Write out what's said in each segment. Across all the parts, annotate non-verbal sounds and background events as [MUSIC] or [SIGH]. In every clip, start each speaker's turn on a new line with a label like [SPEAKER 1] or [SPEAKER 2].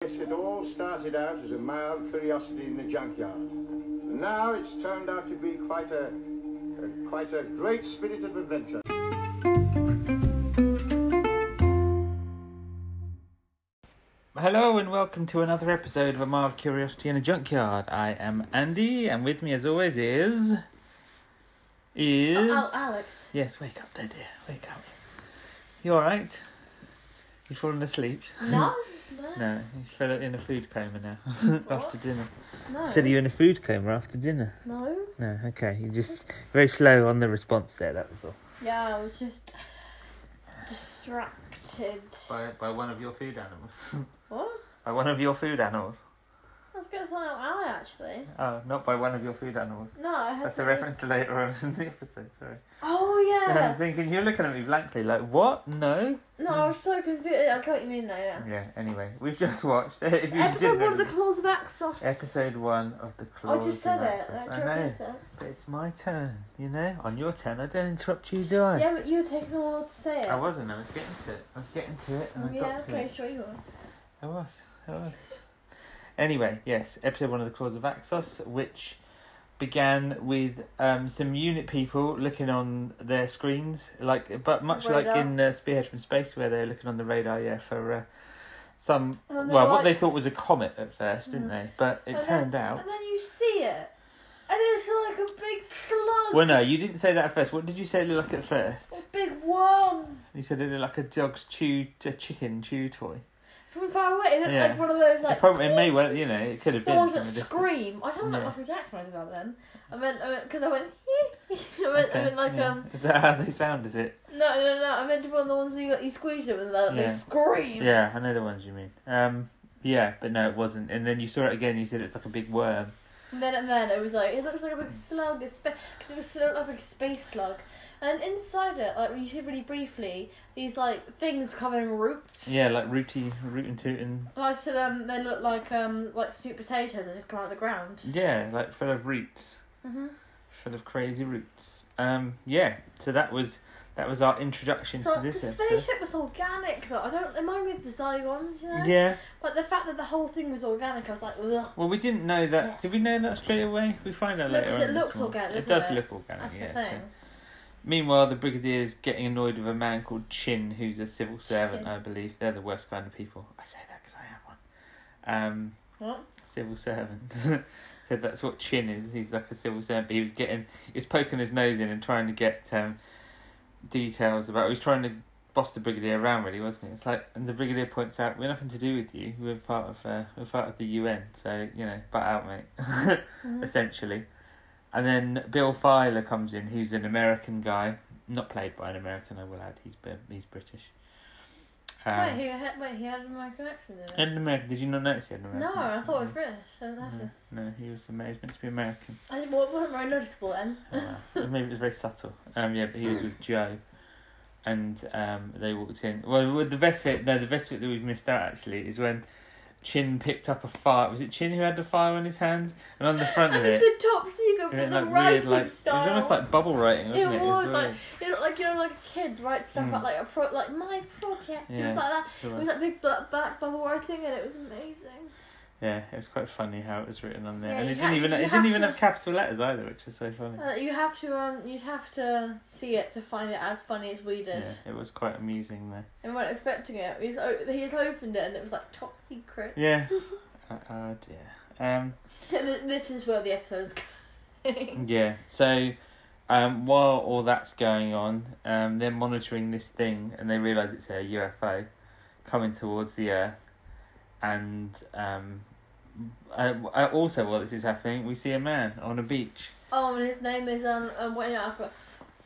[SPEAKER 1] it all started out as a mild curiosity in the junkyard. And now it's turned out to be quite a, a quite a great spirit of adventure.
[SPEAKER 2] Hello and welcome to another episode of A Mild Curiosity in a Junkyard. I am Andy, and with me, as always, is is
[SPEAKER 3] Oh, Al- Alex.
[SPEAKER 2] yes. Wake up, there, dear. Wake up. You all right? You fallen asleep?
[SPEAKER 3] No, no, no.
[SPEAKER 2] No, you fell in a food coma now [LAUGHS] after dinner.
[SPEAKER 3] No.
[SPEAKER 2] Said you were in a food coma after dinner. No, okay. You just very slow on the response there. That was all.
[SPEAKER 3] Yeah, I was just distracted.
[SPEAKER 2] By by one of your food animals.
[SPEAKER 3] What?
[SPEAKER 2] by one of your food animals.
[SPEAKER 3] That's going to sound like I actually.
[SPEAKER 2] Oh, not by one of your food animals.
[SPEAKER 3] No, I had
[SPEAKER 2] That's a
[SPEAKER 3] to-
[SPEAKER 2] reference to later on in the episode. Sorry.
[SPEAKER 3] Oh
[SPEAKER 2] And [LAUGHS] I was
[SPEAKER 3] yeah.
[SPEAKER 2] thinking, you're looking at me blankly, like, what? No?
[SPEAKER 3] No, I was so confused. I got what you mean now. Yeah.
[SPEAKER 2] Yeah, anyway, we've just watched. if you
[SPEAKER 3] Episode
[SPEAKER 2] didn't
[SPEAKER 3] one of the
[SPEAKER 2] already-
[SPEAKER 3] claws of Axos.
[SPEAKER 2] Episode one of the
[SPEAKER 3] I
[SPEAKER 2] Claws
[SPEAKER 3] just said
[SPEAKER 2] and
[SPEAKER 3] it.
[SPEAKER 2] Axis.
[SPEAKER 3] I
[SPEAKER 2] I know,
[SPEAKER 3] just said it.
[SPEAKER 2] but it's my turn, you know? On your turn, I don't interrupt you, do I?
[SPEAKER 3] Yeah, but you were taking a while to say it.
[SPEAKER 2] I wasn't, I was getting to it. I was getting to it, and
[SPEAKER 3] Oh,
[SPEAKER 2] I got
[SPEAKER 3] yeah,
[SPEAKER 2] to
[SPEAKER 3] okay,
[SPEAKER 2] it.
[SPEAKER 3] sure you were.
[SPEAKER 2] I was, I was. Anyway, yes, episode one of the Claws of Axos, which began with um, some unit people looking on their screens, like but much like
[SPEAKER 3] Radar.
[SPEAKER 2] in uh, Spearhead from Space, where they're looking on the radar, yeah, for uh, some
[SPEAKER 3] And
[SPEAKER 2] well,
[SPEAKER 3] then they're
[SPEAKER 2] what they
[SPEAKER 3] like-
[SPEAKER 2] thought was a comet at first, didn't
[SPEAKER 3] Mhm.
[SPEAKER 2] they? But it
[SPEAKER 3] And then-
[SPEAKER 2] turned out.
[SPEAKER 3] And then you see it, and it's like a big slug.
[SPEAKER 2] Well, no, you didn't say that at first. What did you say it looked like at first?
[SPEAKER 3] A big worm
[SPEAKER 2] You said it looked like a dog's chew, a chicken chew toy.
[SPEAKER 3] from far away. It looked
[SPEAKER 2] Yeah.
[SPEAKER 3] like one of those like.
[SPEAKER 2] it probably it may well, you know, it could have
[SPEAKER 3] The
[SPEAKER 2] been.
[SPEAKER 3] ones
[SPEAKER 2] from
[SPEAKER 3] that
[SPEAKER 2] a distance.
[SPEAKER 3] scream. I sound like
[SPEAKER 2] Yeah.
[SPEAKER 3] Michael Jackson when I did that then. I meant, I meant, because I went, [LAUGHS] I meant, I
[SPEAKER 2] Okay,
[SPEAKER 3] meant like,
[SPEAKER 2] yeah.
[SPEAKER 3] um,
[SPEAKER 2] Is that how they sound? Is it?
[SPEAKER 3] no, no, no, I meant to be one of the ones that you, you squeeze them and like,
[SPEAKER 2] Yeah.
[SPEAKER 3] they scream.
[SPEAKER 2] Yeah, I know the ones you mean. Um, yeah, but no, it wasn't. And then you saw it again. You said it's like a big worm.
[SPEAKER 3] And then and then it was like, it looks like a big slug, because it was sort of like a big space slug. And inside it, like, when you see really briefly, these like things covered in roots.
[SPEAKER 2] Yeah, like rooty, rootin' tootin'.
[SPEAKER 3] And I said, um, they look like, um, like sweet potatoes that just come out of the ground.
[SPEAKER 2] Yeah, like full of roots,
[SPEAKER 3] Mm-hmm.
[SPEAKER 2] full of crazy roots. Um, yeah. So that was that was our introduction
[SPEAKER 3] So
[SPEAKER 2] to
[SPEAKER 3] the
[SPEAKER 2] this episode.
[SPEAKER 3] spaceship was organic though. I don't, it reminded me of the Zygons, you know?
[SPEAKER 2] Yeah.
[SPEAKER 3] But the fact that the whole thing was organic, I was like, ugh.
[SPEAKER 2] Well, we didn't know that.
[SPEAKER 3] Yeah.
[SPEAKER 2] Did we know that straight away? We find out
[SPEAKER 3] No,
[SPEAKER 2] later.
[SPEAKER 3] 'cause
[SPEAKER 2] on
[SPEAKER 3] it
[SPEAKER 2] in this
[SPEAKER 3] looks
[SPEAKER 2] one.
[SPEAKER 3] organic,
[SPEAKER 2] It
[SPEAKER 3] doesn't
[SPEAKER 2] does
[SPEAKER 3] it?
[SPEAKER 2] look organic.
[SPEAKER 3] That's
[SPEAKER 2] yeah.
[SPEAKER 3] the
[SPEAKER 2] so-
[SPEAKER 3] thing.
[SPEAKER 2] Meanwhile, the brigadier's getting annoyed with a man called Chin, who's a civil servant,
[SPEAKER 3] Chin.
[SPEAKER 2] I believe. They're the worst kind of people. I say that because I am one. Um,
[SPEAKER 3] What?
[SPEAKER 2] civil servant. [LAUGHS] Said that's what Chin is. He's like a civil servant. But he was getting, he was poking his nose in and trying to get um, details about. He was trying to boss the brigadier around, really, wasn't he? It's like, and the brigadier points out, we're nothing to do with you. We're part of, uh, we're part of the UN. So you know, butt out, mate.
[SPEAKER 3] Mhm.
[SPEAKER 2] essentially. And then Bill Filer comes in, who's an American guy, not played by an American. I will add, he's Br- he's British.
[SPEAKER 3] Wait,
[SPEAKER 2] Um,
[SPEAKER 3] he had, wait, he had an American accent in it?
[SPEAKER 2] and Mm-hmm. American? Did you not notice he had an
[SPEAKER 3] No,
[SPEAKER 2] American?
[SPEAKER 3] I
[SPEAKER 2] accent?
[SPEAKER 3] thought it
[SPEAKER 2] No.
[SPEAKER 3] was British. I was
[SPEAKER 2] No,
[SPEAKER 3] nervous.
[SPEAKER 2] no, he was, Amer- he was meant to be American.
[SPEAKER 3] I didn't- well, it wasn't very noticeable then. [LAUGHS]
[SPEAKER 2] Oh, well. Maybe it was very subtle. Um, yeah, but he was with Joe, and um, they walked in. Well, with the best bit, no, the best bit that we've missed out actually is when Chin picked up a fire. Was it Chin who had the fire on his hand? And on the
[SPEAKER 3] [LAUGHS]
[SPEAKER 2] front
[SPEAKER 3] and
[SPEAKER 2] of it,
[SPEAKER 3] it's a top secret,
[SPEAKER 2] it
[SPEAKER 3] but the
[SPEAKER 2] looked
[SPEAKER 3] writing
[SPEAKER 2] like
[SPEAKER 3] style.
[SPEAKER 2] it was almost like bubble writing, wasn't it?
[SPEAKER 3] It was, like-
[SPEAKER 2] really-
[SPEAKER 3] You know, like, you know, like a kid writes stuff
[SPEAKER 2] Mm.
[SPEAKER 3] out, like, a pro, like, my project. It
[SPEAKER 2] Yeah.
[SPEAKER 3] was like that.
[SPEAKER 2] it
[SPEAKER 3] It
[SPEAKER 2] was.
[SPEAKER 3] was that big black, black bubble writing, and it was amazing.
[SPEAKER 2] Yeah, it was quite funny how it was written on there,
[SPEAKER 3] Yeah,
[SPEAKER 2] and
[SPEAKER 3] you
[SPEAKER 2] it didn't
[SPEAKER 3] ha-
[SPEAKER 2] even
[SPEAKER 3] you
[SPEAKER 2] it
[SPEAKER 3] have
[SPEAKER 2] didn't even
[SPEAKER 3] to-
[SPEAKER 2] have capital letters either, which was so funny.
[SPEAKER 3] Uh, you have to, um, you'd have to see it to find it as funny as we did.
[SPEAKER 2] Yeah, it was quite amusing there.
[SPEAKER 3] And we weren't expecting it. He's, o- he just opened it, and it was like top secret. [LAUGHS]
[SPEAKER 2] Yeah. uh, oh dear. Um.
[SPEAKER 3] this is where the episode's going. [LAUGHS]
[SPEAKER 2] Yeah. So, um, while all that's going on, um, they're monitoring this thing, and they realise it's a UFO coming towards the Earth, and um, uh, uh, also while this is happening, we see a man on a beach,
[SPEAKER 3] oh, and his name is um, um wait, no, I've got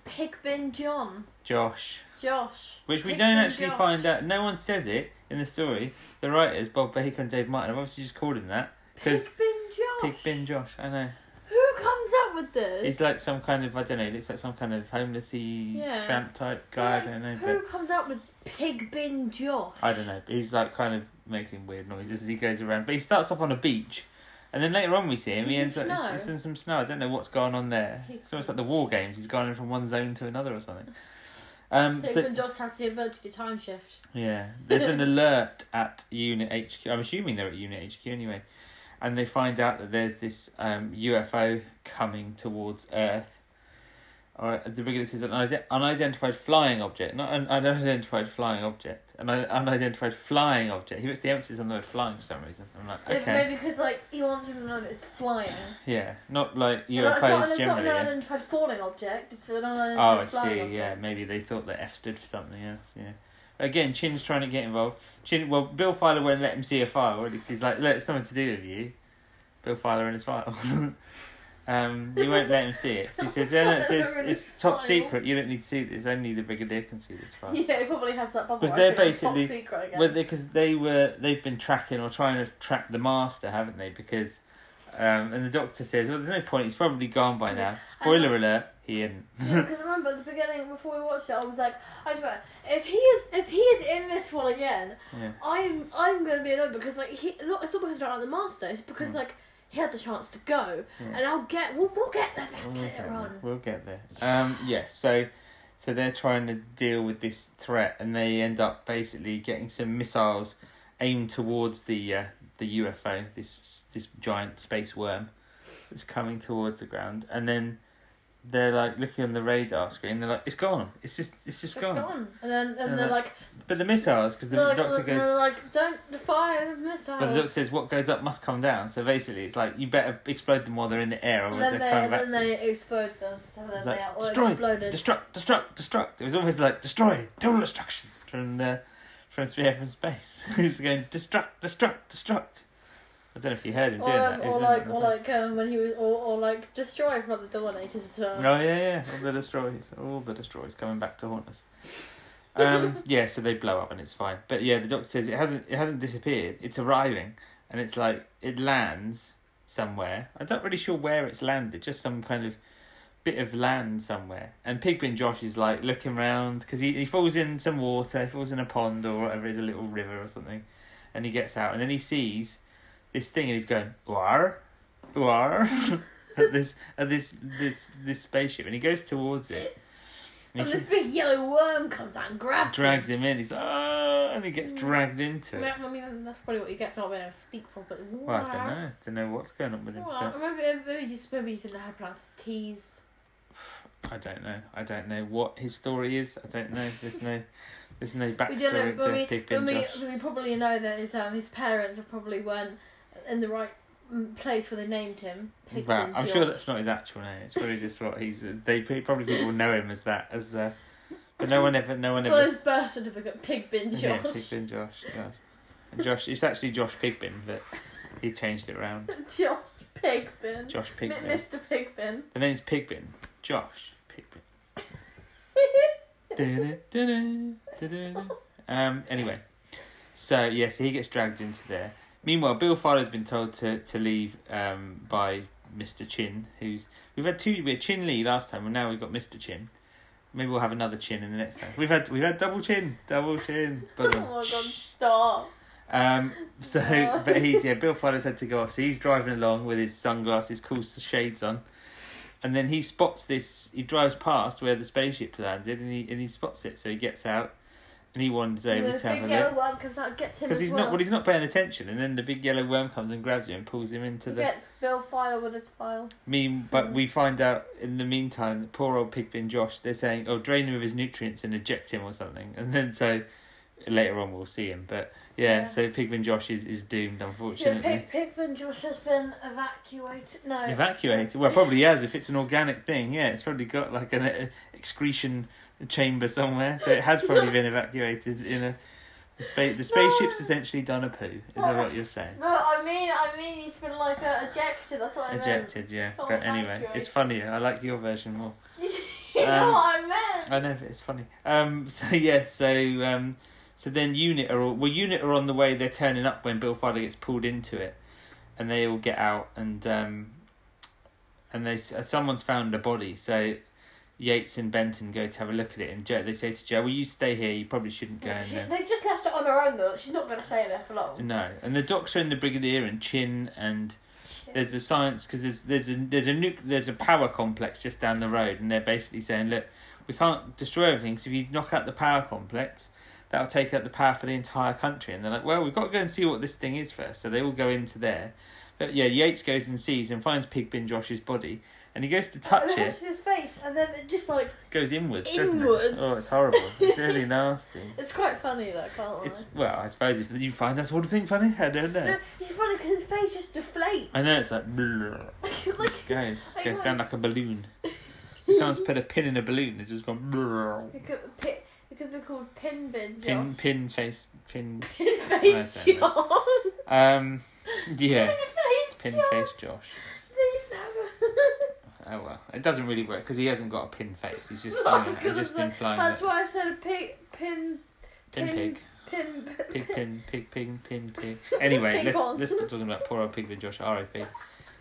[SPEAKER 3] Pigbin John,
[SPEAKER 2] Josh.
[SPEAKER 3] Josh.
[SPEAKER 2] Which we
[SPEAKER 3] Pigbin
[SPEAKER 2] don't actually
[SPEAKER 3] Josh.
[SPEAKER 2] find out. No one says it in the story. The writers, Bob Baker and Dave Martin, have obviously just called him that. 'cause
[SPEAKER 3] Pigbin Josh.
[SPEAKER 2] Pig bin Josh, I know.
[SPEAKER 3] Who comes up with this?
[SPEAKER 2] He's like some kind of, I don't know, he looks like some kind of homelessy
[SPEAKER 3] Yeah.
[SPEAKER 2] tramp type guy, I don't know.
[SPEAKER 3] Who
[SPEAKER 2] But
[SPEAKER 3] comes up with Pigbin Josh?
[SPEAKER 2] I don't know. But he's like kind of making weird noises as he goes around. But he starts off on a beach. And then later on we see him, he ends
[SPEAKER 3] He's in
[SPEAKER 2] up he's,
[SPEAKER 3] snow.
[SPEAKER 2] he's in some snow. I don't know what's going on there.
[SPEAKER 3] Pig
[SPEAKER 2] It's almost
[SPEAKER 3] bin [LAUGHS]
[SPEAKER 2] like the war games. He's gone in from one zone to another or something. Um,
[SPEAKER 3] Think
[SPEAKER 2] so-
[SPEAKER 3] when Josh has to emerge to time shift.
[SPEAKER 2] Yeah, there's
[SPEAKER 3] [LAUGHS]
[SPEAKER 2] an alert at Unit HQ. I'm assuming they're at Unit HQ anyway, and they find out that there's this um, UFO coming towards Earth. Or at the beginning, it says an ide- unidentified flying object, not an unidentified flying object, an un- unidentified flying object. He puts the emphasis on the word flying for some reason. I'm like,
[SPEAKER 3] If-
[SPEAKER 2] okay,
[SPEAKER 3] Maybe because like he wants him to know that it's flying.
[SPEAKER 2] yeah, not like
[SPEAKER 3] And it's not-
[SPEAKER 2] UFOs
[SPEAKER 3] it's not an
[SPEAKER 2] generally. yeah.
[SPEAKER 3] unidentified falling object. It's an unidentified
[SPEAKER 2] Oh, I
[SPEAKER 3] flying
[SPEAKER 2] see. Yeah,
[SPEAKER 3] object.
[SPEAKER 2] maybe they thought that F stood for something else. Yeah. Again, Chin's trying to get involved. Chin, well, Bill Filer won't let him see a file because he's like, look, it's nothing to do with you. Bill Filer and his file. [LAUGHS] um, he won't let him see it. So he says, yeah, no,
[SPEAKER 3] [LAUGHS]
[SPEAKER 2] it's, it's,
[SPEAKER 3] Filer and his
[SPEAKER 2] it's top
[SPEAKER 3] file.
[SPEAKER 2] secret. You don't need to see this. Only the Brigadier can see this file.
[SPEAKER 3] [LAUGHS] [LAUGHS] Yeah, he probably has that bubble.
[SPEAKER 2] 'Cause
[SPEAKER 3] wrap
[SPEAKER 2] they're
[SPEAKER 3] it on top
[SPEAKER 2] basically-
[SPEAKER 3] secret again.
[SPEAKER 2] Well, because they were they've been tracking or trying to track the master, haven't they? Because, um, and the Doctor says, well, there's no point. He's probably gone by now. Spoiler alert, he isn't.
[SPEAKER 3] Because remember at the beginning before we watched it, I was like, I just went, if he is if he is in this one again,
[SPEAKER 2] Yeah.
[SPEAKER 3] I'm I'm gonna be annoyed because like he not it's not because I don't like the master, it's because
[SPEAKER 2] Mm.
[SPEAKER 3] like he had the chance to go,
[SPEAKER 2] Yeah.
[SPEAKER 3] and I'll get we'll, we'll get there that's
[SPEAKER 2] We'll
[SPEAKER 3] later
[SPEAKER 2] get there.
[SPEAKER 3] on.
[SPEAKER 2] We'll get there. Um, yes, so so they're trying to deal with this threat, and they end up basically getting some missiles aimed towards the uh, the UFO, this this giant space worm that's coming towards the ground, and then they're like looking on the radar screen. They're like, "It's gone. It's just it's just
[SPEAKER 3] It's
[SPEAKER 2] gone.
[SPEAKER 3] gone. And then and
[SPEAKER 2] And
[SPEAKER 3] they're
[SPEAKER 2] that-
[SPEAKER 3] like
[SPEAKER 2] But the missiles, because the
[SPEAKER 3] they're like,
[SPEAKER 2] doctor
[SPEAKER 3] they're
[SPEAKER 2] goes.
[SPEAKER 3] like don't fire the missiles.
[SPEAKER 2] But the doctor says what goes up must come down. So basically, it's like you better explode them while they're in the air, or
[SPEAKER 3] and
[SPEAKER 2] else
[SPEAKER 3] then
[SPEAKER 2] they're
[SPEAKER 3] they
[SPEAKER 2] coming
[SPEAKER 3] and
[SPEAKER 2] back.
[SPEAKER 3] then
[SPEAKER 2] to you.
[SPEAKER 3] they explode them. So then
[SPEAKER 2] It's
[SPEAKER 3] they
[SPEAKER 2] like,
[SPEAKER 3] are all
[SPEAKER 2] destroy,
[SPEAKER 3] exploded.
[SPEAKER 2] destruct, destruct, destruct. It was always like destroy, total destruction from the from Sphere from space. [LAUGHS] He's going destruct, destruct, destruct. I don't know if you heard him doing
[SPEAKER 3] Or,
[SPEAKER 2] that.
[SPEAKER 3] um,
[SPEAKER 2] He was
[SPEAKER 3] or
[SPEAKER 2] doing
[SPEAKER 3] like
[SPEAKER 2] that
[SPEAKER 3] or
[SPEAKER 2] the-
[SPEAKER 3] like um, when he was or, or like destroy from the dominators. So.
[SPEAKER 2] Oh yeah, yeah, all the destroyers, all the destroyers coming back to haunt us. Um, yeah, so they blow up and it's fine. But yeah, the doctor says it hasn't it hasn't disappeared. It's arriving, and it's like it lands somewhere. I'm not really sure where it's landed. Just some kind of bit of land somewhere. And Pigpen Josh is like looking round because he he falls in some water. He falls in a pond or whatever is a little river or something, and he gets out and then he sees this thing and he's going war war [LAUGHS] at this at this this this spaceship and he goes towards it and
[SPEAKER 3] And
[SPEAKER 2] he
[SPEAKER 3] this big yellow worm comes out and grabs
[SPEAKER 2] drags
[SPEAKER 3] him. Mm.
[SPEAKER 2] him in he's like oh, and he gets dragged into it
[SPEAKER 3] I mean, that's probably what you get for not being able to speak properly.
[SPEAKER 2] well I don't know don't know what's going on with him
[SPEAKER 3] Well,
[SPEAKER 2] but
[SPEAKER 3] maybe, maybe just maybe you didn't know how to pronounce T's.
[SPEAKER 2] I don't know I don't know what his story is I don't know there's no there's no
[SPEAKER 3] We don't know,
[SPEAKER 2] backstory
[SPEAKER 3] but we,
[SPEAKER 2] to
[SPEAKER 3] but
[SPEAKER 2] Pigpen
[SPEAKER 3] we,
[SPEAKER 2] Josh
[SPEAKER 3] we probably know that his, um, his parents are probably weren't in the right mm, place where they named him. Pigpen
[SPEAKER 2] well, I'm
[SPEAKER 3] Josh.
[SPEAKER 2] sure that's not his actual name. It's probably just what he's. They probably people know him as that as, uh, but no one ever, no one
[SPEAKER 3] It's
[SPEAKER 2] ever
[SPEAKER 3] on his birth certificate, Pigpen Josh.
[SPEAKER 2] Yeah, Pigbin Josh. God. And Josh, it's actually Josh Pigbin, but he changed it round.
[SPEAKER 3] [LAUGHS] Josh Pigpen.
[SPEAKER 2] Josh
[SPEAKER 3] Mi-
[SPEAKER 2] Pigbin.
[SPEAKER 3] Mr. Pigpen.
[SPEAKER 2] The name's Pigbin. Josh
[SPEAKER 3] [LAUGHS]
[SPEAKER 2] Pigbin. Du-du, du-du, du-du. um. Anyway, so yeah, so he gets dragged into there. Meanwhile, Bill Filer's been told to to leave um by Mister Chin, who's we've had two we had Chin Lee last time, and now we've got Mister Chin. Maybe we'll have another Chin in the next time. We've had we've had double Chin, double Chin.
[SPEAKER 3] [LAUGHS] oh
[SPEAKER 2] But
[SPEAKER 3] my god, stop. [LAUGHS]
[SPEAKER 2] Um, so,
[SPEAKER 3] Oh.
[SPEAKER 2] [LAUGHS] but he's yeah. Bill Filer's had to go off, so he's driving along with his sunglasses, cool shades on, and then he spots this. He drives past where the spaceship landed, and he and he spots it. So he gets out, and he wanders
[SPEAKER 3] And
[SPEAKER 2] over
[SPEAKER 3] this
[SPEAKER 2] to have
[SPEAKER 3] big
[SPEAKER 2] a
[SPEAKER 3] yellow
[SPEAKER 2] look
[SPEAKER 3] worm comes out and gets him
[SPEAKER 2] because
[SPEAKER 3] as
[SPEAKER 2] he's
[SPEAKER 3] well.
[SPEAKER 2] not. Well, he's not paying attention, and then the big yellow worm comes and grabs him and pulls him into
[SPEAKER 3] He
[SPEAKER 2] the.
[SPEAKER 3] gets Bill File with his file.
[SPEAKER 2] Mean, but we find out in the meantime that poor old Pigpen Josh, they're saying, oh, drain him of his nutrients and eject him or something. And then so later on we'll see him. But yeah,
[SPEAKER 3] Yeah.
[SPEAKER 2] so Pigpen Josh is, is doomed,
[SPEAKER 3] Yeah,
[SPEAKER 2] unfortunately.
[SPEAKER 3] Pig, Pigman Josh has been evacuated. No.
[SPEAKER 2] Evacuated? Well, probably has if it's an organic thing. Yeah, it's probably got like an uh, excretion chamber somewhere, so it
[SPEAKER 3] [LAUGHS]
[SPEAKER 2] has probably been evacuated in a. The, spa- the spaceship's essentially done a poo. Is that what you're saying?
[SPEAKER 3] No, I mean, I mean, he's been like uh, ejected. That's what I meant.
[SPEAKER 2] Ejected, yeah.
[SPEAKER 3] Oh,
[SPEAKER 2] But anyway, it's
[SPEAKER 3] evacuated.
[SPEAKER 2] funnier. I like your version more.
[SPEAKER 3] [LAUGHS] you know
[SPEAKER 2] Um,
[SPEAKER 3] what I meant.
[SPEAKER 2] I know, but it's funny. Um, [LAUGHS] so yeah, so um, so then unit are all, well, unit are on the way. They're turning up when Bill Filer gets pulled into it, and they all get out and um, and they s- uh, someone's found the body. So Yates and Benton go to have a look at it, and Joe they say to Joe, "Well, you stay here. You probably shouldn't go in
[SPEAKER 3] She-
[SPEAKER 2] there."
[SPEAKER 3] they just left it on her own though. She's not going to stay there for long.
[SPEAKER 2] No, and the Doctor and the Brigadier and Chin and there's a science because there's there's a there's a nuc- there's a power complex just down the road, and they're basically saying, look, we can't destroy everything. So if you knock out the power complex, that'll take out the power for the entire country. And they're like, well, we've got to go and see what this thing is first. So they all go into there. But yeah, Yates goes and sees and finds Pigbin Josh's body, and he goes to touch
[SPEAKER 3] and then
[SPEAKER 2] it,
[SPEAKER 3] touches his face, and then it just like
[SPEAKER 2] goes inwards. doesn't it?
[SPEAKER 3] Inwards.
[SPEAKER 2] Oh, it's horrible. It's really nasty.
[SPEAKER 3] it's quite funny. That I can't lie.
[SPEAKER 2] It's well, I suppose if you find that sort of thing funny, I don't know.
[SPEAKER 3] No, it's funny because his face just deflates.
[SPEAKER 2] I
[SPEAKER 3] [LAUGHS]
[SPEAKER 2] know it's like blur.
[SPEAKER 3] like,
[SPEAKER 2] Just goes
[SPEAKER 3] I
[SPEAKER 2] goes
[SPEAKER 3] know.
[SPEAKER 2] down like a balloon. Someone's put a pin in a balloon. It's just gone blur.
[SPEAKER 3] it could, pi- it could be called Pin Bin Josh.
[SPEAKER 2] Pin pin face pin.
[SPEAKER 3] [LAUGHS] Pin Face
[SPEAKER 2] I don't
[SPEAKER 3] John.
[SPEAKER 2] Um, yeah,
[SPEAKER 3] Pin Face
[SPEAKER 2] pin
[SPEAKER 3] John.
[SPEAKER 2] face Josh.
[SPEAKER 3] They've never. [LAUGHS]
[SPEAKER 2] Oh well, it doesn't really work because he hasn't got a pin face. He's just
[SPEAKER 3] [LAUGHS] I
[SPEAKER 2] you
[SPEAKER 3] was
[SPEAKER 2] know,
[SPEAKER 3] gonna
[SPEAKER 2] just
[SPEAKER 3] say,
[SPEAKER 2] implying
[SPEAKER 3] That's
[SPEAKER 2] that
[SPEAKER 3] why I said a pig, pin,
[SPEAKER 2] pin
[SPEAKER 3] pin-
[SPEAKER 2] pig.
[SPEAKER 3] pin, [LAUGHS]
[SPEAKER 2] Pig, pin, pig, ping, pin, pig. Anyway,
[SPEAKER 3] Pig
[SPEAKER 2] let's
[SPEAKER 3] on.
[SPEAKER 2] let's stop talking about poor old Pigman Josh. R.I.P.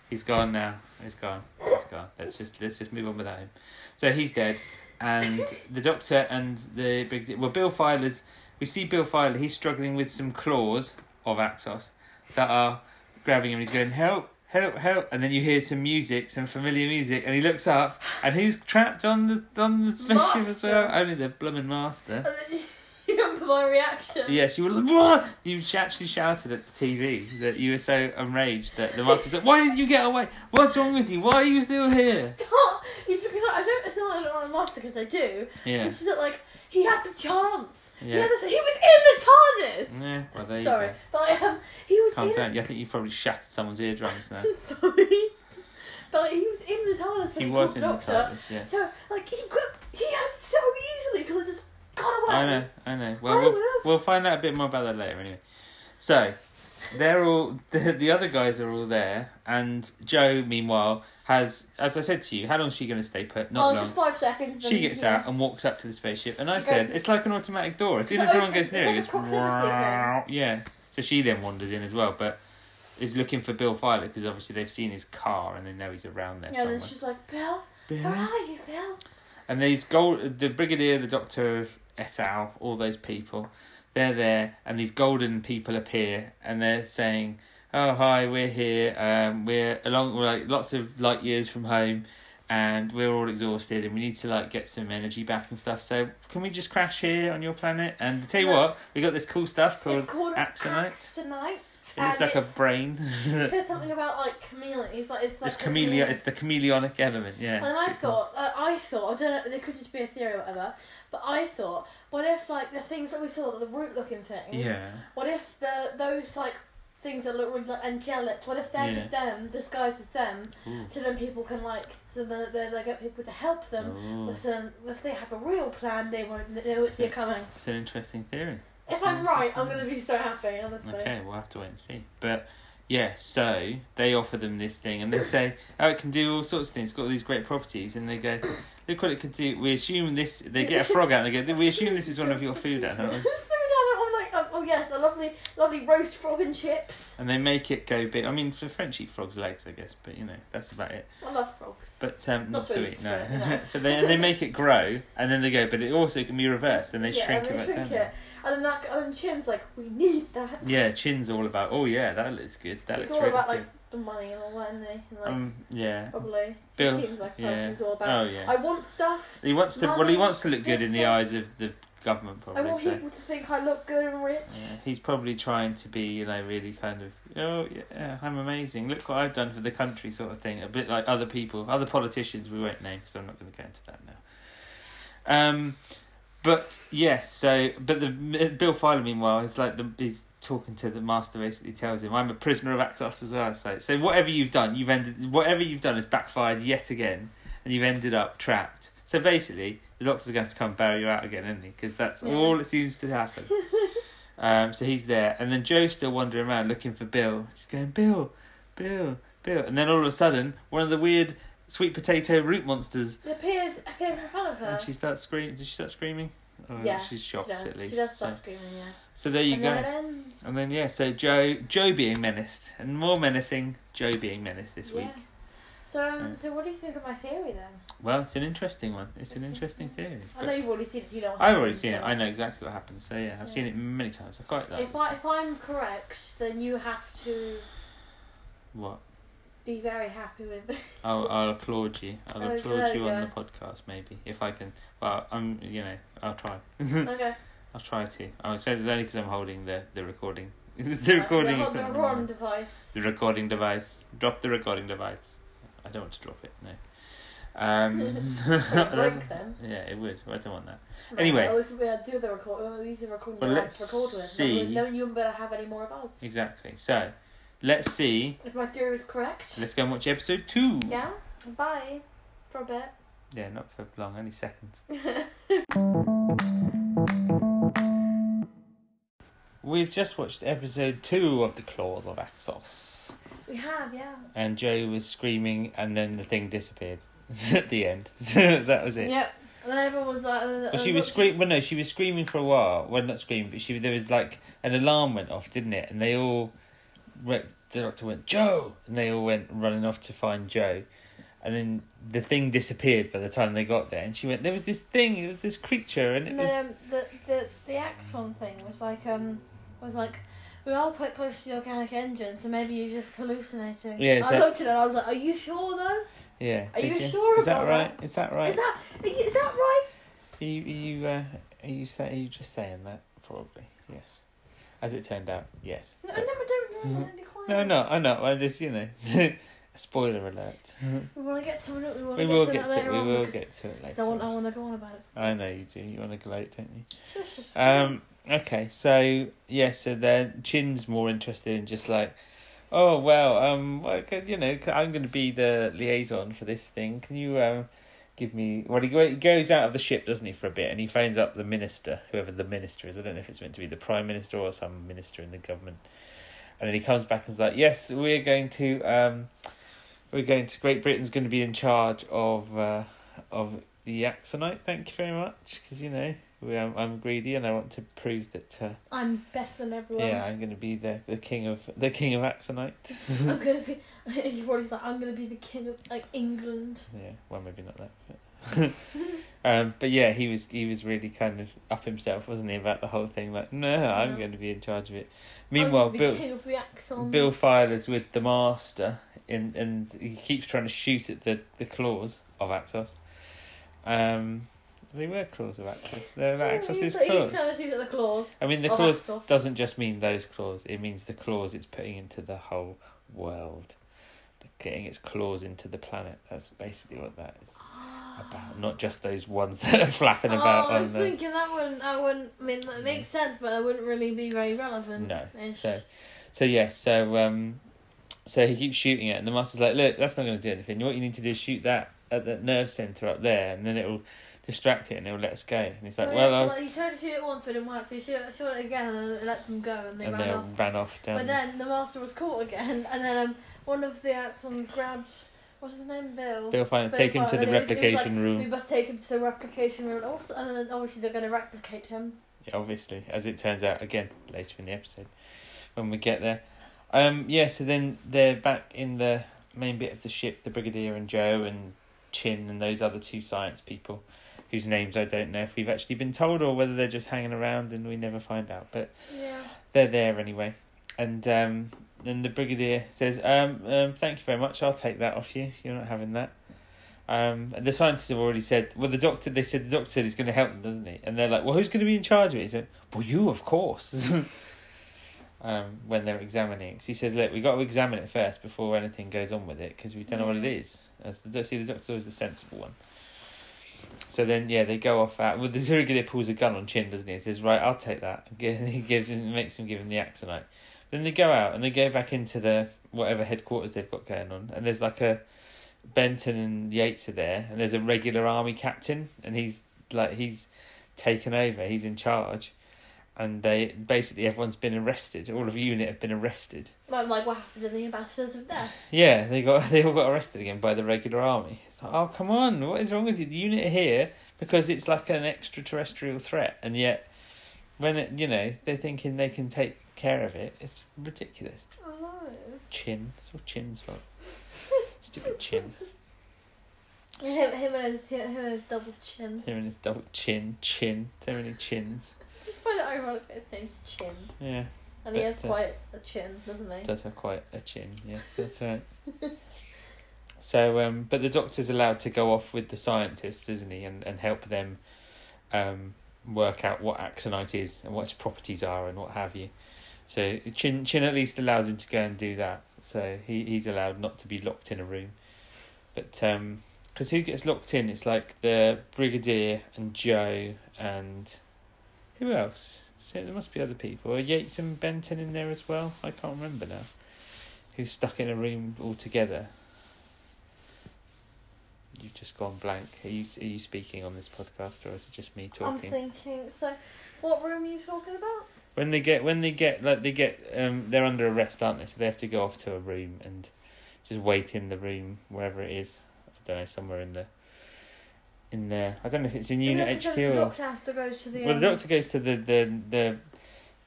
[SPEAKER 2] He's gone now. He's gone. He's gone. Let's just let's just move on without him. So he's dead, and the doctor and the big di- well Bill Filer's. We see Bill Filer. He's struggling with some claws of Axos that are grabbing him. He's going help. Help! Help! And then you hear some music, some familiar music, and he looks up, and who's trapped on the on the spaceship as well?
[SPEAKER 3] Master.
[SPEAKER 2] Only the bloomin' master.
[SPEAKER 3] And then you [LAUGHS] remember my reaction.
[SPEAKER 2] Yes, you were. like, "What?" You sh- actually shouted at the TV that you were so enraged that the master said, "Why did you get away? What's wrong with you? Why are you still here?"
[SPEAKER 3] Stop! You took it out. I don't. It's not that I don't want to master because I do.
[SPEAKER 2] Yeah,
[SPEAKER 3] It's just that like he had the chance. He,
[SPEAKER 2] Yeah.
[SPEAKER 3] had the, he was in the TARDIS.
[SPEAKER 2] yeah. Well, there you
[SPEAKER 3] Sorry,
[SPEAKER 2] go.
[SPEAKER 3] but um, he was
[SPEAKER 2] Calm
[SPEAKER 3] in. [LAUGHS]
[SPEAKER 2] down. Yeah, I think you probably shattered someone's eardrums now.
[SPEAKER 3] Sorry, but like, he was in the TARDIS
[SPEAKER 2] He
[SPEAKER 3] when he,
[SPEAKER 2] was in
[SPEAKER 3] called
[SPEAKER 2] the
[SPEAKER 3] doctor.
[SPEAKER 2] TARDIS. Yes,
[SPEAKER 3] So like he could, he had so easily could have just gone away.
[SPEAKER 2] I know. I know.
[SPEAKER 3] I
[SPEAKER 2] Well, we'll
[SPEAKER 3] would've.
[SPEAKER 2] we'll find out a bit more about that later. Anyway, so they're all [LAUGHS] the, the other guys are all there, and Joe meanwhile has, as I said to you, how long's she going to stay put?
[SPEAKER 3] oh,
[SPEAKER 2] Not
[SPEAKER 3] it's
[SPEAKER 2] long.
[SPEAKER 3] just five seconds.
[SPEAKER 2] She gets out and walks up to the spaceship, and I
[SPEAKER 3] She
[SPEAKER 2] said,
[SPEAKER 3] goes-
[SPEAKER 2] "It's like an automatic door. As soon
[SPEAKER 3] It's
[SPEAKER 2] as someone
[SPEAKER 3] open.
[SPEAKER 2] goes near it,
[SPEAKER 3] It's
[SPEAKER 2] it's
[SPEAKER 3] like a proximity
[SPEAKER 2] yeah." So she then wanders in as well, but is looking for Bill Filer because obviously they've seen his car and they know he's around there
[SPEAKER 3] Yeah, and
[SPEAKER 2] somewhere.
[SPEAKER 3] she's like, Bill, where
[SPEAKER 2] Bill?
[SPEAKER 3] are you, Bill?
[SPEAKER 2] And these gold, the Brigadier, the Doctor, et al, all those people, they're there, and these golden people appear, and they're saying, "Oh hi, we're here. Um, we're along, we're like lots of light years from home." And we're all exhausted, and we need to like get some energy back and stuff. So, can we just crash here on your planet? And tell you
[SPEAKER 3] No.
[SPEAKER 2] what, we got this cool stuff called,
[SPEAKER 3] It's called
[SPEAKER 2] Axonite.
[SPEAKER 3] Axonite.
[SPEAKER 2] it's
[SPEAKER 3] and
[SPEAKER 2] like a
[SPEAKER 3] [LAUGHS]
[SPEAKER 2] brain. [LAUGHS]
[SPEAKER 3] It said something about like chameleons. Like it's like
[SPEAKER 2] it's
[SPEAKER 3] a
[SPEAKER 2] chameleon. It's the chameleonic element. Yeah.
[SPEAKER 3] And I
[SPEAKER 2] It's cool.
[SPEAKER 3] thought, uh, I thought, I don't know, there could just be a theory or whatever, but I thought, what if like the things that we saw, the root looking things,
[SPEAKER 2] Yeah.
[SPEAKER 3] what if the those like things that look really like, angelic, what if they're
[SPEAKER 2] Yeah.
[SPEAKER 3] just them, disguised as them,
[SPEAKER 2] Ooh.
[SPEAKER 3] so then people can like, so then they, they get people to help them,
[SPEAKER 2] Ooh.
[SPEAKER 3] but then if they have a real plan, they won't they won't see it coming.
[SPEAKER 2] It's an interesting theory.
[SPEAKER 3] If
[SPEAKER 2] So
[SPEAKER 3] I'm right, I'm
[SPEAKER 2] interesting.
[SPEAKER 3] gonna be so happy, honestly.
[SPEAKER 2] Okay, we'll have to wait and see. But yeah, so they offer them this thing and they say, Oh, it can do all sorts of things, it's got all these great properties and they go, Look what it could do we assume this they get a frog out and they go, We assume this is one of your food animals
[SPEAKER 3] [LAUGHS] Food animal, I'm like, oh, oh yes, a lovely, lovely roast frog and chips.
[SPEAKER 2] and they make it go big. I mean for French eat frogs legs I guess, but you know, that's about it.
[SPEAKER 3] I love frogs.
[SPEAKER 2] But um not, to eat, no.
[SPEAKER 3] no.
[SPEAKER 2] [LAUGHS] but they and they make it grow and then they go, But it also can be reversed and they shrink it back down.
[SPEAKER 3] And then that, and then Chin's like, we need that.
[SPEAKER 2] Yeah, chin's all about oh yeah, that looks good, that
[SPEAKER 3] it's all
[SPEAKER 2] looks really
[SPEAKER 3] about
[SPEAKER 2] good.
[SPEAKER 3] like the money and all that, and they and, like
[SPEAKER 2] um yeah.
[SPEAKER 3] probably.
[SPEAKER 2] Bill,
[SPEAKER 3] it seems like
[SPEAKER 2] yeah.
[SPEAKER 3] that's what it's all about.
[SPEAKER 2] Oh yeah.
[SPEAKER 3] I want stuff.
[SPEAKER 2] He wants to. Well, he
[SPEAKER 3] Money
[SPEAKER 2] wants to look good
[SPEAKER 3] is
[SPEAKER 2] in the
[SPEAKER 3] like-
[SPEAKER 2] eyes of the government,
[SPEAKER 3] I want
[SPEAKER 2] probably. So.
[SPEAKER 3] people to think I look good and
[SPEAKER 2] [LAUGHS]
[SPEAKER 3] rich.
[SPEAKER 2] Yeah, he's probably trying to be, you know, really kind of, oh yeah, I'm amazing. Look what I've done for the country, sort of thing. A bit like other people, other politicians we won't name because I'm not going to go into that now. Um, but yes, so but the Bill Filer meanwhile is like the he's talking to the master basically tells him I'm a prisoner of Axos as well. So so whatever you've done, you've ended whatever you've done has backfired yet again, and you've ended up trapped. So basically, the doctor's going to come bail you out again, isn't he? Because that's
[SPEAKER 3] Yeah.
[SPEAKER 2] all it seems to happen. um, so he's there, and then Joe's still wandering around looking for Bill. She's going Bill, Bill, Bill, and then all of a sudden, one of the weird sweet potato root monsters
[SPEAKER 3] It appears appears in front of her.
[SPEAKER 2] and she starts screaming. Did she start screaming? Oh,
[SPEAKER 3] Uh-huh. Yeah,
[SPEAKER 2] She's shocked
[SPEAKER 3] she does.
[SPEAKER 2] at least.
[SPEAKER 3] She does start
[SPEAKER 2] so.
[SPEAKER 3] screaming. Yeah.
[SPEAKER 2] so there you
[SPEAKER 3] and
[SPEAKER 2] go.
[SPEAKER 3] then it ends.
[SPEAKER 2] and then yeah, so Joe Joe being menaced and more menacing. Joe being menaced this
[SPEAKER 3] Yeah.
[SPEAKER 2] week.
[SPEAKER 3] So, um, so what do you think of my theory then?
[SPEAKER 2] Well, it's an interesting one. It's an interesting theory.
[SPEAKER 3] I know
[SPEAKER 2] But
[SPEAKER 3] you've already seen it. You know.
[SPEAKER 2] I've already seen it.
[SPEAKER 3] so-
[SPEAKER 2] I know exactly what happened. So yeah, I've seen it many times. I quite like.
[SPEAKER 3] If
[SPEAKER 2] it.
[SPEAKER 3] I if I'm correct, then you have to
[SPEAKER 2] What?
[SPEAKER 3] be very happy with.
[SPEAKER 2] [LAUGHS] I'll, I'll applaud you. I'll
[SPEAKER 3] Okay,
[SPEAKER 2] applaud you on
[SPEAKER 3] Oh, yeah.
[SPEAKER 2] the podcast, maybe if I can. Well, I'm. You know, I'll try. [LAUGHS]
[SPEAKER 3] okay.
[SPEAKER 2] I'll try to. Oh, so it's only because I'm holding the the recording. [LAUGHS] the recording.
[SPEAKER 3] Yeah, hold the
[SPEAKER 2] equipment.
[SPEAKER 3] wrong device.
[SPEAKER 2] [LAUGHS] The recording device. Drop the recording device. I don't want to drop it. No.
[SPEAKER 3] [LAUGHS]
[SPEAKER 2] Um, [LAUGHS]
[SPEAKER 3] It'll break them.
[SPEAKER 2] Yeah, it would. I don't want that.
[SPEAKER 3] No,
[SPEAKER 2] Anyway.
[SPEAKER 3] I wish we had to do the record. We use the recording
[SPEAKER 2] Well,
[SPEAKER 3] device to
[SPEAKER 2] let's
[SPEAKER 3] record with.
[SPEAKER 2] see.
[SPEAKER 3] No, no one better have any more of us.
[SPEAKER 2] Exactly. So, let's see.
[SPEAKER 3] If my theory is correct.
[SPEAKER 2] Let's go and watch episode two.
[SPEAKER 3] Yeah. Bye. For a bit.
[SPEAKER 2] Yeah, not for long. Only seconds. We've just watched episode two of the Claws of Axos.
[SPEAKER 3] [LAUGHS] We have, yeah.
[SPEAKER 2] and Joe was screaming, and then the thing disappeared [LAUGHS] at the end. [LAUGHS] that was it.
[SPEAKER 3] Yep. And then everyone was like, uh,
[SPEAKER 2] Well, she
[SPEAKER 3] uh,
[SPEAKER 2] was
[SPEAKER 3] look-
[SPEAKER 2] screaming. Well, no, she was screaming for a while. Well, not screaming, but she there was like an alarm went off, didn't it? And they all, went, the doctor went Joe, and they all went running off to find Joe, and then the thing disappeared by the time they got there. And she went, there was this thing, it was this creature, and it
[SPEAKER 3] And
[SPEAKER 2] was
[SPEAKER 3] then um, the, the the axon thing was like um was like we are quite close to the organic engine, so maybe you're just hallucinating.
[SPEAKER 2] Yeah, it's
[SPEAKER 3] I
[SPEAKER 2] that-
[SPEAKER 3] looked at it. and I was like, "Are you sure though?
[SPEAKER 2] yeah.
[SPEAKER 3] Are
[SPEAKER 2] did
[SPEAKER 3] you sure
[SPEAKER 2] Is that
[SPEAKER 3] about
[SPEAKER 2] right?
[SPEAKER 3] that?
[SPEAKER 2] Is that right?
[SPEAKER 3] Is that is that right?"
[SPEAKER 2] Are you are you, uh, are you say are you just saying that? Probably yes. As it turned out, yes.
[SPEAKER 3] No,
[SPEAKER 2] But-
[SPEAKER 3] no, we don't. No, no, be quiet.
[SPEAKER 2] Mm-hmm. No, no, I know. I just, you know, [LAUGHS] spoiler alert.
[SPEAKER 3] We want to get to it. We, want
[SPEAKER 2] We
[SPEAKER 3] to
[SPEAKER 2] will
[SPEAKER 3] get
[SPEAKER 2] get
[SPEAKER 3] to
[SPEAKER 2] to it.
[SPEAKER 3] that later
[SPEAKER 2] We
[SPEAKER 3] on
[SPEAKER 2] will
[SPEAKER 3] because-
[SPEAKER 2] get to it
[SPEAKER 3] 'cause
[SPEAKER 2] later.
[SPEAKER 3] I want. I
[SPEAKER 2] on.
[SPEAKER 3] want to go on about it.
[SPEAKER 2] I know you do. You want to gloat, don't you?
[SPEAKER 3] Shush, shush, shush.
[SPEAKER 2] [LAUGHS] Um. Okay. So yeah. So then Chin's more interested in just like, oh well. Um. well, c- You know, c- I'm going to be the liaison for this thing. Can you um, give me? Well, he go- he goes out of the ship, doesn't he, for a bit, and he phones up the minister, whoever the minister is. I don't know if it's meant to be the prime minister or some minister in the government. And then he comes back and's like, yes, we're going to um, we're going to Great Britain's going to be in charge of uh, of the Axonite. Thank you very much, because you know. We, I'm, I'm greedy and I want to prove that. Uh,
[SPEAKER 3] I'm better than everyone.
[SPEAKER 2] yeah, I'm going to be the, the king of the king of Axonite.
[SPEAKER 3] [LAUGHS] I'm gonna be. [LAUGHS] You've already said I'm gonna be the king of like England.
[SPEAKER 2] yeah, well, maybe not that.
[SPEAKER 3] [LAUGHS]
[SPEAKER 2] But um, but yeah, he was he was really kind of up himself, wasn't he, about the whole thing? Like, no, I'm
[SPEAKER 3] Yeah.
[SPEAKER 2] going to be in charge of it.
[SPEAKER 3] I'm
[SPEAKER 2] Meanwhile,
[SPEAKER 3] the
[SPEAKER 2] Bill
[SPEAKER 3] Oh, king of the axons.
[SPEAKER 2] Bill Filer's with the master, in, and he keeps trying to shoot at the, the claws of Axos. Um, they were claws of Axos. They're
[SPEAKER 3] Yeah,
[SPEAKER 2] Axos
[SPEAKER 3] he's,
[SPEAKER 2] is
[SPEAKER 3] like- he's
[SPEAKER 2] claws.
[SPEAKER 3] trying to shoot at the claws.
[SPEAKER 2] I mean, the
[SPEAKER 3] of
[SPEAKER 2] claws
[SPEAKER 3] Axos.
[SPEAKER 2] doesn't just mean those claws. It means the claws it's putting into the whole world, The- getting its claws into the planet. That's basically what that is about. Not just those ones [LAUGHS] that are flapping about
[SPEAKER 3] Ah. oh, I
[SPEAKER 2] on
[SPEAKER 3] was
[SPEAKER 2] the.
[SPEAKER 3] thinking that wouldn't. That wouldn't. I mean, that makes sense, but that wouldn't really be very relevant.
[SPEAKER 2] No.
[SPEAKER 3] Ish.
[SPEAKER 2] So, so yeah, so um, so he keeps shooting it, and the master's like, "Look, that's not going to do anything. What you need to do is shoot that at that nerve center up there, and then it'll distract it, and it'll let us go." And he's like,
[SPEAKER 3] Oh, yeah,
[SPEAKER 2] "Well,
[SPEAKER 3] so,
[SPEAKER 2] I'll...
[SPEAKER 3] like, he tried to shoot it once, but it didn't work. So he shot, shot it again and then let them go, and they
[SPEAKER 2] and
[SPEAKER 3] ran
[SPEAKER 2] they um,
[SPEAKER 3] off.
[SPEAKER 2] ran off down.
[SPEAKER 3] But then the master was caught again, [LAUGHS] and then um, one of the axons grabbed. What's his name? Bill.
[SPEAKER 2] They'll find
[SPEAKER 3] Bill
[SPEAKER 2] take him to the
[SPEAKER 3] Filer, he was- he was like,
[SPEAKER 2] replication room.
[SPEAKER 3] We must take him to the replication room, and also, and then obviously they're going to replicate him.
[SPEAKER 2] Yeah, obviously, as it turns out again later in the episode when we get there. Um, yeah, so then they're back in the main bit of the ship, the Brigadier and Joe and Chin and those other two science people whose names I don't know if we've actually been told or whether they're just hanging around and we never find out. But
[SPEAKER 3] Yeah.
[SPEAKER 2] they're there anyway. And um, then the brigadier says, um, um, "Thank you very much. I'll take that off you. You're not having that." Um, and the scientists have already said. Well, the doctor. They said the doctor said he's going to help them, doesn't he? And they're like, "Well, who's going to be in charge of it?" He said, "Well, you, of course." [LAUGHS] um, when they're examining, it. 'Cause he says, "Look, we got to examine it first before anything goes on with it because we don't know what it
[SPEAKER 3] Yeah.
[SPEAKER 2] is." As the doc- see, the doctor was the sensible one. So then, yeah, they go off out. Well, the brigadier pulls a gun on Chin, doesn't he? And says, "Right, I'll take that." [LAUGHS] And he gives him, makes him give him the axonite. Then they go out and they go back into the whatever headquarters they've got going on. And there's like a Benton and Yates are there, and there's a regular army captain, and he's like he's taken over. He's in charge, and they basically everyone's been arrested. All of unit have been arrested.
[SPEAKER 3] Like, like what happened to the ambassadors of death?
[SPEAKER 2] Yeah, they got [LAUGHS] they all got arrested again by the regular army. It's like, oh come on, what is wrong with you? The unit are here because it's like an extraterrestrial threat, and yet when it, you know they're thinking they can take care of it, it's ridiculous.
[SPEAKER 3] Oh no.
[SPEAKER 2] Chin, it's all Chin's fault. Stupid Chin,
[SPEAKER 3] Him, him and his, him and his double chin.
[SPEAKER 2] him and his double chin, chin, so many chins.
[SPEAKER 3] Just find it ironic that his name's Chin.
[SPEAKER 2] Yeah,
[SPEAKER 3] And he
[SPEAKER 2] But,
[SPEAKER 3] has
[SPEAKER 2] uh,
[SPEAKER 3] quite a chin, doesn't he?
[SPEAKER 2] Does have quite a chin, yes, that's right. [LAUGHS] so, um, but the doctor's allowed to go off with the scientists, isn't he, and, and help them um, work out what axonite is and what its properties are and what have you. So, Chin, chin at least allows him to go and do that. So, he, he's allowed not to be locked in a room. But, because who gets locked in? It's like the Brigadier and Joe and who else? So there must be other people. Are Yates and Benton in there as well? I can't remember now. Who's stuck in a room all together? You've just gone blank. Are you are you speaking on this podcast, or is it just me
[SPEAKER 3] I'm
[SPEAKER 2] talking?
[SPEAKER 3] thinking. So, what room are you talking about?
[SPEAKER 2] when they get when they get like they get um they're under arrest, aren't they? So they have to go off to a room and just wait in the room wherever it is. I don't know somewhere in the in there. I don't know if it's in
[SPEAKER 3] Is it
[SPEAKER 2] Unit
[SPEAKER 3] because
[SPEAKER 2] HQ
[SPEAKER 3] The
[SPEAKER 2] or
[SPEAKER 3] doctor has to go to the.
[SPEAKER 2] well, the
[SPEAKER 3] um,
[SPEAKER 2] doctor goes to the the the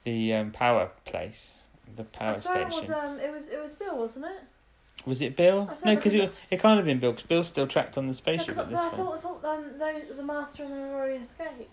[SPEAKER 2] the um, power place, the
[SPEAKER 3] I
[SPEAKER 2] power station.
[SPEAKER 3] swear It was,
[SPEAKER 2] was,
[SPEAKER 3] um, it was it was Bill, wasn't it?
[SPEAKER 2] it Bill?
[SPEAKER 3] I swear
[SPEAKER 2] No,
[SPEAKER 3] it
[SPEAKER 2] because
[SPEAKER 3] was-
[SPEAKER 2] it, it can't have been Bill because Bill's still trapped on the
[SPEAKER 3] No, 'cause
[SPEAKER 2] spaceship
[SPEAKER 3] I,
[SPEAKER 2] at this
[SPEAKER 3] I
[SPEAKER 2] point.
[SPEAKER 3] thought, I thought um, those, the master and them already escaped.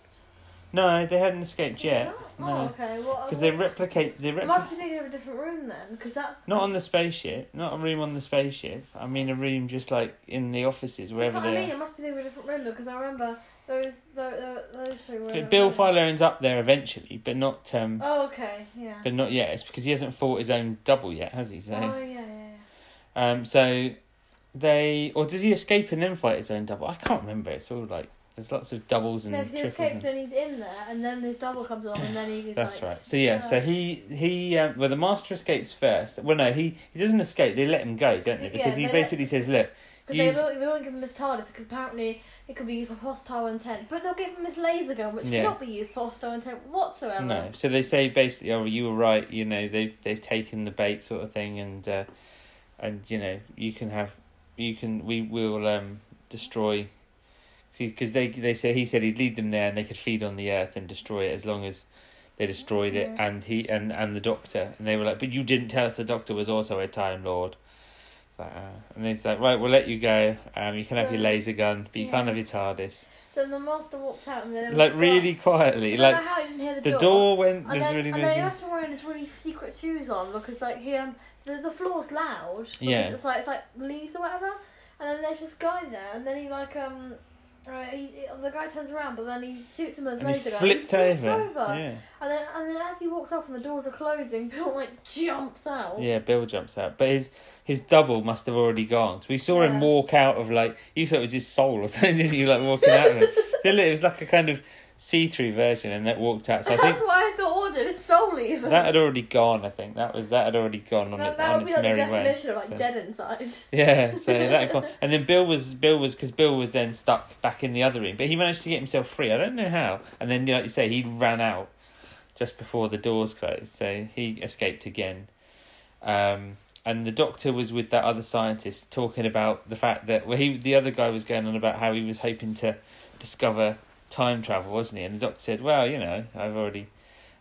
[SPEAKER 2] No, they hadn't escaped yet
[SPEAKER 3] Oh,
[SPEAKER 2] no.
[SPEAKER 3] okay. Well,
[SPEAKER 2] because
[SPEAKER 3] I-
[SPEAKER 2] they replicate. They
[SPEAKER 3] I
[SPEAKER 2] repli-
[SPEAKER 3] must be thinking of a different room then, because that's
[SPEAKER 2] not on the spaceship, not a room on the spaceship. I mean a room just like in the offices
[SPEAKER 3] That's
[SPEAKER 2] wherever
[SPEAKER 3] what I mean.
[SPEAKER 2] they
[SPEAKER 3] It must be thinking of a different room because I remember those those, those three were.
[SPEAKER 2] are. Bill Philo ends up there eventually, but not um,
[SPEAKER 3] Oh, okay. Yeah.
[SPEAKER 2] but not yet. It's because he hasn't fought his own double yet, has he? So.
[SPEAKER 3] Oh yeah, yeah, yeah.
[SPEAKER 2] Um, so they, or does he escape and then fight his own double? I can't remember. It's all like there's lots of doubles and
[SPEAKER 3] No, 'cause he
[SPEAKER 2] triples. and-
[SPEAKER 3] escapes and he's in there, and then this double comes along, and then he's
[SPEAKER 2] That's
[SPEAKER 3] like, oh.
[SPEAKER 2] right. So yeah, so he he um, well the master escapes first. Well, no, he he doesn't escape. They let him go, don't they?
[SPEAKER 3] Yeah,
[SPEAKER 2] Because he
[SPEAKER 3] they let-
[SPEAKER 2] basically says, "Look,
[SPEAKER 3] Because
[SPEAKER 2] You-
[SPEAKER 3] they, won't, they won't give him his TARDIS because apparently it could be used for hostile intent. But they'll give him his laser gun, which
[SPEAKER 2] Yeah.
[SPEAKER 3] cannot be used for hostile intent whatsoever.
[SPEAKER 2] no." Um, So they say basically, "Oh, you were right. You know, they've they've taken the bait, sort of thing, and uh, and you know, you can have, you can, we will um destroy." Because they they say he said he'd lead them there and they could feed on the earth and destroy it as long as they destroyed it
[SPEAKER 3] Yeah.
[SPEAKER 2] and he and, and the doctor and they were like but you didn't tell us the doctor was also a time lord like, uh, and he's like right we'll let you go um you can have your
[SPEAKER 3] So-
[SPEAKER 2] laser gun but you can't
[SPEAKER 3] Yeah.
[SPEAKER 2] have your TARDIS
[SPEAKER 3] So the master walked out and then it was
[SPEAKER 2] like
[SPEAKER 3] dark.
[SPEAKER 2] really
[SPEAKER 3] I
[SPEAKER 2] quietly
[SPEAKER 3] don't
[SPEAKER 2] like
[SPEAKER 3] know how he didn't hear the,
[SPEAKER 2] the
[SPEAKER 3] door.
[SPEAKER 2] door went
[SPEAKER 3] And
[SPEAKER 2] there's
[SPEAKER 3] then,
[SPEAKER 2] really
[SPEAKER 3] and
[SPEAKER 2] there's
[SPEAKER 3] then he
[SPEAKER 2] no-
[SPEAKER 3] must be wearing his really secret shoes on because like he um the, the floor's loud. because
[SPEAKER 2] Yeah.
[SPEAKER 3] It's like it's like leaves or whatever, and then there's this guy there, and then he like um. Uh, he, he- the guy turns around, but then he shoots him with his
[SPEAKER 2] and he
[SPEAKER 3] laser gun.
[SPEAKER 2] flipped
[SPEAKER 3] and he flips
[SPEAKER 2] over.
[SPEAKER 3] over,
[SPEAKER 2] yeah
[SPEAKER 3] and then and then as he walks off and the doors are closing, [LAUGHS] Bill like jumps out.
[SPEAKER 2] yeah Bill jumps out but his his double must have already gone 'Cause we saw him
[SPEAKER 3] Yeah.
[SPEAKER 2] walk out of like you thought it was his soul or [LAUGHS] something didn't you like walking out of it
[SPEAKER 3] [LAUGHS]
[SPEAKER 2] so look, it was like a kind of see through version and that walked out so I think
[SPEAKER 3] [LAUGHS] That's why I thought ordered is soul even.
[SPEAKER 2] That had already gone, I think. That was that had already gone on,
[SPEAKER 3] that,
[SPEAKER 2] it,
[SPEAKER 3] that
[SPEAKER 2] on
[SPEAKER 3] would
[SPEAKER 2] its
[SPEAKER 3] be like the
[SPEAKER 2] merry way.
[SPEAKER 3] definition of like
[SPEAKER 2] so-
[SPEAKER 3] dead inside. [LAUGHS]
[SPEAKER 2] Yeah, so that had gone. and then Bill was Bill was because Bill was then stuck back in the other room, but he managed to get himself free. I don't know how. And then, like you say, he ran out just before the doors closed, so he escaped again. Um, and the doctor was with that other scientist talking about the fact that well, he the other guy was going on about how he was hoping to discover time travel, wasn't he? And the doctor said, "Well, you know, I've already,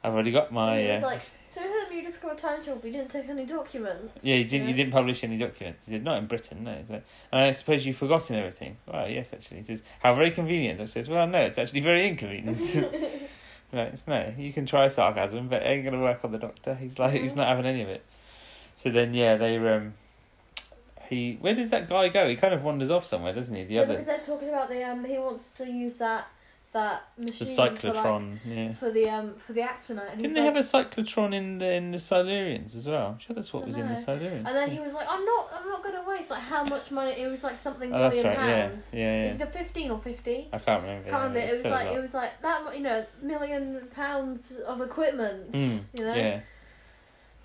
[SPEAKER 2] I've already got my."
[SPEAKER 3] and he was
[SPEAKER 2] uh,
[SPEAKER 3] like, so then you discovered time travel, but you didn't take any documents.
[SPEAKER 2] Yeah, he didn't. He
[SPEAKER 3] You know?
[SPEAKER 2] didn't publish any documents. He said, "Not in Britain, no." He's like, and I suppose you've forgotten everything. Well, yes, actually. He says, "How very convenient." I says, "Well, no, it's actually very
[SPEAKER 3] [LAUGHS]
[SPEAKER 2] inconvenient." [LAUGHS] right? It's no. You can try sarcasm, but it ain't gonna work on the doctor. He's like, he's not having any of it. So then, yeah, they um, he where does that guy go? He kind of wanders off somewhere, doesn't he? The
[SPEAKER 3] Yeah,
[SPEAKER 2] other
[SPEAKER 3] because they're talking about the um, he wants to use that that
[SPEAKER 2] the
[SPEAKER 3] machine for, like,
[SPEAKER 2] cyclotron. yeah.
[SPEAKER 3] for the um for the actonite.
[SPEAKER 2] Didn't
[SPEAKER 3] And he's
[SPEAKER 2] they
[SPEAKER 3] like,
[SPEAKER 2] have a cyclotron in the in the Silurians as well? I'm sure that's what was in the
[SPEAKER 3] Dunno.
[SPEAKER 2] Silurians.
[SPEAKER 3] And then
[SPEAKER 2] yeah.
[SPEAKER 3] he was like, I'm not I'm not gonna waste like how much money it was like something
[SPEAKER 2] oh, that's
[SPEAKER 3] million
[SPEAKER 2] right. Yeah,
[SPEAKER 3] pounds.
[SPEAKER 2] yeah, yeah.
[SPEAKER 3] Is it a fifteen or fifty?
[SPEAKER 2] I can't remember.
[SPEAKER 3] Can't remember.
[SPEAKER 2] yeah, it's
[SPEAKER 3] It was
[SPEAKER 2] still a
[SPEAKER 3] like
[SPEAKER 2] lot.
[SPEAKER 3] it was like that. mu- You know, million pounds of equipment.
[SPEAKER 2] Mm,
[SPEAKER 3] you know.
[SPEAKER 2] Yeah.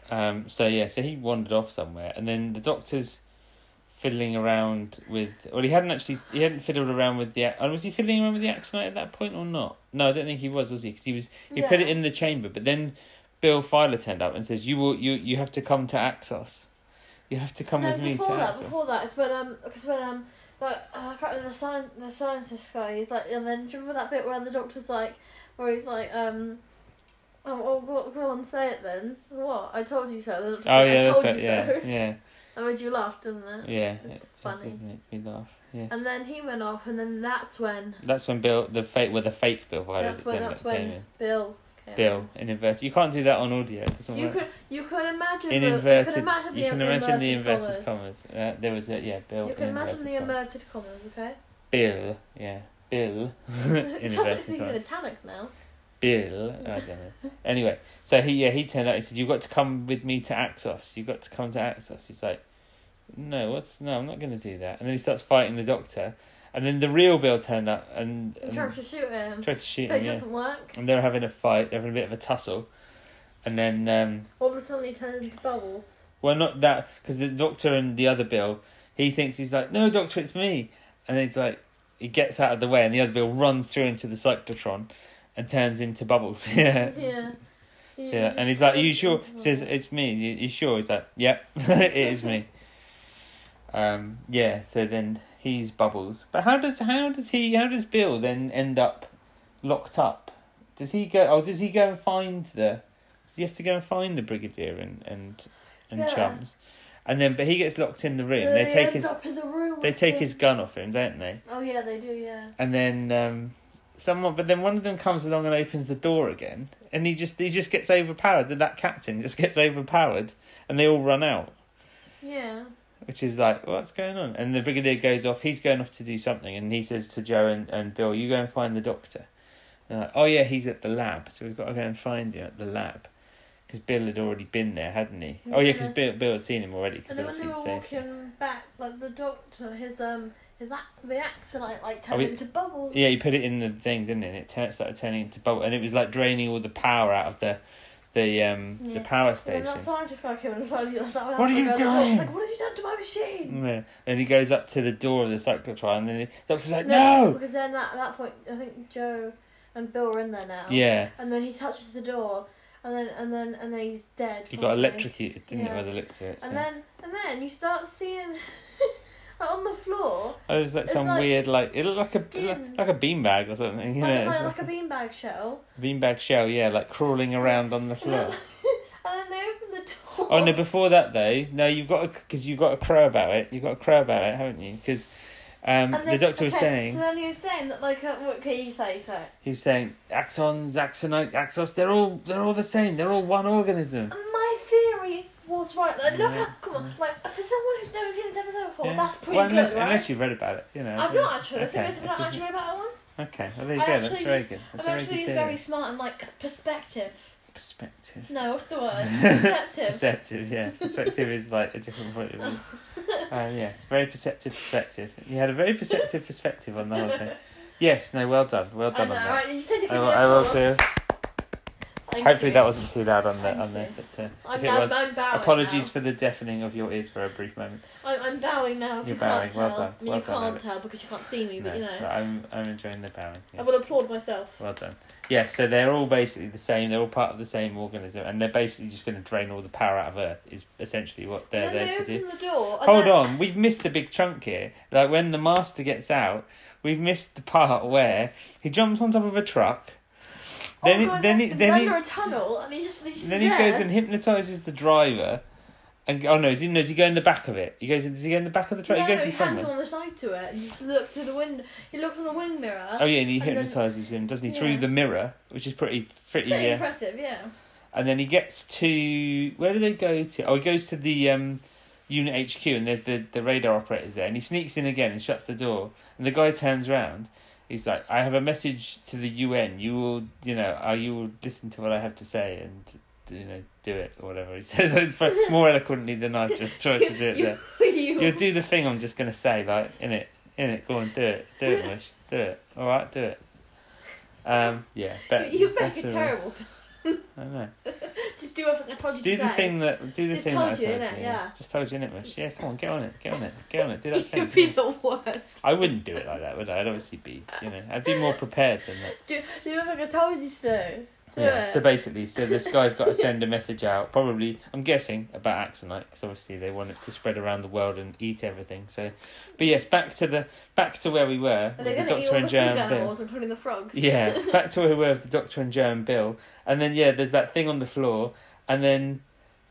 [SPEAKER 2] Um, so yeah, so he wandered off somewhere, and then the doctor's fiddling around with. Well, he hadn't actually. He hadn't fiddled around with the. ac- Oh, was he fiddling around with the axonite at that point or not? No, I don't think he was. Was he? Because he was. He put it
[SPEAKER 3] Yeah.
[SPEAKER 2] in the chamber, but then Bill Filer turned up and says, "You will. You you have to come to Axos. You have to come
[SPEAKER 3] no,
[SPEAKER 2] with me to
[SPEAKER 3] before that,
[SPEAKER 2] Axos." Oh,
[SPEAKER 3] before that, it's when um, because when um, like uh, I can't remember the science, the scientist guy. He's like, and then do you remember that bit where the doctor's like, where he's like, um, oh, oh go, go on, say it then. What? I told you so. [LAUGHS] The doctor's
[SPEAKER 2] Oh
[SPEAKER 3] like,
[SPEAKER 2] yeah,
[SPEAKER 3] I
[SPEAKER 2] that's
[SPEAKER 3] told
[SPEAKER 2] right.
[SPEAKER 3] you
[SPEAKER 2] Yeah,
[SPEAKER 3] so. [LAUGHS]
[SPEAKER 2] yeah,
[SPEAKER 3] And made you laugh, didn't it?
[SPEAKER 2] yeah.
[SPEAKER 3] It's
[SPEAKER 2] It- it
[SPEAKER 3] funny.
[SPEAKER 2] did make me laugh. Yes.
[SPEAKER 3] And then he went off, and then that's when
[SPEAKER 2] that's when Bill the fake, well, the fake Bill Filer
[SPEAKER 3] that's when that's when Bill
[SPEAKER 2] Bill in inverted. You can't do that on audio. It doesn't
[SPEAKER 3] You
[SPEAKER 2] work.
[SPEAKER 3] could you could imagine
[SPEAKER 2] in
[SPEAKER 3] the,
[SPEAKER 2] inverted,
[SPEAKER 3] you can imagine the
[SPEAKER 2] imagine the
[SPEAKER 3] inverted
[SPEAKER 2] inverted
[SPEAKER 3] commas.
[SPEAKER 2] commas. Uh, there was a yeah, Bill.
[SPEAKER 3] You can
[SPEAKER 2] in
[SPEAKER 3] imagine
[SPEAKER 2] inverted
[SPEAKER 3] the
[SPEAKER 2] commas.
[SPEAKER 3] inverted commas, okay?
[SPEAKER 2] Bill, yeah,
[SPEAKER 3] [LAUGHS]
[SPEAKER 2] Bill [LAUGHS] in
[SPEAKER 3] It sounds like
[SPEAKER 2] inverted
[SPEAKER 3] speaking in
[SPEAKER 2] commas.
[SPEAKER 3] italic now.
[SPEAKER 2] Bill, Oh, I don't know. Anyway, so he yeah he turned up. He said, "You've got to come with me to Axos. You've got to come to Axos." He's like, "No, what's no? I'm not going to do that." And then he starts fighting the doctor, and then the real Bill turned up and,
[SPEAKER 3] And
[SPEAKER 2] and
[SPEAKER 3] trying to shoot him.
[SPEAKER 2] tried Um, to shoot
[SPEAKER 3] But it
[SPEAKER 2] him. Yeah.
[SPEAKER 3] doesn't work.
[SPEAKER 2] And they're having a fight. They're having a bit of a tussle, and then um,
[SPEAKER 3] All of a sudden he turns into bubbles.
[SPEAKER 2] well, not that because the doctor and the other Bill, he thinks he's like, "No, doctor, it's me," and he's like, he gets out of the way, and the other Bill runs through into the cyclotron, and turns into bubbles. [LAUGHS] yeah.
[SPEAKER 3] Yeah.
[SPEAKER 2] Uh, So,
[SPEAKER 3] You
[SPEAKER 2] yeah,
[SPEAKER 3] just
[SPEAKER 2] and he's like, "Are you
[SPEAKER 3] turn
[SPEAKER 2] sure?"
[SPEAKER 3] into
[SPEAKER 2] He says,
[SPEAKER 3] bubbles.
[SPEAKER 2] "It's me." You, you sure? He's like, "Yep, [LAUGHS] it is
[SPEAKER 3] [LAUGHS]
[SPEAKER 2] me." Um, yeah. So then he's bubbles. But how does how does he how does Bill then end up locked up? Does he go? Oh, does he go and find the? Does he have to go and find the brigadier and and and
[SPEAKER 3] Yeah.
[SPEAKER 2] chums? And then, but he gets locked in the room.
[SPEAKER 3] And
[SPEAKER 2] They
[SPEAKER 3] he
[SPEAKER 2] take
[SPEAKER 3] ends
[SPEAKER 2] his
[SPEAKER 3] up in the room
[SPEAKER 2] they
[SPEAKER 3] with
[SPEAKER 2] take
[SPEAKER 3] him.
[SPEAKER 2] his gun off him, don't they?
[SPEAKER 3] Oh yeah, they do. Yeah.
[SPEAKER 2] and then um, someone, but then one of them comes along and opens the door again, and he just he just gets overpowered. And that captain just gets overpowered, and they all run out,
[SPEAKER 3] Yeah.
[SPEAKER 2] which is like what's going on. And the brigadier goes off. He's going off to do something, and he says to Joe and, and Bill, "You go and find the doctor." And they're like, oh yeah, he's at the lab, so we've got to go and find him at the lab. Because Bill had already been there, hadn't he? Oh yeah, because
[SPEAKER 3] Yeah.
[SPEAKER 2] Bill, Bill had seen him already. Because
[SPEAKER 3] And then when they
[SPEAKER 2] obviously he'd
[SPEAKER 3] were
[SPEAKER 2] saved him.
[SPEAKER 3] walking back, like the doctor, his um, his act, the actor like like
[SPEAKER 2] Oh,
[SPEAKER 3] turned
[SPEAKER 2] he-
[SPEAKER 3] into bubbles.
[SPEAKER 2] Yeah, he put it in the thing, didn't he? And it turned, started turning into bubble, and it was like draining all the power out of the, the um, the
[SPEAKER 3] Yeah.
[SPEAKER 2] power
[SPEAKER 3] And
[SPEAKER 2] station.
[SPEAKER 3] then that scientist guy came in and started like, that.
[SPEAKER 2] What are you doing? Mm.
[SPEAKER 3] Like, what have you done to my machine?
[SPEAKER 2] Yeah. And he goes up to the door of the cyclotron, and then the doctor's like, "No."
[SPEAKER 3] Because then at that point, I think Joe and Bill are in there now.
[SPEAKER 2] Yeah,
[SPEAKER 3] And then he touches the door, and then and then and then he's dead.
[SPEAKER 2] he got
[SPEAKER 3] probably.
[SPEAKER 2] electrocuted, didn't it?
[SPEAKER 3] Yeah.
[SPEAKER 2] By the looks of it. So.
[SPEAKER 3] And then and then you start seeing [LAUGHS] like, on the floor,
[SPEAKER 2] oh, it was like
[SPEAKER 3] it's
[SPEAKER 2] some
[SPEAKER 3] like
[SPEAKER 2] weird, like it looked like a
[SPEAKER 3] skin.
[SPEAKER 2] like, like a beanbag or something. You
[SPEAKER 3] like,
[SPEAKER 2] know,
[SPEAKER 3] like,
[SPEAKER 2] it's
[SPEAKER 3] like a beanbag shell.
[SPEAKER 2] a beanbag shell. Yeah, like crawling around on the
[SPEAKER 3] [LAUGHS]
[SPEAKER 2] floor.
[SPEAKER 3] And then, and then they open the door.
[SPEAKER 2] Oh no! Before that though, no, you've got because you've got a crow about it. You've got a crow about it, haven't you? Because um,
[SPEAKER 3] [LAUGHS] And
[SPEAKER 2] the
[SPEAKER 3] then-
[SPEAKER 2] doctor was
[SPEAKER 3] okay,
[SPEAKER 2] saying.
[SPEAKER 3] So then he was saying that, like, uh, what can you say? So,
[SPEAKER 2] He was saying axons, axonite, axos. They're all they're all the same. They're all one organism.
[SPEAKER 3] my theory was right. Like, look
[SPEAKER 2] Yeah.
[SPEAKER 3] up, come on. Like, for someone who's never seen this episode before,
[SPEAKER 2] Yeah.
[SPEAKER 3] that's pretty
[SPEAKER 2] well,
[SPEAKER 3] good,
[SPEAKER 2] unless,
[SPEAKER 3] right?
[SPEAKER 2] Unless you've read about it, you know.
[SPEAKER 3] I've not actually. The thing
[SPEAKER 2] Okay.
[SPEAKER 3] is, I've not actually read about that one.
[SPEAKER 2] Okay, well, there you
[SPEAKER 3] I
[SPEAKER 2] go. That's
[SPEAKER 3] actually
[SPEAKER 2] very
[SPEAKER 3] use-
[SPEAKER 2] good. That's
[SPEAKER 3] I've
[SPEAKER 2] a very
[SPEAKER 3] actually
[SPEAKER 2] good
[SPEAKER 3] used
[SPEAKER 2] theory.
[SPEAKER 3] very smart and, like, perspective.
[SPEAKER 2] Perspective.
[SPEAKER 3] No, what's the
[SPEAKER 2] [LAUGHS]
[SPEAKER 3] word? Perceptive.
[SPEAKER 2] Perceptive,
[SPEAKER 3] [LAUGHS]
[SPEAKER 2] yeah. Perspective is like a different point of view. Um, yeah, it's a very perceptive perspective. You had a very perceptive perspective on the whole thing. Yes, no, well done, well
[SPEAKER 3] I
[SPEAKER 2] done
[SPEAKER 3] know,
[SPEAKER 2] on that.
[SPEAKER 3] right? You said you
[SPEAKER 2] I
[SPEAKER 3] could
[SPEAKER 2] will,
[SPEAKER 3] do
[SPEAKER 2] I will
[SPEAKER 3] that.
[SPEAKER 2] do.
[SPEAKER 3] Thank
[SPEAKER 2] Hopefully
[SPEAKER 3] you.
[SPEAKER 2] that wasn't too loud on the
[SPEAKER 3] Thank
[SPEAKER 2] on there,
[SPEAKER 3] you.
[SPEAKER 2] but uh,
[SPEAKER 3] I'm,
[SPEAKER 2] if it
[SPEAKER 3] now,
[SPEAKER 2] was,
[SPEAKER 3] I'm bowing.
[SPEAKER 2] apologies
[SPEAKER 3] Now.
[SPEAKER 2] for the deafening of your ears for a brief moment.
[SPEAKER 3] I'm, I'm bowing now. If
[SPEAKER 2] You're
[SPEAKER 3] you
[SPEAKER 2] bowing,
[SPEAKER 3] Can't
[SPEAKER 2] well
[SPEAKER 3] tell.
[SPEAKER 2] done,
[SPEAKER 3] I mean,
[SPEAKER 2] well
[SPEAKER 3] you
[SPEAKER 2] done,
[SPEAKER 3] can't
[SPEAKER 2] Alex.
[SPEAKER 3] tell because you can't see me, but
[SPEAKER 2] No,
[SPEAKER 3] you know. Oh,
[SPEAKER 2] but I'm I'm enjoying the bowing.
[SPEAKER 3] I
[SPEAKER 2] yeah.
[SPEAKER 3] will applaud myself.
[SPEAKER 2] Well done. Yeah, so they're all basically the same. They're all part of the same organism, and they're basically just going to drain all the power out of Earth. Is essentially what they're
[SPEAKER 3] And then
[SPEAKER 2] there to
[SPEAKER 3] they
[SPEAKER 2] do.
[SPEAKER 3] open the door. and
[SPEAKER 2] Hold
[SPEAKER 3] then-
[SPEAKER 2] on, we've missed a big chunk here. Like when the master gets out, we've missed the part where he jumps on top of a truck. Then
[SPEAKER 3] oh
[SPEAKER 2] he,
[SPEAKER 3] my
[SPEAKER 2] then
[SPEAKER 3] God,
[SPEAKER 2] he,
[SPEAKER 3] he's
[SPEAKER 2] then he,
[SPEAKER 3] under a tunnel and he just he's
[SPEAKER 2] then he
[SPEAKER 3] there.
[SPEAKER 2] goes and hypnotizes the driver. And oh no, is he no? Does he go in the back of it? He goes. Does he go in the back of the truck?
[SPEAKER 3] no,
[SPEAKER 2] he goes to
[SPEAKER 3] his hands
[SPEAKER 2] someone.
[SPEAKER 3] on the side to it. He just looks through the window. He looks on the wing mirror.
[SPEAKER 2] Oh yeah, and he
[SPEAKER 3] and then-
[SPEAKER 2] hypnotizes him, doesn't he?
[SPEAKER 3] Yeah.
[SPEAKER 2] Through the mirror, which is pretty, pretty,
[SPEAKER 3] Pretty
[SPEAKER 2] yeah.
[SPEAKER 3] impressive, yeah.
[SPEAKER 2] and then he gets to where do they go to? Oh, he goes to the um, unit HQ, and there's the the radar operators there, and he sneaks in again and shuts the door, and the guy turns round. He's like, "I have a message to the UN. You will, you know, uh, you will listen to what I have to say and." You know, do it or whatever he [LAUGHS] says,
[SPEAKER 3] [LAUGHS]
[SPEAKER 2] but more eloquently than I've just tried to do it. There,
[SPEAKER 3] you,
[SPEAKER 2] you'll do the thing. I'm just gonna say, like, in it, in it. Go on, do it, do
[SPEAKER 3] [LAUGHS]
[SPEAKER 2] it, Mish, do it. All right, do it. Um, yeah, bet-
[SPEAKER 3] [LAUGHS] you make a
[SPEAKER 2] better-
[SPEAKER 3] terrible. [LAUGHS]
[SPEAKER 2] I know.
[SPEAKER 3] Just do everything I told you
[SPEAKER 2] Do
[SPEAKER 3] to
[SPEAKER 2] the
[SPEAKER 3] say.
[SPEAKER 2] thing that do the
[SPEAKER 3] Just
[SPEAKER 2] thing
[SPEAKER 3] told
[SPEAKER 2] that I
[SPEAKER 3] you,
[SPEAKER 2] told
[SPEAKER 3] innit?
[SPEAKER 2] you.
[SPEAKER 3] Yeah.
[SPEAKER 2] Just told you, innit, Mish? Yeah, come on, get on it, get on it, get on it,
[SPEAKER 3] [LAUGHS]
[SPEAKER 2] do that
[SPEAKER 3] You'd be
[SPEAKER 2] thing.
[SPEAKER 3] the worst.
[SPEAKER 2] I wouldn't do it like that, would I? I'd obviously be, you know, I'd be more prepared than that.
[SPEAKER 3] Do, do everything I told you to do. Do
[SPEAKER 2] Yeah.
[SPEAKER 3] it.
[SPEAKER 2] So basically, so this guy's got to send a message out, probably, I'm guessing, about Axonite, because obviously they want it to spread around the world and eat everything. So, but yes, back to the back to where we were
[SPEAKER 3] Are
[SPEAKER 2] with
[SPEAKER 3] they
[SPEAKER 2] the
[SPEAKER 3] going to eat
[SPEAKER 2] Doctor
[SPEAKER 3] all the
[SPEAKER 2] and
[SPEAKER 3] food
[SPEAKER 2] Joe and Bill.
[SPEAKER 3] animals, including the frogs?
[SPEAKER 2] Yeah,
[SPEAKER 3] [LAUGHS]
[SPEAKER 2] back to where we were with the Doctor and Joe and Bill, and then yeah, there's that thing on the floor, and then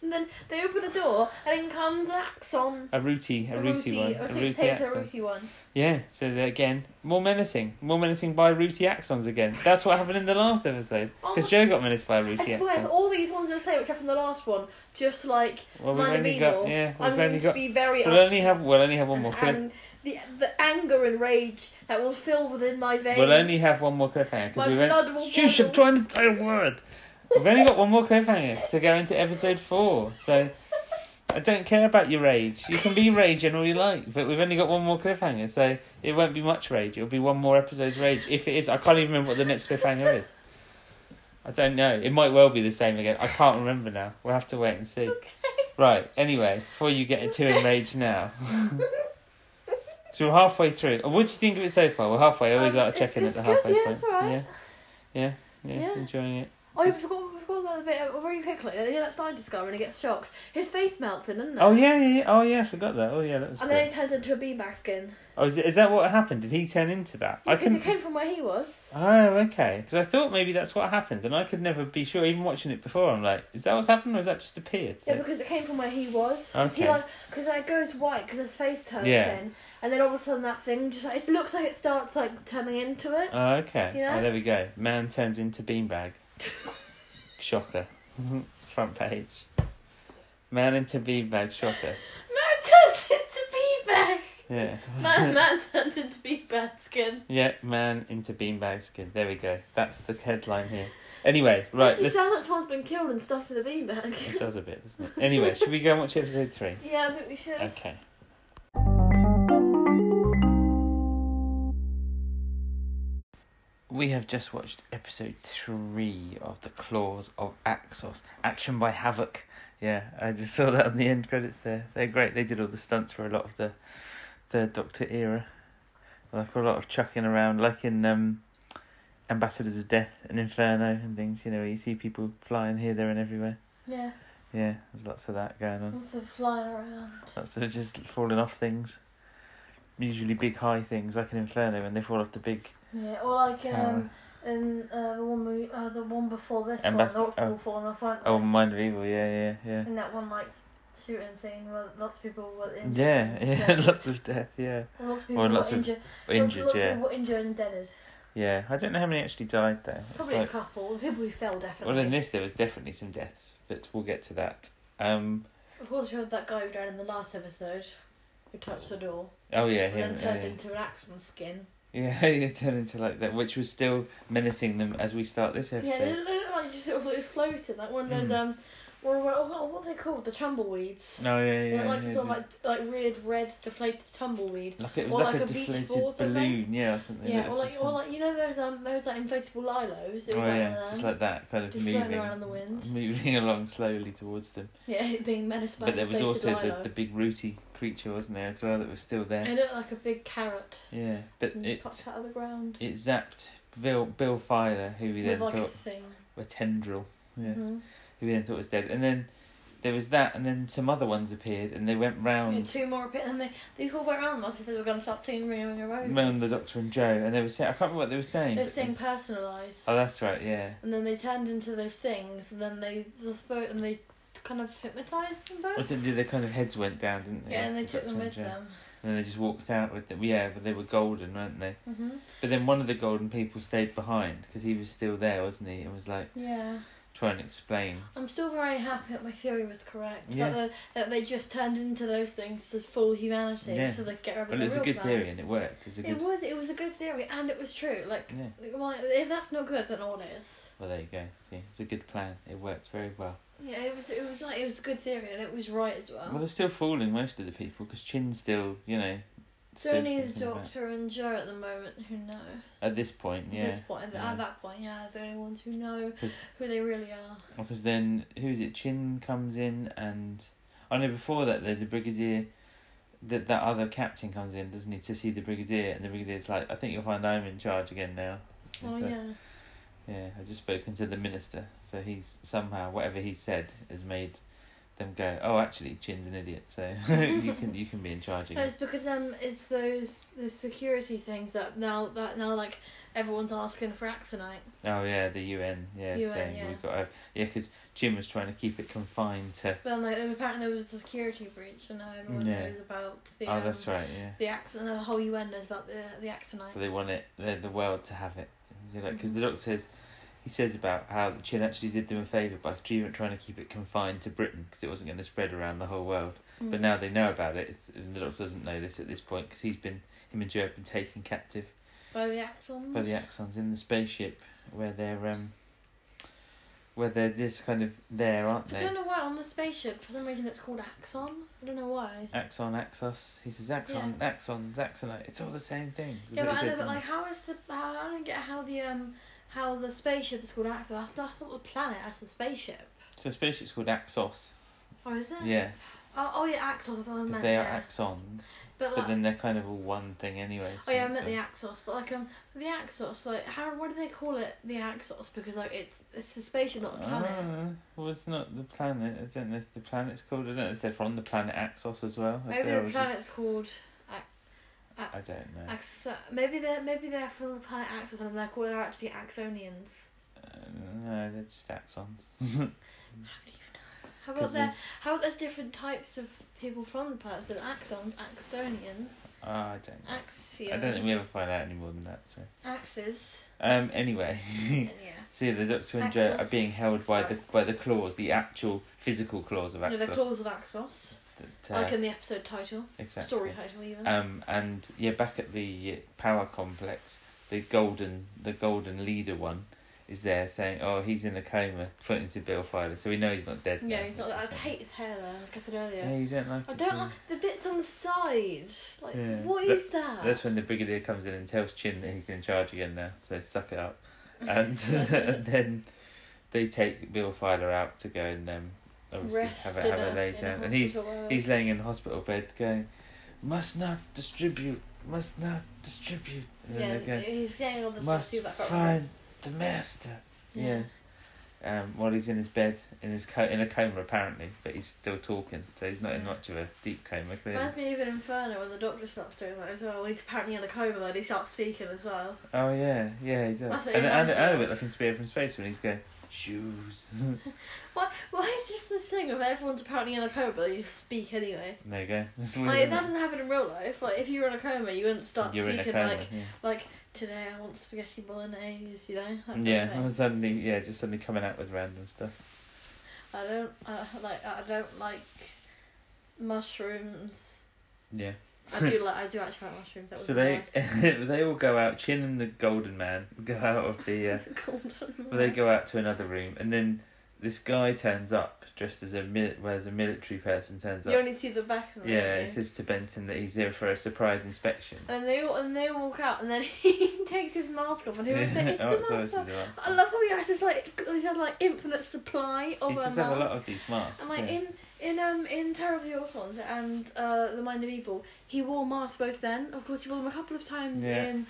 [SPEAKER 3] And then they open a door, and in comes an axon.
[SPEAKER 2] A rooty, a rooty one,
[SPEAKER 3] I
[SPEAKER 2] a
[SPEAKER 3] think it
[SPEAKER 2] rooty
[SPEAKER 3] takes a
[SPEAKER 2] axon.
[SPEAKER 3] rooty one.
[SPEAKER 2] Yeah, so they're again more menacing, more menacing by rooty axons again. That's what happened in the last episode
[SPEAKER 3] Oh
[SPEAKER 2] because
[SPEAKER 3] my-
[SPEAKER 2] Joe got menaced by a
[SPEAKER 3] I
[SPEAKER 2] rooty
[SPEAKER 3] swear,
[SPEAKER 2] axon.
[SPEAKER 3] all these ones are the same except from the last one. Just like
[SPEAKER 2] Well, we've
[SPEAKER 3] mine
[SPEAKER 2] only
[SPEAKER 3] are
[SPEAKER 2] got
[SPEAKER 3] evil.
[SPEAKER 2] yeah, we've
[SPEAKER 3] I'm
[SPEAKER 2] only
[SPEAKER 3] going to
[SPEAKER 2] got.
[SPEAKER 3] be very.
[SPEAKER 2] We'll only
[SPEAKER 3] upset
[SPEAKER 2] have we'll only have one more clip.
[SPEAKER 3] And the the anger and rage that will fill within my veins.
[SPEAKER 2] We'll only have one more cliffhanger because
[SPEAKER 3] My
[SPEAKER 2] we've
[SPEAKER 3] blood
[SPEAKER 2] only.
[SPEAKER 3] will
[SPEAKER 2] Shush! I'm
[SPEAKER 3] boil.
[SPEAKER 2] trying to say a word. We've only got one more cliffhanger to go into episode four, so I don't care about your rage. You can be raging all you like, but we've only got one more cliffhanger, so it won't be much rage. It'll be one more episode's rage if it is. I can't even remember what the next cliffhanger is. I don't know. It might well be the same again. I can't remember now. We'll have to wait and see. Right. Anyway, before you get too enraged
[SPEAKER 3] [LAUGHS]
[SPEAKER 2] now. So we're halfway through. And What do you think of it so far? We're halfway. I always
[SPEAKER 3] Um,
[SPEAKER 2] like
[SPEAKER 3] it's-
[SPEAKER 2] checking
[SPEAKER 3] it's
[SPEAKER 2] at the
[SPEAKER 3] good,
[SPEAKER 2] halfway
[SPEAKER 3] yeah,
[SPEAKER 2] point.
[SPEAKER 3] it's alright.
[SPEAKER 2] Yeah, yeah, yeah,
[SPEAKER 3] Yeah.
[SPEAKER 2] Enjoying it.
[SPEAKER 3] Oh, I forgot, I forgot that bit uh, very quickly. They do that scientist guy when he gets shocked. His face melts in, doesn't it?
[SPEAKER 2] Oh yeah, yeah, yeah. Oh yeah, I forgot that. Oh yeah, that was.
[SPEAKER 3] And then
[SPEAKER 2] Great.
[SPEAKER 3] he turns into a beanbag skin.
[SPEAKER 2] Oh, is, it, is that what happened? Did he turn into that? I
[SPEAKER 3] Because
[SPEAKER 2] couldn't.
[SPEAKER 3] it came from where he was.
[SPEAKER 2] Oh okay, because I thought maybe that's what happened, and I could never be sure. Even watching it before, I'm like, is that what's happened, or is that just appeared?
[SPEAKER 3] Yeah, because it came from where he was. Because
[SPEAKER 2] Okay.
[SPEAKER 3] like, cause it goes white because his face turns
[SPEAKER 2] Yeah.
[SPEAKER 3] in, and then all of a sudden that thing just like, it looks like it starts like turning into it.
[SPEAKER 2] Oh okay.
[SPEAKER 3] [LAUGHS] Yeah.
[SPEAKER 2] Oh there we go. Man turns into
[SPEAKER 3] [LAUGHS]
[SPEAKER 2] beanbag. Shocker. [LAUGHS] Front page. Man into beanbag. Shocker.
[SPEAKER 3] Man turns [LAUGHS] into
[SPEAKER 2] Yeah.
[SPEAKER 3] beanbag.
[SPEAKER 2] [LAUGHS]
[SPEAKER 3] Man, man turns into beanbag skin.
[SPEAKER 2] Yeah, man into beanbag skin. There we go. That's the headline here. Anyway, right,
[SPEAKER 3] Makes you
[SPEAKER 2] let's.
[SPEAKER 3] sound like someone's been killed and stuffed in a beanbag.
[SPEAKER 2] It does a bit, doesn't it? Anyway, should we go and watch episode three?
[SPEAKER 3] yeah, I think we should.
[SPEAKER 2] Okay. We have just watched episode three of The Claws of Axos. Action by Havoc. Yeah, I just saw that on the end credits there. They're great. They did all the stunts for a lot of the the Doctor era. Like a lot of chucking around, like in um, Ambassadors of Death and Inferno and things, you know, where you see people flying here, there and everywhere.
[SPEAKER 3] Yeah,
[SPEAKER 2] Yeah, there's lots of that going on.
[SPEAKER 3] lots of flying around.
[SPEAKER 2] That's uh, just falling off things. Usually big high things, like an inferno, when they fall off the big
[SPEAKER 3] Yeah, or like
[SPEAKER 2] tower.
[SPEAKER 3] um, in uh, the one we, uh, the one before this
[SPEAKER 2] Ambas-
[SPEAKER 3] one, lots of
[SPEAKER 2] oh.
[SPEAKER 3] people falling off, weren't
[SPEAKER 2] Oh, Mind of Evil, yeah, yeah, yeah.
[SPEAKER 3] In that one, like shooting scene, where lots of people were injured.
[SPEAKER 2] Yeah, yeah, [LAUGHS]
[SPEAKER 3] dead.
[SPEAKER 2] lots of death, yeah.
[SPEAKER 3] Or lots of people
[SPEAKER 2] Or
[SPEAKER 3] were
[SPEAKER 2] lots of-
[SPEAKER 3] injured.
[SPEAKER 2] Or
[SPEAKER 3] lots
[SPEAKER 2] Injured,
[SPEAKER 3] of
[SPEAKER 2] yeah.
[SPEAKER 3] people were injured and deaded.
[SPEAKER 2] Yeah, I don't know how many actually died, though. It's
[SPEAKER 3] Probably
[SPEAKER 2] like,
[SPEAKER 3] a couple. The people who fell definitely.
[SPEAKER 2] well, in this, there was definitely some deaths, but we'll get to that. Um,
[SPEAKER 3] Of course, you had that guy who died in the last episode, who touched the door
[SPEAKER 2] oh, yeah,
[SPEAKER 3] and
[SPEAKER 2] him.
[SPEAKER 3] then
[SPEAKER 2] yeah,
[SPEAKER 3] turned
[SPEAKER 2] yeah.
[SPEAKER 3] into an axon skin.
[SPEAKER 2] Yeah, [LAUGHS] you turn into like that, which was still menacing them as we start this
[SPEAKER 3] Yeah, they
[SPEAKER 2] episode.
[SPEAKER 3] looked- they looked like just sort of it was floating, like one of those
[SPEAKER 2] Mm.
[SPEAKER 3] um, what, what, what, what are they called? The tumbleweeds.
[SPEAKER 2] No, Oh, yeah,
[SPEAKER 3] They
[SPEAKER 2] yeah.
[SPEAKER 3] look
[SPEAKER 2] yeah,
[SPEAKER 3] like some sort of
[SPEAKER 2] just-
[SPEAKER 3] like like weird red deflated tumbleweed.
[SPEAKER 2] like it was
[SPEAKER 3] or
[SPEAKER 2] like,
[SPEAKER 3] like
[SPEAKER 2] a
[SPEAKER 3] a beach
[SPEAKER 2] deflated
[SPEAKER 3] ball or something.
[SPEAKER 2] balloon, yeah, or something.
[SPEAKER 3] Yeah,
[SPEAKER 2] that
[SPEAKER 3] or
[SPEAKER 2] was
[SPEAKER 3] like,
[SPEAKER 2] just
[SPEAKER 3] or
[SPEAKER 2] hung-
[SPEAKER 3] like you know those um those like inflatable lilos. It was
[SPEAKER 2] Oh
[SPEAKER 3] like
[SPEAKER 2] yeah,
[SPEAKER 3] um,
[SPEAKER 2] just like that, kind of
[SPEAKER 3] just floating
[SPEAKER 2] moving,
[SPEAKER 3] around in the wind.
[SPEAKER 2] moving [LAUGHS] along slowly towards them.
[SPEAKER 3] [LAUGHS] Yeah, it being menaced by.
[SPEAKER 2] but there was
[SPEAKER 3] inflated
[SPEAKER 2] also
[SPEAKER 3] lilo.
[SPEAKER 2] the, the big rooty creature, wasn't there, as well, that was still there.
[SPEAKER 3] It looked like a big carrot
[SPEAKER 2] Yeah, but
[SPEAKER 3] and
[SPEAKER 2] it
[SPEAKER 3] popped out of the ground.
[SPEAKER 2] it zapped Bill Bill Filer, who we then
[SPEAKER 3] With like a
[SPEAKER 2] thought
[SPEAKER 3] thing.
[SPEAKER 2] were tendril. Yes,
[SPEAKER 3] Mhm.
[SPEAKER 2] who we then thought was dead, and then there was that, and then some other ones appeared, and they went
[SPEAKER 3] Yeah,
[SPEAKER 2] round
[SPEAKER 3] two more appear, and they they all went around as if they were going to start singing "Ring of Roses."
[SPEAKER 2] round the Doctor and Joe, and they were saying I can't remember what they were saying.
[SPEAKER 3] They were
[SPEAKER 2] but-
[SPEAKER 3] saying "Personalize,"
[SPEAKER 2] Oh, that's right. Yeah.
[SPEAKER 3] and then they turned into those things, and then they just spoke, and they kind of hypnotized them
[SPEAKER 2] Well,
[SPEAKER 3] both.
[SPEAKER 2] didn't they- their kind of heads went down, didn't they?
[SPEAKER 3] Yeah, and they
[SPEAKER 2] like the
[SPEAKER 3] took them
[SPEAKER 2] Doctor and
[SPEAKER 3] with
[SPEAKER 2] Joe?
[SPEAKER 3] them.
[SPEAKER 2] And then they just walked out with them. Yeah, but they were golden, weren't they?
[SPEAKER 3] hmm
[SPEAKER 2] But then one of the golden people stayed behind because he was still there, wasn't he? And was like
[SPEAKER 3] Yeah.
[SPEAKER 2] trying to explain.
[SPEAKER 3] I'm still very happy that my theory was correct.
[SPEAKER 2] Yeah.
[SPEAKER 3] That, the, that they just turned into those things as full humanity,
[SPEAKER 2] Yeah.
[SPEAKER 3] so they could get rid of
[SPEAKER 2] Well,
[SPEAKER 3] the
[SPEAKER 2] it was a
[SPEAKER 3] real
[SPEAKER 2] good
[SPEAKER 3] plan.
[SPEAKER 2] theory and it worked. It was a
[SPEAKER 3] It
[SPEAKER 2] good.
[SPEAKER 3] was. It was a good theory, and it was true. Like,
[SPEAKER 2] Yeah.
[SPEAKER 3] well, if that's not good, I don't know what it is.
[SPEAKER 2] Well, there you go. See, it's a good plan. It worked very well.
[SPEAKER 3] Yeah, it was. It was like it was a good theory, and it was right as well.
[SPEAKER 2] Well, they're still fooling most of the people because Chin's still, you know.
[SPEAKER 3] so
[SPEAKER 2] still
[SPEAKER 3] only the
[SPEAKER 2] thinking about-
[SPEAKER 3] doctor and Joe at the moment who know.
[SPEAKER 2] At this point,
[SPEAKER 3] At
[SPEAKER 2] yeah.
[SPEAKER 3] this point,
[SPEAKER 2] yeah.
[SPEAKER 3] at that point, yeah, they're the only ones who know
[SPEAKER 2] Because
[SPEAKER 3] who they really are.
[SPEAKER 2] because then who is it? Chin comes in and I know before that the, the brigadier, that that other captain comes in, doesn't he, to see the brigadier, and the brigadier's like, I think you'll find I'm in charge again now. And
[SPEAKER 3] Oh
[SPEAKER 2] so-
[SPEAKER 3] yeah.
[SPEAKER 2] Yeah, I've just spoken to the minister, so he's somehow whatever he said has made them go, oh, actually, Chin's an idiot, so [LAUGHS] you can you can be in charge
[SPEAKER 3] No,
[SPEAKER 2] again.
[SPEAKER 3] it's because um, it's those those security things up now that now like everyone's asking for axonite.
[SPEAKER 2] Oh yeah, the UN, yeah,
[SPEAKER 3] UN,
[SPEAKER 2] saying
[SPEAKER 3] yeah.
[SPEAKER 2] we've got a yeah, because Jim was trying to keep it confined to.
[SPEAKER 3] But like there- apparently there was a security breach, and now everyone
[SPEAKER 2] Yeah.
[SPEAKER 3] knows about the.
[SPEAKER 2] Oh,
[SPEAKER 3] um,
[SPEAKER 2] that's right, yeah.
[SPEAKER 3] The axon, the whole UN knows about the the Mm. axonite.
[SPEAKER 2] So they want it, the the world to have it, you know, because the doctor says, he says about how Chin actually did them a favour by Jim trying to keep it confined to Britain because it wasn't going to spread around the whole world. But
[SPEAKER 3] Mm.
[SPEAKER 2] now they know about it. It's, the doctor doesn't know this at this point because he's been him and Joe have been taken captive
[SPEAKER 3] by the axons.
[SPEAKER 2] by the Axons in the spaceship where they're um where they're just kind of there, aren't
[SPEAKER 3] I
[SPEAKER 2] they?
[SPEAKER 3] don't know why on the spaceship for some reason it's called axon. I don't know why.
[SPEAKER 2] Axon, Axos. He says Axon, Axon, Axonite. It's all the same thing. That's
[SPEAKER 3] yeah,
[SPEAKER 2] what
[SPEAKER 3] but
[SPEAKER 2] he
[SPEAKER 3] I
[SPEAKER 2] said,
[SPEAKER 3] know, but
[SPEAKER 2] didn't
[SPEAKER 3] like how is the how, I don't get how the um how the spaceship is called axon. I, thought- I thought the planet as the spaceship.
[SPEAKER 2] he? so spaceship's called Axos.
[SPEAKER 3] Oh, is it?
[SPEAKER 2] Yeah,
[SPEAKER 3] Oh, oh yeah, axons. I
[SPEAKER 2] because
[SPEAKER 3] meant,
[SPEAKER 2] they are
[SPEAKER 3] yeah.
[SPEAKER 2] Axons,
[SPEAKER 3] But, like,
[SPEAKER 2] but then they're kind of all one thing anyway.
[SPEAKER 3] Oh
[SPEAKER 2] so
[SPEAKER 3] yeah, I
[SPEAKER 2] it's
[SPEAKER 3] meant
[SPEAKER 2] a-
[SPEAKER 3] the Axos, but like um, the Axos, like how what do they call it? The Axos because like it's it's the spaceship, not the planet.
[SPEAKER 2] Ah, well, it's not the planet. I don't know if the planet's called. I don't know if they're from the planet Axos as well. if
[SPEAKER 3] maybe
[SPEAKER 2] they're
[SPEAKER 3] the
[SPEAKER 2] all just-
[SPEAKER 3] planet's called
[SPEAKER 2] I don't know.
[SPEAKER 3] Ax. Maybe they're maybe they're from the planet Axos and they're called they're actually Axonians.
[SPEAKER 2] Uh, no, they're just axons.
[SPEAKER 3] How
[SPEAKER 2] 'Cause
[SPEAKER 3] about there?
[SPEAKER 2] there's-
[SPEAKER 3] How about there's different types of people from the planet? There's Axons, Axonians,
[SPEAKER 2] Oh, I don't know.
[SPEAKER 3] Axions.
[SPEAKER 2] I don't think we ever find out any more than that. So, [LAUGHS]
[SPEAKER 3] Axes.
[SPEAKER 2] um, anyway,
[SPEAKER 3] yeah.
[SPEAKER 2] see the Doctor and Joe are
[SPEAKER 3] Axos.
[SPEAKER 2] being held by the
[SPEAKER 3] Sorry.
[SPEAKER 2] by the claws, the actual physical claws of
[SPEAKER 3] No, the
[SPEAKER 2] Axos.
[SPEAKER 3] claws of Axos,
[SPEAKER 2] that, uh,
[SPEAKER 3] like in the episode title,
[SPEAKER 2] exactly.
[SPEAKER 3] story title even.
[SPEAKER 2] Um, and yeah, back at the power complex, the golden the golden leader one is there saying, "Oh, he's in a coma," pointing to Bill Filer, so we know he's not dead.
[SPEAKER 3] yeah,
[SPEAKER 2] now,
[SPEAKER 3] he's not.
[SPEAKER 2] which
[SPEAKER 3] I
[SPEAKER 2] is nice.
[SPEAKER 3] hate his hair though, like I said earlier.
[SPEAKER 2] Yeah, you don't like.
[SPEAKER 3] I
[SPEAKER 2] it,
[SPEAKER 3] don't
[SPEAKER 2] do
[SPEAKER 3] like
[SPEAKER 2] you?
[SPEAKER 3] the bits on the side. Like,
[SPEAKER 2] Yeah.
[SPEAKER 3] what
[SPEAKER 2] That-
[SPEAKER 3] is that?
[SPEAKER 2] That's when the brigadier comes in and tells Chin that he's in charge again now, so suck it
[SPEAKER 3] [LAUGHS]
[SPEAKER 2] up. And [LAUGHS] then they take Bill Filer out to go and um, obviously have a,
[SPEAKER 3] Rested
[SPEAKER 2] have a
[SPEAKER 3] up
[SPEAKER 2] lay
[SPEAKER 3] in a
[SPEAKER 2] down. And he's
[SPEAKER 3] hospital world.
[SPEAKER 2] he's laying in the hospital bed going, must not distribute, must not distribute. And
[SPEAKER 3] yeah,
[SPEAKER 2] then they go,
[SPEAKER 3] he's saying all this
[SPEAKER 2] must
[SPEAKER 3] stuff that
[SPEAKER 2] find the master. Yeah. Um, while he's in his bed, in his co- in a coma apparently, but he's still talking, so he's not in
[SPEAKER 3] Yeah.
[SPEAKER 2] much of a deep coma clearly.
[SPEAKER 3] Reminds me of an Inferno when the Doctor starts doing that as well. He's apparently in a coma and he starts speaking as well. [LAUGHS]
[SPEAKER 2] Oh yeah, yeah, he does.
[SPEAKER 3] That's what
[SPEAKER 2] And,
[SPEAKER 3] he
[SPEAKER 2] and,
[SPEAKER 3] reminds me
[SPEAKER 2] and a
[SPEAKER 3] of.
[SPEAKER 2] bit like in Spirit from Space when he's going shoes.
[SPEAKER 3] Why? Why is just this thing of everyone's apparently in a coma but you speak anyway?
[SPEAKER 2] there you go. [LAUGHS] It's weird,
[SPEAKER 3] Like
[SPEAKER 2] isn't
[SPEAKER 3] that
[SPEAKER 2] it?
[SPEAKER 3] doesn't happen in real life. Like if you were in a coma, you wouldn't start
[SPEAKER 2] You're in a
[SPEAKER 3] speaking
[SPEAKER 2] coma.
[SPEAKER 3] like like today I want spaghetti bolognese. You know. that kind
[SPEAKER 2] yeah, yeah.
[SPEAKER 3] of thing.
[SPEAKER 2] And suddenly, yeah, just suddenly coming out with random stuff.
[SPEAKER 3] I don't uh, like. I don't like mushrooms.
[SPEAKER 2] Yeah. [LAUGHS]
[SPEAKER 3] I do like. I do actually like mushrooms. That was
[SPEAKER 2] So they [LAUGHS] they all go out. Chin and the Golden Man [LAUGHS] go out of the.
[SPEAKER 3] [LAUGHS]
[SPEAKER 2] Uh, well, they go out to another room, and then this guy turns up dressed as a mil- well, as a military person turns
[SPEAKER 3] You
[SPEAKER 2] up.
[SPEAKER 3] only see the back of them.
[SPEAKER 2] yeah,
[SPEAKER 3] don't
[SPEAKER 2] it
[SPEAKER 3] you?
[SPEAKER 2] says to Benton that he's here for a surprise inspection.
[SPEAKER 3] And they all, and they all walk out, and then [LAUGHS] he takes his mask off, and
[SPEAKER 2] [LAUGHS]
[SPEAKER 3] he was saying, "It's
[SPEAKER 2] oh, it's
[SPEAKER 3] the
[SPEAKER 2] always
[SPEAKER 3] mask."
[SPEAKER 2] the
[SPEAKER 3] off."
[SPEAKER 2] mask.
[SPEAKER 3] I love how he has this like he had like infinite supply of
[SPEAKER 2] He
[SPEAKER 3] a
[SPEAKER 2] does
[SPEAKER 3] mask.
[SPEAKER 2] have a lot of these masks.
[SPEAKER 3] and like
[SPEAKER 2] yeah.
[SPEAKER 3] in in um in Terror of the Autons and uh, The Mind of Evil, he wore masks both then. Of course, he wore them a couple of times
[SPEAKER 2] Yeah.
[SPEAKER 3] in.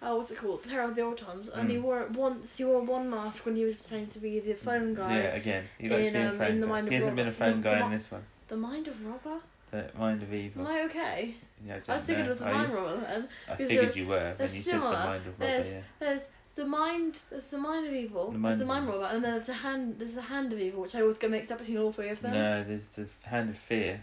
[SPEAKER 3] Uh, what's it called? Terror of the Autons, and he
[SPEAKER 2] Mm.
[SPEAKER 3] wore it once. He wore one mask when he was pretending to be the phone guy.
[SPEAKER 2] Yeah, again, he likes
[SPEAKER 3] in,
[SPEAKER 2] being a
[SPEAKER 3] um,
[SPEAKER 2] phone
[SPEAKER 3] in the
[SPEAKER 2] guy.
[SPEAKER 3] Mind
[SPEAKER 2] he
[SPEAKER 3] of
[SPEAKER 2] hasn't been a
[SPEAKER 3] Robert.
[SPEAKER 2] phone
[SPEAKER 3] The-
[SPEAKER 2] guy
[SPEAKER 3] the
[SPEAKER 2] in
[SPEAKER 3] Mi-
[SPEAKER 2] this one.
[SPEAKER 3] The Mind of Robber.
[SPEAKER 2] The Mind of Evil.
[SPEAKER 3] Am I okay?
[SPEAKER 2] yeah, I,
[SPEAKER 3] I was thinking
[SPEAKER 2] know.
[SPEAKER 3] of the
[SPEAKER 2] Are you-
[SPEAKER 3] Mind Robber then.
[SPEAKER 2] I
[SPEAKER 3] because
[SPEAKER 2] figured
[SPEAKER 3] they're-
[SPEAKER 2] you were
[SPEAKER 3] they're
[SPEAKER 2] when you said the
[SPEAKER 3] similar.
[SPEAKER 2] Mind of Robert.
[SPEAKER 3] There's-
[SPEAKER 2] Yeah.
[SPEAKER 3] There's the mind. There's the mind of evil.
[SPEAKER 2] The
[SPEAKER 3] The
[SPEAKER 2] mind
[SPEAKER 3] there's the
[SPEAKER 2] of
[SPEAKER 3] mind
[SPEAKER 2] evil.
[SPEAKER 3] robber, and then there's the hand. There's the hand of evil, which I always get mixed up between all three of them.
[SPEAKER 2] No, there's the Hand of Fear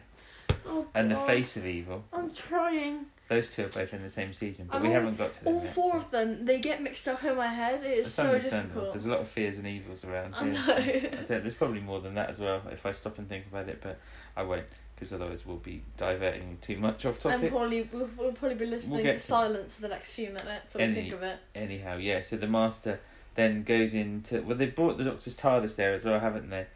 [SPEAKER 3] Oh,
[SPEAKER 2] and the
[SPEAKER 3] God.
[SPEAKER 2] Face of Evil.
[SPEAKER 3] I'm trying.
[SPEAKER 2] Those two are both in the same season, but
[SPEAKER 3] I'm
[SPEAKER 2] we
[SPEAKER 3] all-
[SPEAKER 2] haven't got to them
[SPEAKER 3] Oh, All
[SPEAKER 2] yet.
[SPEAKER 3] four
[SPEAKER 2] so.
[SPEAKER 3] of them, they get mixed up in my head. It's
[SPEAKER 2] That's
[SPEAKER 3] so
[SPEAKER 2] understandable.
[SPEAKER 3] difficult.
[SPEAKER 2] There's a lot of fears and evils around
[SPEAKER 3] I
[SPEAKER 2] here.
[SPEAKER 3] know.
[SPEAKER 2] so I don't- there's probably more than that as well if I stop and think about it, but I won't because otherwise we'll be diverting too much off
[SPEAKER 3] And
[SPEAKER 2] topic.
[SPEAKER 3] probably we'll, we'll probably be listening
[SPEAKER 2] get
[SPEAKER 3] to
[SPEAKER 2] to-
[SPEAKER 3] silence for the next few minutes when
[SPEAKER 2] Any-
[SPEAKER 3] we think of it.
[SPEAKER 2] Anyhow, yeah, so the master then goes into. Well, they brought the Doctor's TARDIS there as well, haven't they?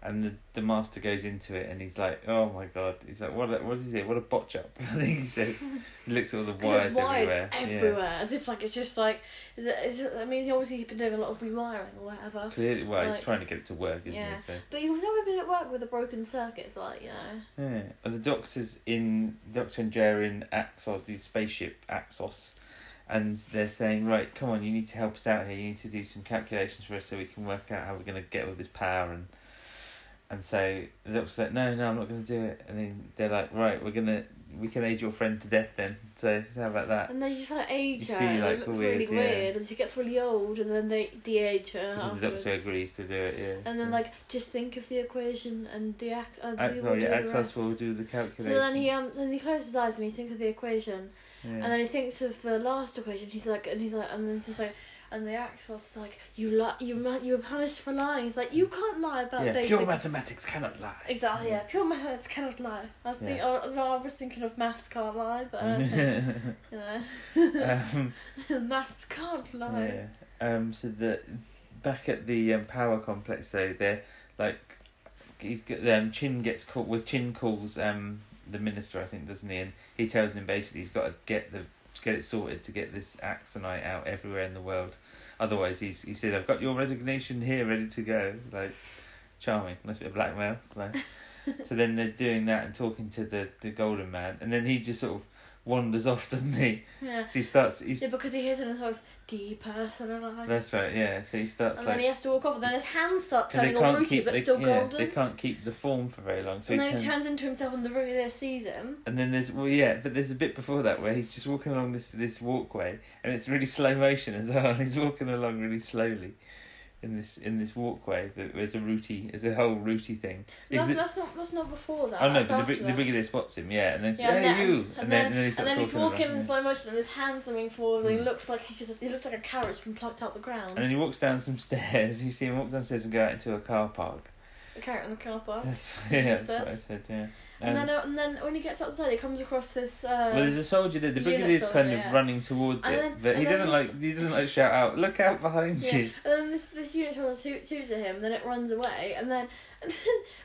[SPEAKER 2] And the, the master goes into it and he's like, oh my god. He's like, what, a, what is it? What a botch up. [LAUGHS] I think he says. He looks at all the
[SPEAKER 3] [LAUGHS] 'Cause
[SPEAKER 2] wires,
[SPEAKER 3] there's wires
[SPEAKER 2] everywhere. Yeah.
[SPEAKER 3] as if like it's just like. Is it, is it, I mean, obviously he's been doing a lot of rewiring or whatever.
[SPEAKER 2] Clearly, well, he's
[SPEAKER 3] Like-
[SPEAKER 2] trying to get it to work, isn't
[SPEAKER 3] Yeah.
[SPEAKER 2] he? So,
[SPEAKER 3] But he's never been at work with a broken circuit. It's like you know.
[SPEAKER 2] yeah. And the doctors in Doctor and Jer in Axos, the spaceship Axos, and they're saying, right, come on, you need to help us out here. You need to do some calculations for us so we can work out how we're going to get all this power and And so the doctor said, "No, no, I'm not going to do it." And then they're like, "Right, we're gonna we can age your friend to death then." So how about that?
[SPEAKER 3] And they just like age
[SPEAKER 2] You
[SPEAKER 3] her,
[SPEAKER 2] see,
[SPEAKER 3] and
[SPEAKER 2] like,
[SPEAKER 3] it looks
[SPEAKER 2] weird,
[SPEAKER 3] really
[SPEAKER 2] yeah.
[SPEAKER 3] weird, and she gets really old, and then they de-age her.
[SPEAKER 2] Because the
[SPEAKER 3] afterwards.
[SPEAKER 2] doctor agrees to do it, yeah.
[SPEAKER 3] And then
[SPEAKER 2] so.
[SPEAKER 3] like just think of the equation and the act. And we will
[SPEAKER 2] Axel,
[SPEAKER 3] do
[SPEAKER 2] yeah,
[SPEAKER 3] the
[SPEAKER 2] Axel's
[SPEAKER 3] rest.
[SPEAKER 2] will do the
[SPEAKER 3] So
[SPEAKER 2] calculation.
[SPEAKER 3] then he um then he closes his eyes and he thinks of the equation,
[SPEAKER 2] yeah.
[SPEAKER 3] and then he thinks of the last equation. He's like, and he's like, and then he's like, and the axel's like, you li- you ma- you were punished for lying. He's like, you can't lie about
[SPEAKER 2] Mm. yeah,
[SPEAKER 3] basic.
[SPEAKER 2] pure mathematics cannot lie.
[SPEAKER 3] Exactly, yeah. Pure maths cannot lie. I was
[SPEAKER 2] Yeah.
[SPEAKER 3] thinking, oh, no, I was thinking of maths can't lie,
[SPEAKER 2] [LAUGHS]
[SPEAKER 3] but I don't think,
[SPEAKER 2] um,
[SPEAKER 3] you know,
[SPEAKER 2] [LAUGHS]
[SPEAKER 3] uh, [LAUGHS]
[SPEAKER 2] Uh.
[SPEAKER 3] maths can't lie.
[SPEAKER 2] yeah. Um. So the back at the um, power complex though, they're like he's got um Chin gets called with Chin calls um the minister I think doesn't he and he tells him basically he's got to get the get it sorted to get this axonite out everywhere in the world, otherwise he's he said I've got your resignation here ready to go like charming must be a blackmail so. so then they're doing that and talking to the the golden man and then he just sort of wanders off [LAUGHS] doesn't he
[SPEAKER 3] Yeah.
[SPEAKER 2] so he starts he's
[SPEAKER 3] Yeah, because he hears in his voice, depersonalized.
[SPEAKER 2] That's right, yeah. So he starts
[SPEAKER 3] And then he
[SPEAKER 2] like
[SPEAKER 3] has to walk off, and then his hands start
[SPEAKER 2] because they
[SPEAKER 3] turning all
[SPEAKER 2] can't
[SPEAKER 3] rooty
[SPEAKER 2] keep
[SPEAKER 3] but
[SPEAKER 2] they,
[SPEAKER 3] still
[SPEAKER 2] yeah,
[SPEAKER 3] golden.
[SPEAKER 2] they can't keep the form for very long. So
[SPEAKER 3] and
[SPEAKER 2] he
[SPEAKER 3] then
[SPEAKER 2] turns,
[SPEAKER 3] he turns into himself, and the rooty there sees him.
[SPEAKER 2] and then there's well yeah, but there's a bit before that where he's just walking along this this walkway and it's really slow motion as well. [LAUGHS] And he's walking along really slowly in this in this walkway that there's a rooty there's a whole rooty thing.
[SPEAKER 3] That's,
[SPEAKER 2] Because it-
[SPEAKER 3] that's not that's not before that.
[SPEAKER 2] oh no,
[SPEAKER 3] that's
[SPEAKER 2] but the,
[SPEAKER 3] after
[SPEAKER 2] bri- the
[SPEAKER 3] that.
[SPEAKER 2] brigadier spots him, yeah, and then says,
[SPEAKER 3] Yeah, and
[SPEAKER 2] "Hey,
[SPEAKER 3] then-
[SPEAKER 2] you!"
[SPEAKER 3] and
[SPEAKER 2] And
[SPEAKER 3] then-
[SPEAKER 2] then, and then he
[SPEAKER 3] And
[SPEAKER 2] starts
[SPEAKER 3] then he's
[SPEAKER 2] walking,
[SPEAKER 3] walking
[SPEAKER 2] along,
[SPEAKER 3] in
[SPEAKER 2] yeah.
[SPEAKER 3] slow motion, and his hands are moving forward, and he
[SPEAKER 2] Mm.
[SPEAKER 3] looks like he's just he looks like a carrot's been plucked out the ground.
[SPEAKER 2] and then he walks down some [LAUGHS] stairs. You see him walk downstairs and go out into a car park.
[SPEAKER 3] a carrot in the car park.
[SPEAKER 2] That's [LAUGHS] yeah,
[SPEAKER 3] Who's
[SPEAKER 2] that's what I said. Yeah,
[SPEAKER 3] Oh. And, then, uh, and then when he gets outside, he comes across this. Uh,
[SPEAKER 2] Well, there's a soldier there. The
[SPEAKER 3] unit
[SPEAKER 2] brigadier's kind
[SPEAKER 3] soldier,
[SPEAKER 2] of
[SPEAKER 3] yeah.
[SPEAKER 2] running towards
[SPEAKER 3] And
[SPEAKER 2] it,
[SPEAKER 3] then-
[SPEAKER 2] but he
[SPEAKER 3] and then
[SPEAKER 2] doesn't
[SPEAKER 3] he's-
[SPEAKER 2] like he doesn't like shout out. Look out behind
[SPEAKER 3] Yeah.
[SPEAKER 2] you!
[SPEAKER 3] And then this this unit holder shoot, shoots at him, and then it runs away, and then [LAUGHS] and then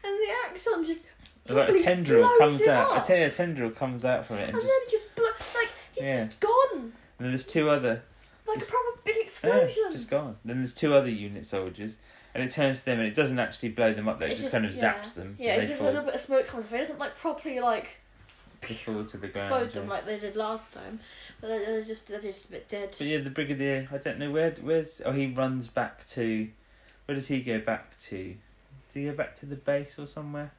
[SPEAKER 3] and the axon just
[SPEAKER 2] Like a
[SPEAKER 3] Probably
[SPEAKER 2] tendril
[SPEAKER 3] blows
[SPEAKER 2] comes
[SPEAKER 3] it
[SPEAKER 2] out.
[SPEAKER 3] up.
[SPEAKER 2] A, te- a tendril comes out from it, and
[SPEAKER 3] and,
[SPEAKER 2] just
[SPEAKER 3] then just blo- like he's
[SPEAKER 2] Yeah.
[SPEAKER 3] just gone,
[SPEAKER 2] and then there's two other
[SPEAKER 3] like
[SPEAKER 2] Just-
[SPEAKER 3] a proper big
[SPEAKER 2] yeah,
[SPEAKER 3] explosion.
[SPEAKER 2] just gone. Then there's two other unit soldiers, and it turns to them, and it doesn't actually blow them up. Though it,
[SPEAKER 3] It
[SPEAKER 2] just,
[SPEAKER 3] just-
[SPEAKER 2] kind of
[SPEAKER 3] yeah.
[SPEAKER 2] zaps them.
[SPEAKER 3] yeah,
[SPEAKER 2] and
[SPEAKER 3] it's
[SPEAKER 2] they
[SPEAKER 3] just
[SPEAKER 2] fall,
[SPEAKER 3] a little bit of smoke comes off. It doesn't like properly like
[SPEAKER 2] they fall to the ground.
[SPEAKER 3] explode them
[SPEAKER 2] yeah.
[SPEAKER 3] like they did last time, but they're, they're just they're just a bit dead.
[SPEAKER 2] But yeah, the brigadier. I don't know where. Where's oh he runs back to. Where does he go back to? Does he go back to the base or somewhere?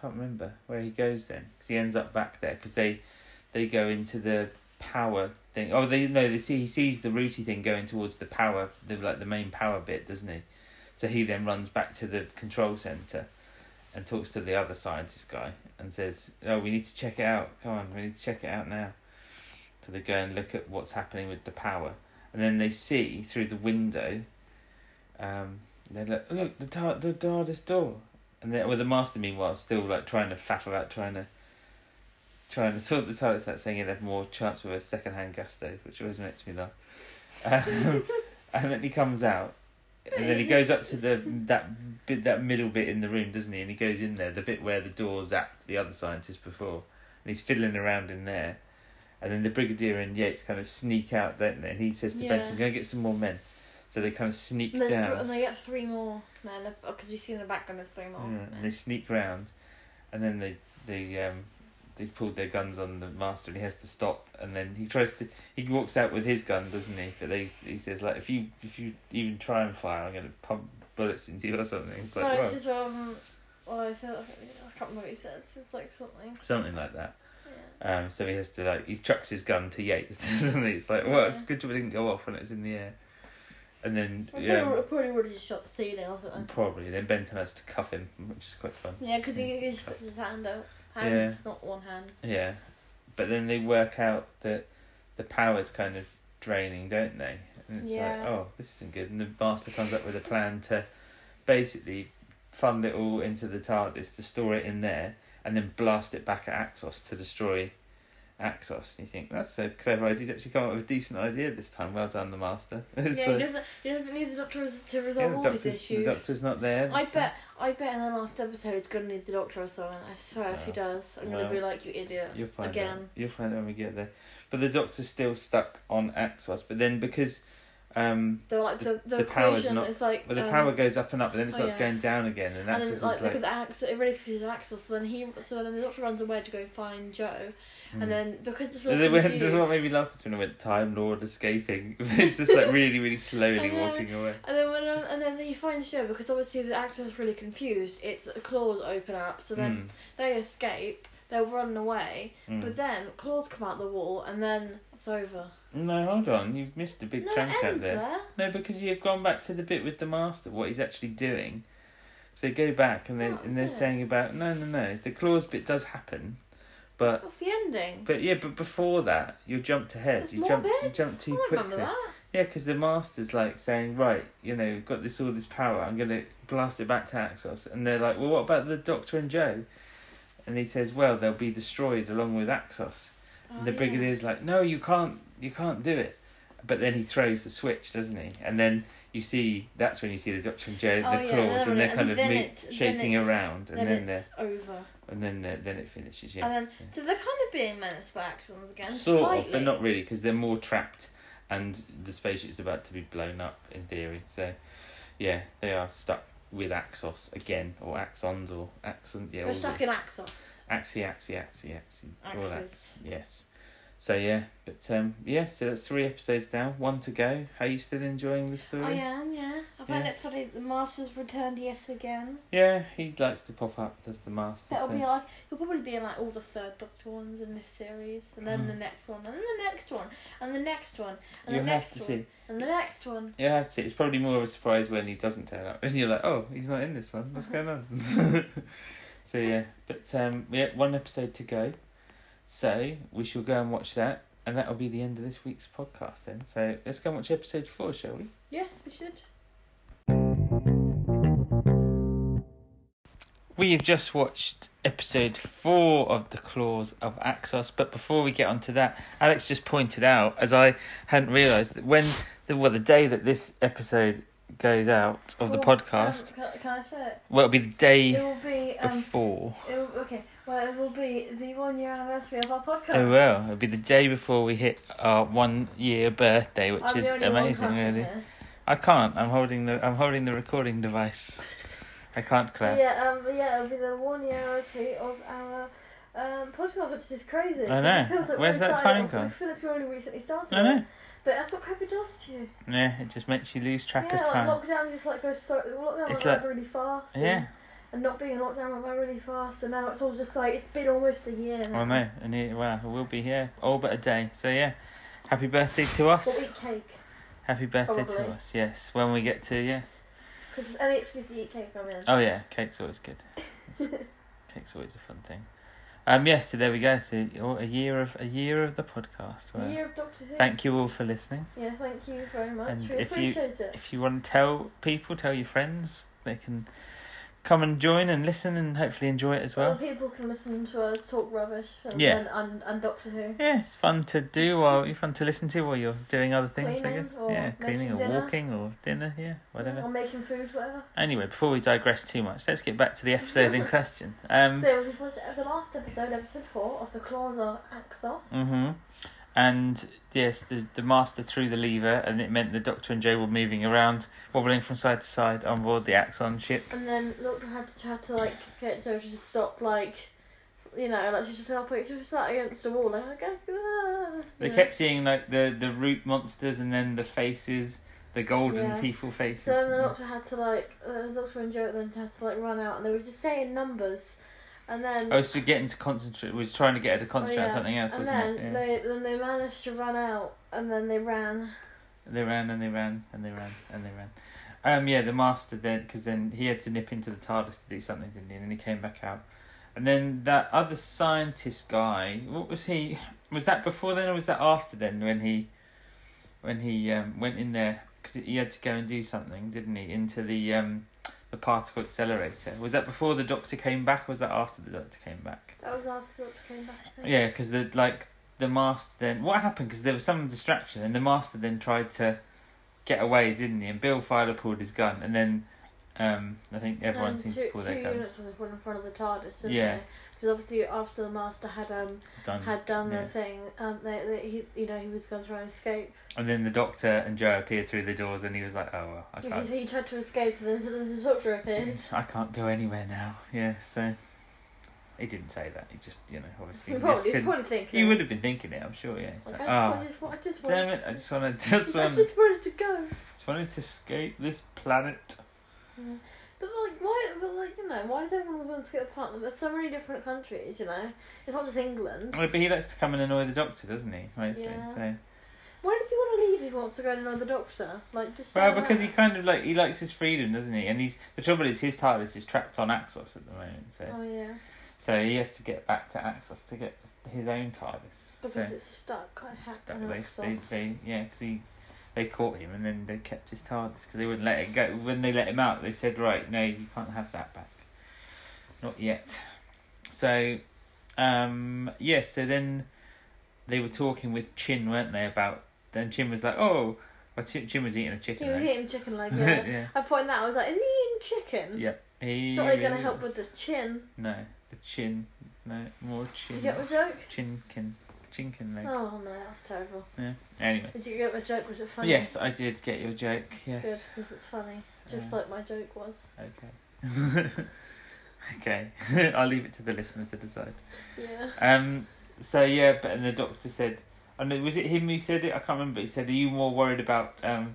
[SPEAKER 2] Can't remember where he goes then. 'cause he ends up back there because they, they go into the power thing. Oh, they no. They see he sees the rooty thing going towards the power, the like the main power bit, doesn't he? So he then runs back to the control center, and talks to the other scientist guy and says, "Oh, we need to check it out. Come on, we need to check it out now." So they go and look at what's happening with the power, and then they see through the window. Um, they look, look the tar- the TARDIS door, and then well, the master meanwhile is still like trying to faff about trying to. Trying to sort the TARDIS out, saying he'd have more chance with a second-hand gusto, which always makes me laugh. Um, and then he comes out, and then he goes up to the that bit that middle bit in the room, doesn't he? And he goes in there, the bit where the door zapped the other scientist before, and he's fiddling around in there. And then the brigadier and Yates kind of sneak out, don't they? And he says to
[SPEAKER 3] Yeah.
[SPEAKER 2] Benson, "Go and get some more men." So they kind of sneak
[SPEAKER 3] And, there's
[SPEAKER 2] down.
[SPEAKER 3] th- and they get three more men because you see in the background there's three more.
[SPEAKER 2] Yeah,
[SPEAKER 3] men.
[SPEAKER 2] and they sneak round, and then they they um they pulled their guns on the master, and he has to stop. And then he tries to he walks out with his gun, doesn't he? But they he says like if you if you even try and fire, I'm gonna pump bullets into you or something. It's like
[SPEAKER 3] no,
[SPEAKER 2] well,
[SPEAKER 3] it's just um. Well, I, said, I can't remember what he says. It's like something.
[SPEAKER 2] something like that.
[SPEAKER 3] Yeah.
[SPEAKER 2] Um, so he has to like he chucks his gun to Yates, [LAUGHS] doesn't he? It's like well, it's
[SPEAKER 3] Yeah.
[SPEAKER 2] good job it didn't go off when it's in the air. And then
[SPEAKER 3] I
[SPEAKER 2] yeah,
[SPEAKER 3] probably, would have just shot the ceiling or something.
[SPEAKER 2] probably then Benton has to cuff him, which is quite fun.
[SPEAKER 3] Yeah, because
[SPEAKER 2] So-
[SPEAKER 3] he he just puts his hand out. Hands, not one hand.
[SPEAKER 2] Yeah, but then they work out that the power's kind of draining, don't they? And it's
[SPEAKER 3] Yeah.
[SPEAKER 2] like, oh, this isn't good. And the master comes up with a plan to basically fund it all into the TARDIS to store it in there and then blast it back at Axos to destroy Axos. And you think that's a clever idea. He's actually come up with a decent idea this time. Well done, the master. [LAUGHS] It's
[SPEAKER 3] yeah, he
[SPEAKER 2] like,
[SPEAKER 3] doesn't, he doesn't need the doctor res- to
[SPEAKER 2] yeah,
[SPEAKER 3] resolve
[SPEAKER 2] the
[SPEAKER 3] all
[SPEAKER 2] doctor's
[SPEAKER 3] these issues.
[SPEAKER 2] the doctor's not there.
[SPEAKER 3] I
[SPEAKER 2] It's uh,
[SPEAKER 3] bet, I bet in the last episode he's gonna need the doctor or something. I swear, if he
[SPEAKER 2] Well,
[SPEAKER 3] does, I'm
[SPEAKER 2] well,
[SPEAKER 3] gonna be like, you idiot.
[SPEAKER 2] You'll find
[SPEAKER 3] Again.
[SPEAKER 2] out. You'll find out when we get there. But the doctor's still stuck on Axos. But then because um,
[SPEAKER 3] So like the the,
[SPEAKER 2] the power's
[SPEAKER 3] equation
[SPEAKER 2] not-
[SPEAKER 3] is like
[SPEAKER 2] well, the
[SPEAKER 3] um,
[SPEAKER 2] power goes up and up, but then it
[SPEAKER 3] oh,
[SPEAKER 2] starts
[SPEAKER 3] yeah.
[SPEAKER 2] going down again, and
[SPEAKER 3] And
[SPEAKER 2] that's
[SPEAKER 3] then
[SPEAKER 2] just
[SPEAKER 3] like
[SPEAKER 2] like,
[SPEAKER 3] because Axel, it really confused Axel. So then he, so then the doctor runs away to go find Joe,
[SPEAKER 2] Mm.
[SPEAKER 3] and then because it's all
[SPEAKER 2] And then when, [LAUGHS] that's
[SPEAKER 3] confused-
[SPEAKER 2] what made me laugh. That's when I went Time Lord escaping. [LAUGHS] it's just like really, really slowly
[SPEAKER 3] [LAUGHS] I know.
[SPEAKER 2] walking away.
[SPEAKER 3] And then when um, and then he finds Joe because obviously the actor's really confused. Its claws open up, so then they escape. They're running away,
[SPEAKER 2] Mm, mm.
[SPEAKER 3] but then claws come out the wall, and then it's over.
[SPEAKER 2] no, hold on. You've missed a big
[SPEAKER 3] no,
[SPEAKER 2] chunk
[SPEAKER 3] it
[SPEAKER 2] out
[SPEAKER 3] ends
[SPEAKER 2] there.
[SPEAKER 3] there.
[SPEAKER 2] No, because you've gone back to the bit with the master, what he's actually doing. So they go back and they
[SPEAKER 3] Oh,
[SPEAKER 2] and they're
[SPEAKER 3] is it?
[SPEAKER 2] saying about no, no, no. The claws bit does happen, but
[SPEAKER 3] That's the ending.
[SPEAKER 2] but yeah, but before that, you jumped ahead.
[SPEAKER 3] There's
[SPEAKER 2] you
[SPEAKER 3] more
[SPEAKER 2] jumped, you
[SPEAKER 3] bits. Oh,
[SPEAKER 2] jumped too
[SPEAKER 3] I remember
[SPEAKER 2] quickly.
[SPEAKER 3] that.
[SPEAKER 2] Yeah, because the master's like saying, right, you know, we've got this all this power. I'm gonna blast it back to Axos, and they're like, well, what about the Doctor and Joe? And he says, well, they'll be destroyed along with Axos.
[SPEAKER 3] Oh,
[SPEAKER 2] and the
[SPEAKER 3] yeah.
[SPEAKER 2] Brigadier's like, no, you can't, you can't do it. But then he throws the switch, doesn't he? And then you see that's when you see the Doctor and Joe,
[SPEAKER 3] Oh,
[SPEAKER 2] the claws,
[SPEAKER 3] yeah, then
[SPEAKER 2] and they're
[SPEAKER 3] it-
[SPEAKER 2] kind
[SPEAKER 3] and
[SPEAKER 2] of
[SPEAKER 3] then
[SPEAKER 2] mo-
[SPEAKER 3] it- then
[SPEAKER 2] shaking
[SPEAKER 3] it's-
[SPEAKER 2] around, and
[SPEAKER 3] Then,
[SPEAKER 2] then, they're
[SPEAKER 3] it's over.
[SPEAKER 2] and then they're, then it finishes. Yeah.
[SPEAKER 3] and then
[SPEAKER 2] so-
[SPEAKER 3] so they're kind of being menaced by Axons again.
[SPEAKER 2] sort
[SPEAKER 3] slightly.
[SPEAKER 2] of, but not really, because they're more trapped, and the spaceship's about to be blown up in theory. So, yeah, they are stuck with Axos again, or Axons, or Axon. Yeah,
[SPEAKER 3] They're
[SPEAKER 2] all
[SPEAKER 3] stuck
[SPEAKER 2] the,
[SPEAKER 3] in Axos.
[SPEAKER 2] Axi, Axi, Axi, Axi. All that.
[SPEAKER 3] Axes.
[SPEAKER 2] Yes. So yeah, but um, yeah, so that's three episodes now, one to go. Are you still enjoying the story?
[SPEAKER 3] I am, yeah. I find
[SPEAKER 2] Yeah.
[SPEAKER 3] it funny that the Master's returned yet again.
[SPEAKER 2] Yeah, he likes to pop up, does the master.
[SPEAKER 3] That'll
[SPEAKER 2] so-
[SPEAKER 3] be like he'll probably be in like all the third Doctor ones in this series, and then the next one, and then the next one, and the next one, and
[SPEAKER 2] You'll
[SPEAKER 3] the
[SPEAKER 2] Mm. have
[SPEAKER 3] next
[SPEAKER 2] to
[SPEAKER 3] one,
[SPEAKER 2] see.
[SPEAKER 3] and the next one.
[SPEAKER 2] You'll have to see. It's probably more of a surprise when he doesn't turn up, [LAUGHS] and you're like, "Oh, he's not in this one. What's going on?" [LAUGHS] so yeah, but um, we have one episode to go, so we shall go and watch that, and that'll be the end of this week's podcast. Then, so let's go and watch episode four, shall we?
[SPEAKER 3] Yes, we should.
[SPEAKER 2] We have just watched episode four of The Claws of Axos, but before we get onto that, Alex just pointed out, as I hadn't realised, that when the well, the day that this episode goes out of the
[SPEAKER 3] Well,
[SPEAKER 2] podcast,
[SPEAKER 3] Um, can, can I say it?
[SPEAKER 2] well, it'll be the day
[SPEAKER 3] It will be um,
[SPEAKER 2] before.
[SPEAKER 3] it will, okay. Well, it will be the one year anniversary of our podcast.
[SPEAKER 2] Oh well, it'll be the day before we hit our one year birthday, which
[SPEAKER 3] I'm the
[SPEAKER 2] is
[SPEAKER 3] only one
[SPEAKER 2] amazing,
[SPEAKER 3] clapping
[SPEAKER 2] really.
[SPEAKER 3] here.
[SPEAKER 2] I can't. I'm holding the I'm holding the recording device. I can't clap.
[SPEAKER 3] Yeah, um, yeah, it'll be the one year anniversary of our um, podcast, which is crazy.
[SPEAKER 2] I know.
[SPEAKER 3] It feels like
[SPEAKER 2] Where's
[SPEAKER 3] we
[SPEAKER 2] that
[SPEAKER 3] started-
[SPEAKER 2] time
[SPEAKER 3] we
[SPEAKER 2] gone?
[SPEAKER 3] feel like we only recently started.
[SPEAKER 2] I know.
[SPEAKER 3] But that's what COVID does to you.
[SPEAKER 2] Yeah, it just makes you lose track
[SPEAKER 3] yeah,
[SPEAKER 2] of time.
[SPEAKER 3] like lockdown just like goes so lockdown
[SPEAKER 2] It's
[SPEAKER 3] went
[SPEAKER 2] like-
[SPEAKER 3] by really fast. and-
[SPEAKER 2] yeah,
[SPEAKER 3] And not being in lockdown went by really fast, and now it's all just like it's been almost a year. Now.
[SPEAKER 2] I know. And it, well, we'll be here all but a day. So yeah, happy birthday to
[SPEAKER 3] We'll
[SPEAKER 2] us.
[SPEAKER 3] eat cake
[SPEAKER 2] Happy birthday to
[SPEAKER 3] Probably.
[SPEAKER 2] us. Yes, when we get to yes.
[SPEAKER 3] because there's any excuse to eat cake I'm in.
[SPEAKER 2] Oh yeah, cake's always good.
[SPEAKER 3] [LAUGHS]
[SPEAKER 2] It's- cake's always a fun thing. Um yeah, so there we go. So oh, a year of a year of the podcast.
[SPEAKER 3] The
[SPEAKER 2] Well,
[SPEAKER 3] year of Doctor Who.
[SPEAKER 2] Oh, Thank you all for listening.
[SPEAKER 3] yeah, thank you very much.
[SPEAKER 2] And
[SPEAKER 3] we
[SPEAKER 2] if you-
[SPEAKER 3] appreciate it.
[SPEAKER 2] if you want to tell people, tell your friends, they can come and join and listen and hopefully enjoy it as well.
[SPEAKER 3] Other people can listen to us talk rubbish. And,
[SPEAKER 2] Yeah.
[SPEAKER 3] And, and, and Doctor Who.
[SPEAKER 2] Yeah, it's fun to do while fun to listen to while you're doing other things, I
[SPEAKER 3] Cleaning
[SPEAKER 2] guess.
[SPEAKER 3] or
[SPEAKER 2] Yeah, cleaning
[SPEAKER 3] making
[SPEAKER 2] or
[SPEAKER 3] dinner.
[SPEAKER 2] walking or dinner, yeah, whatever.
[SPEAKER 3] Or making food, whatever.
[SPEAKER 2] Anyway, before we digress too much, let's get back to the episode
[SPEAKER 3] [LAUGHS]
[SPEAKER 2] in question. Um,
[SPEAKER 3] so we've watched the last episode, episode four of the Claws of Axos.
[SPEAKER 2] hmm And yes, the, the master threw the lever, and it meant the Doctor and Joe were moving around, wobbling from side to side on board the Axon ship.
[SPEAKER 3] And then Doctor had to try to like get Joe to just stop like you know, like "Oh, she just help it. She was sat against the wall, like okay. ah,"
[SPEAKER 2] They
[SPEAKER 3] you know.
[SPEAKER 2] kept seeing like the the root monsters and then the faces, the golden
[SPEAKER 3] Yeah.
[SPEAKER 2] people faces.
[SPEAKER 3] So then the doctor had to like uh, the doctor and Joe then had to like run out, and they were just saying numbers, and then Oh,
[SPEAKER 2] I was to getting to concentrate. Was trying to get her to concentrate on
[SPEAKER 3] yeah.
[SPEAKER 2] something else,
[SPEAKER 3] and
[SPEAKER 2] wasn't
[SPEAKER 3] then
[SPEAKER 2] it? Yeah.
[SPEAKER 3] they then they managed to run out, and then they ran.
[SPEAKER 2] They ran and they ran and they ran and they ran. Um, yeah, the master then, because then he had to nip into the TARDIS to do something, didn't he? And then he came back out. And then that other scientist guy, what was he? Was that before then or was that after then when he, when he um, went in there because he had to go and do something, didn't he? Into the um, the particle accelerator. Was that before the Doctor came back? or Was that after the Doctor came back?
[SPEAKER 3] That was after the doctor came back. I think.
[SPEAKER 2] Yeah, because the like the master then what happened? Because there was some distraction, and the master then tried to get away, didn't he? And Bill Filer pulled his gun, and then um, I think everyone
[SPEAKER 3] And
[SPEAKER 2] seems
[SPEAKER 3] two,
[SPEAKER 2] to pull
[SPEAKER 3] two
[SPEAKER 2] their guns.
[SPEAKER 3] units was one in front of the TARDIS. Didn't
[SPEAKER 2] Yeah.
[SPEAKER 3] They? because obviously after the master had um
[SPEAKER 2] Done.
[SPEAKER 3] had done
[SPEAKER 2] yeah.
[SPEAKER 3] the thing, um, they, they, he you know he was going to try and escape.
[SPEAKER 2] And then the doctor and Joe appeared through the doors, and he was like, "Oh well, I
[SPEAKER 3] He,
[SPEAKER 2] can't,
[SPEAKER 3] he tried to escape, and then, then the doctor appeared.
[SPEAKER 2] I can't go anywhere now." Yeah, so he didn't say that. He just, you know, obviously,
[SPEAKER 3] You
[SPEAKER 2] he just
[SPEAKER 3] probably, you
[SPEAKER 2] couldn't.
[SPEAKER 3] probably think
[SPEAKER 2] He would have been thinking it, I'm sure. Yeah. He's
[SPEAKER 3] Like,
[SPEAKER 2] like,
[SPEAKER 3] I
[SPEAKER 2] "Oh,
[SPEAKER 3] just, I just, I just,
[SPEAKER 2] damn
[SPEAKER 3] wanted,
[SPEAKER 2] it! I just wanted, [LAUGHS] just
[SPEAKER 3] I
[SPEAKER 2] wanted,
[SPEAKER 3] just wanted to go.
[SPEAKER 2] just wanted to escape this planet."
[SPEAKER 3] But like, why? But like, you know, why does everyone want to get a partner? There's so many different countries, you know. It's not just England.
[SPEAKER 2] Well, but he likes to come and annoy the doctor, doesn't he? Mostly.
[SPEAKER 3] Yeah.
[SPEAKER 2] So.
[SPEAKER 3] Why does he want to leave if he wants to go to another doctor? Like, just stay
[SPEAKER 2] Well, because he
[SPEAKER 3] around.
[SPEAKER 2] kind of like he likes his freedom, doesn't he? And he's the trouble is his TARDIS is trapped on Axos at the moment, so
[SPEAKER 3] Oh yeah,
[SPEAKER 2] so he has to get back to Axos to get his own TARDIS.
[SPEAKER 3] because
[SPEAKER 2] so
[SPEAKER 3] it's stuck. I have
[SPEAKER 2] stuck- they, they, they, yeah, 'cause he they caught him and then they kept his TARDIS because they wouldn't let it go. When they let him out, they said, "Right, no, you can't have that back, not yet." So, um, yes. so then they were talking with Chin, weren't they? About then Chin was like, "Oh." Well, Chin Chin was eating a
[SPEAKER 3] He
[SPEAKER 2] chicken.
[SPEAKER 3] was
[SPEAKER 2] right?
[SPEAKER 3] eating chicken leg.
[SPEAKER 2] [LAUGHS]
[SPEAKER 3] Yeah.
[SPEAKER 2] yeah.
[SPEAKER 3] I point that. I was like, is he eating chicken?
[SPEAKER 2] Yeah. He
[SPEAKER 3] It's not really going to help
[SPEAKER 2] is-
[SPEAKER 3] with the chin.
[SPEAKER 2] No, the chin. No, more
[SPEAKER 3] Did
[SPEAKER 2] chin.
[SPEAKER 3] you get my joke?
[SPEAKER 2] Chinkin. Chinkin leg.
[SPEAKER 3] Oh no, that's terrible.
[SPEAKER 2] Anyway.
[SPEAKER 3] Did you get my joke? Was it funny?
[SPEAKER 2] Yes, I did get your joke.
[SPEAKER 3] Good,
[SPEAKER 2] Yes.
[SPEAKER 3] because it's funny, just
[SPEAKER 2] Uh,
[SPEAKER 3] like my joke was.
[SPEAKER 2] Okay. [LAUGHS] okay. I'll leave it to the listener to decide.
[SPEAKER 3] Yeah. [LAUGHS]
[SPEAKER 2] Um. So yeah, but and the doctor said, I know was it him who said it? I can't remember. He said, "Are you more worried about um?"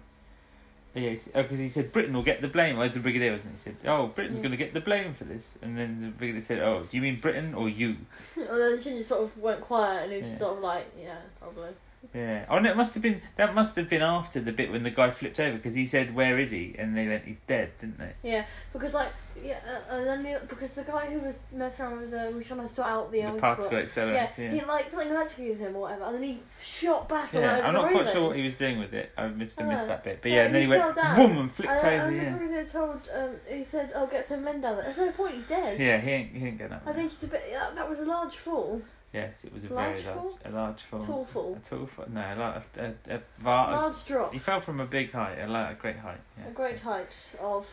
[SPEAKER 2] Yeah, because he said Britain will get the blame. Where's the brigadier? Wasn't he? he said, "Oh, Britain's
[SPEAKER 3] Yeah.
[SPEAKER 2] going to get the blame for this." And then the brigadier said, "Oh, do you mean Britain or you?"
[SPEAKER 3] And then Chin just sort of went quiet, and he was
[SPEAKER 2] Yeah.
[SPEAKER 3] sort of like, yeah, probably.
[SPEAKER 2] Yeah. Oh, no, it must have been that must have been after the bit when the guy flipped over because he said, "Where is he?" and they went, "He's dead," didn't they?
[SPEAKER 3] Yeah, because like yeah, uh, and then the, because the guy who was messing around with the was trying to sort out the,
[SPEAKER 2] the
[SPEAKER 3] old
[SPEAKER 2] particle
[SPEAKER 3] Yeah,
[SPEAKER 2] accelerator. Yeah.
[SPEAKER 3] he like something electrocuted him or whatever, and then he shot back. and
[SPEAKER 2] Yeah,
[SPEAKER 3] went over
[SPEAKER 2] I'm
[SPEAKER 3] the
[SPEAKER 2] not quite sure
[SPEAKER 3] railings.
[SPEAKER 2] what he was doing with it. I missed I missed
[SPEAKER 3] Oh.
[SPEAKER 2] that bit. But
[SPEAKER 3] Yeah,
[SPEAKER 2] yeah, and then he,
[SPEAKER 3] he
[SPEAKER 2] went
[SPEAKER 3] fell down.
[SPEAKER 2] boom and
[SPEAKER 3] And
[SPEAKER 2] flipped
[SPEAKER 3] I, I
[SPEAKER 2] over. Yeah.
[SPEAKER 3] remember they told um, he said, "Oh, get some men down there." There's no point. He's dead.
[SPEAKER 2] Yeah, he ain't he ain't going up.
[SPEAKER 3] I
[SPEAKER 2] there.
[SPEAKER 3] think it's a bit. That, that was a large fall,
[SPEAKER 2] Yes, it was a
[SPEAKER 3] Large
[SPEAKER 2] very large,
[SPEAKER 3] fall?
[SPEAKER 2] a large fall,
[SPEAKER 3] tall fall,
[SPEAKER 2] a tall fall. No, a lot a, a, a var.
[SPEAKER 3] large drop,
[SPEAKER 2] he fell from a big height, a, lot, a great height. Yeah,
[SPEAKER 3] a great
[SPEAKER 2] so,
[SPEAKER 3] height of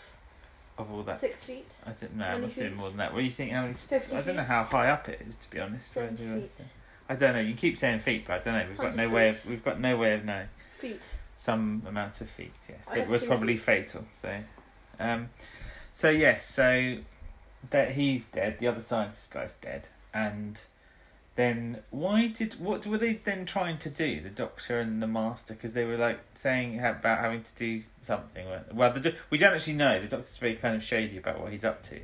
[SPEAKER 2] of all that.
[SPEAKER 3] six feet,
[SPEAKER 2] I don't know. It
[SPEAKER 3] Many
[SPEAKER 2] must have been
[SPEAKER 3] feet.
[SPEAKER 2] more than that. What do you think? How many? st-
[SPEAKER 3] 50
[SPEAKER 2] I don't know
[SPEAKER 3] feet.
[SPEAKER 2] how high up it is, to be honest. I
[SPEAKER 3] 70
[SPEAKER 2] don't know.
[SPEAKER 3] feet.
[SPEAKER 2] I don't know. You keep saying feet, but I don't know. We've got
[SPEAKER 3] 100
[SPEAKER 2] no way of we've got no way of knowing
[SPEAKER 3] feet.
[SPEAKER 2] some amount of feet. Yes,
[SPEAKER 3] I
[SPEAKER 2] it
[SPEAKER 3] have
[SPEAKER 2] was
[SPEAKER 3] two
[SPEAKER 2] probably
[SPEAKER 3] feet.
[SPEAKER 2] fatal. So, um, so yes, so that he's dead. The other scientist guy's dead, and then why did what were they then trying to do? The doctor and the master, because they were like saying ha- about having to do something. weren't they? Well, the, doc- we don't actually know. The doctor's very kind of shady about what he's up to,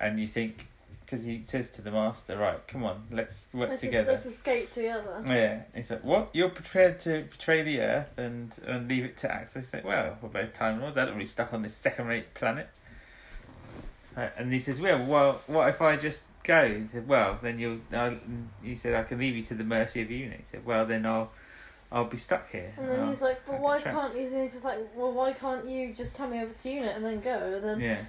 [SPEAKER 2] and you think because he says to the master, "Right, come on, let's work
[SPEAKER 3] Let's, es-
[SPEAKER 2] together."
[SPEAKER 3] let's escape together.
[SPEAKER 2] Yeah, he's like, "What? You're prepared to betray the Earth and and leave it to Axis?" He's like, "Well, we're both Time Lords. I don't really stuck on this second-rate planet." Uh, And he says, "Well, well, what if I just go?" He said, "Well, then you'll." I, he said, "I can leave you to the mercy of the unit." He said, "Well, then I'll, I'll be stuck here."
[SPEAKER 3] And then
[SPEAKER 2] I'll-
[SPEAKER 3] he's like,
[SPEAKER 2] Oh, I
[SPEAKER 3] but
[SPEAKER 2] get
[SPEAKER 3] why
[SPEAKER 2] trapped."
[SPEAKER 3] can't he's, he's just like, well, why can't you just tell me over to unit and then go? And then
[SPEAKER 2] "Yeah,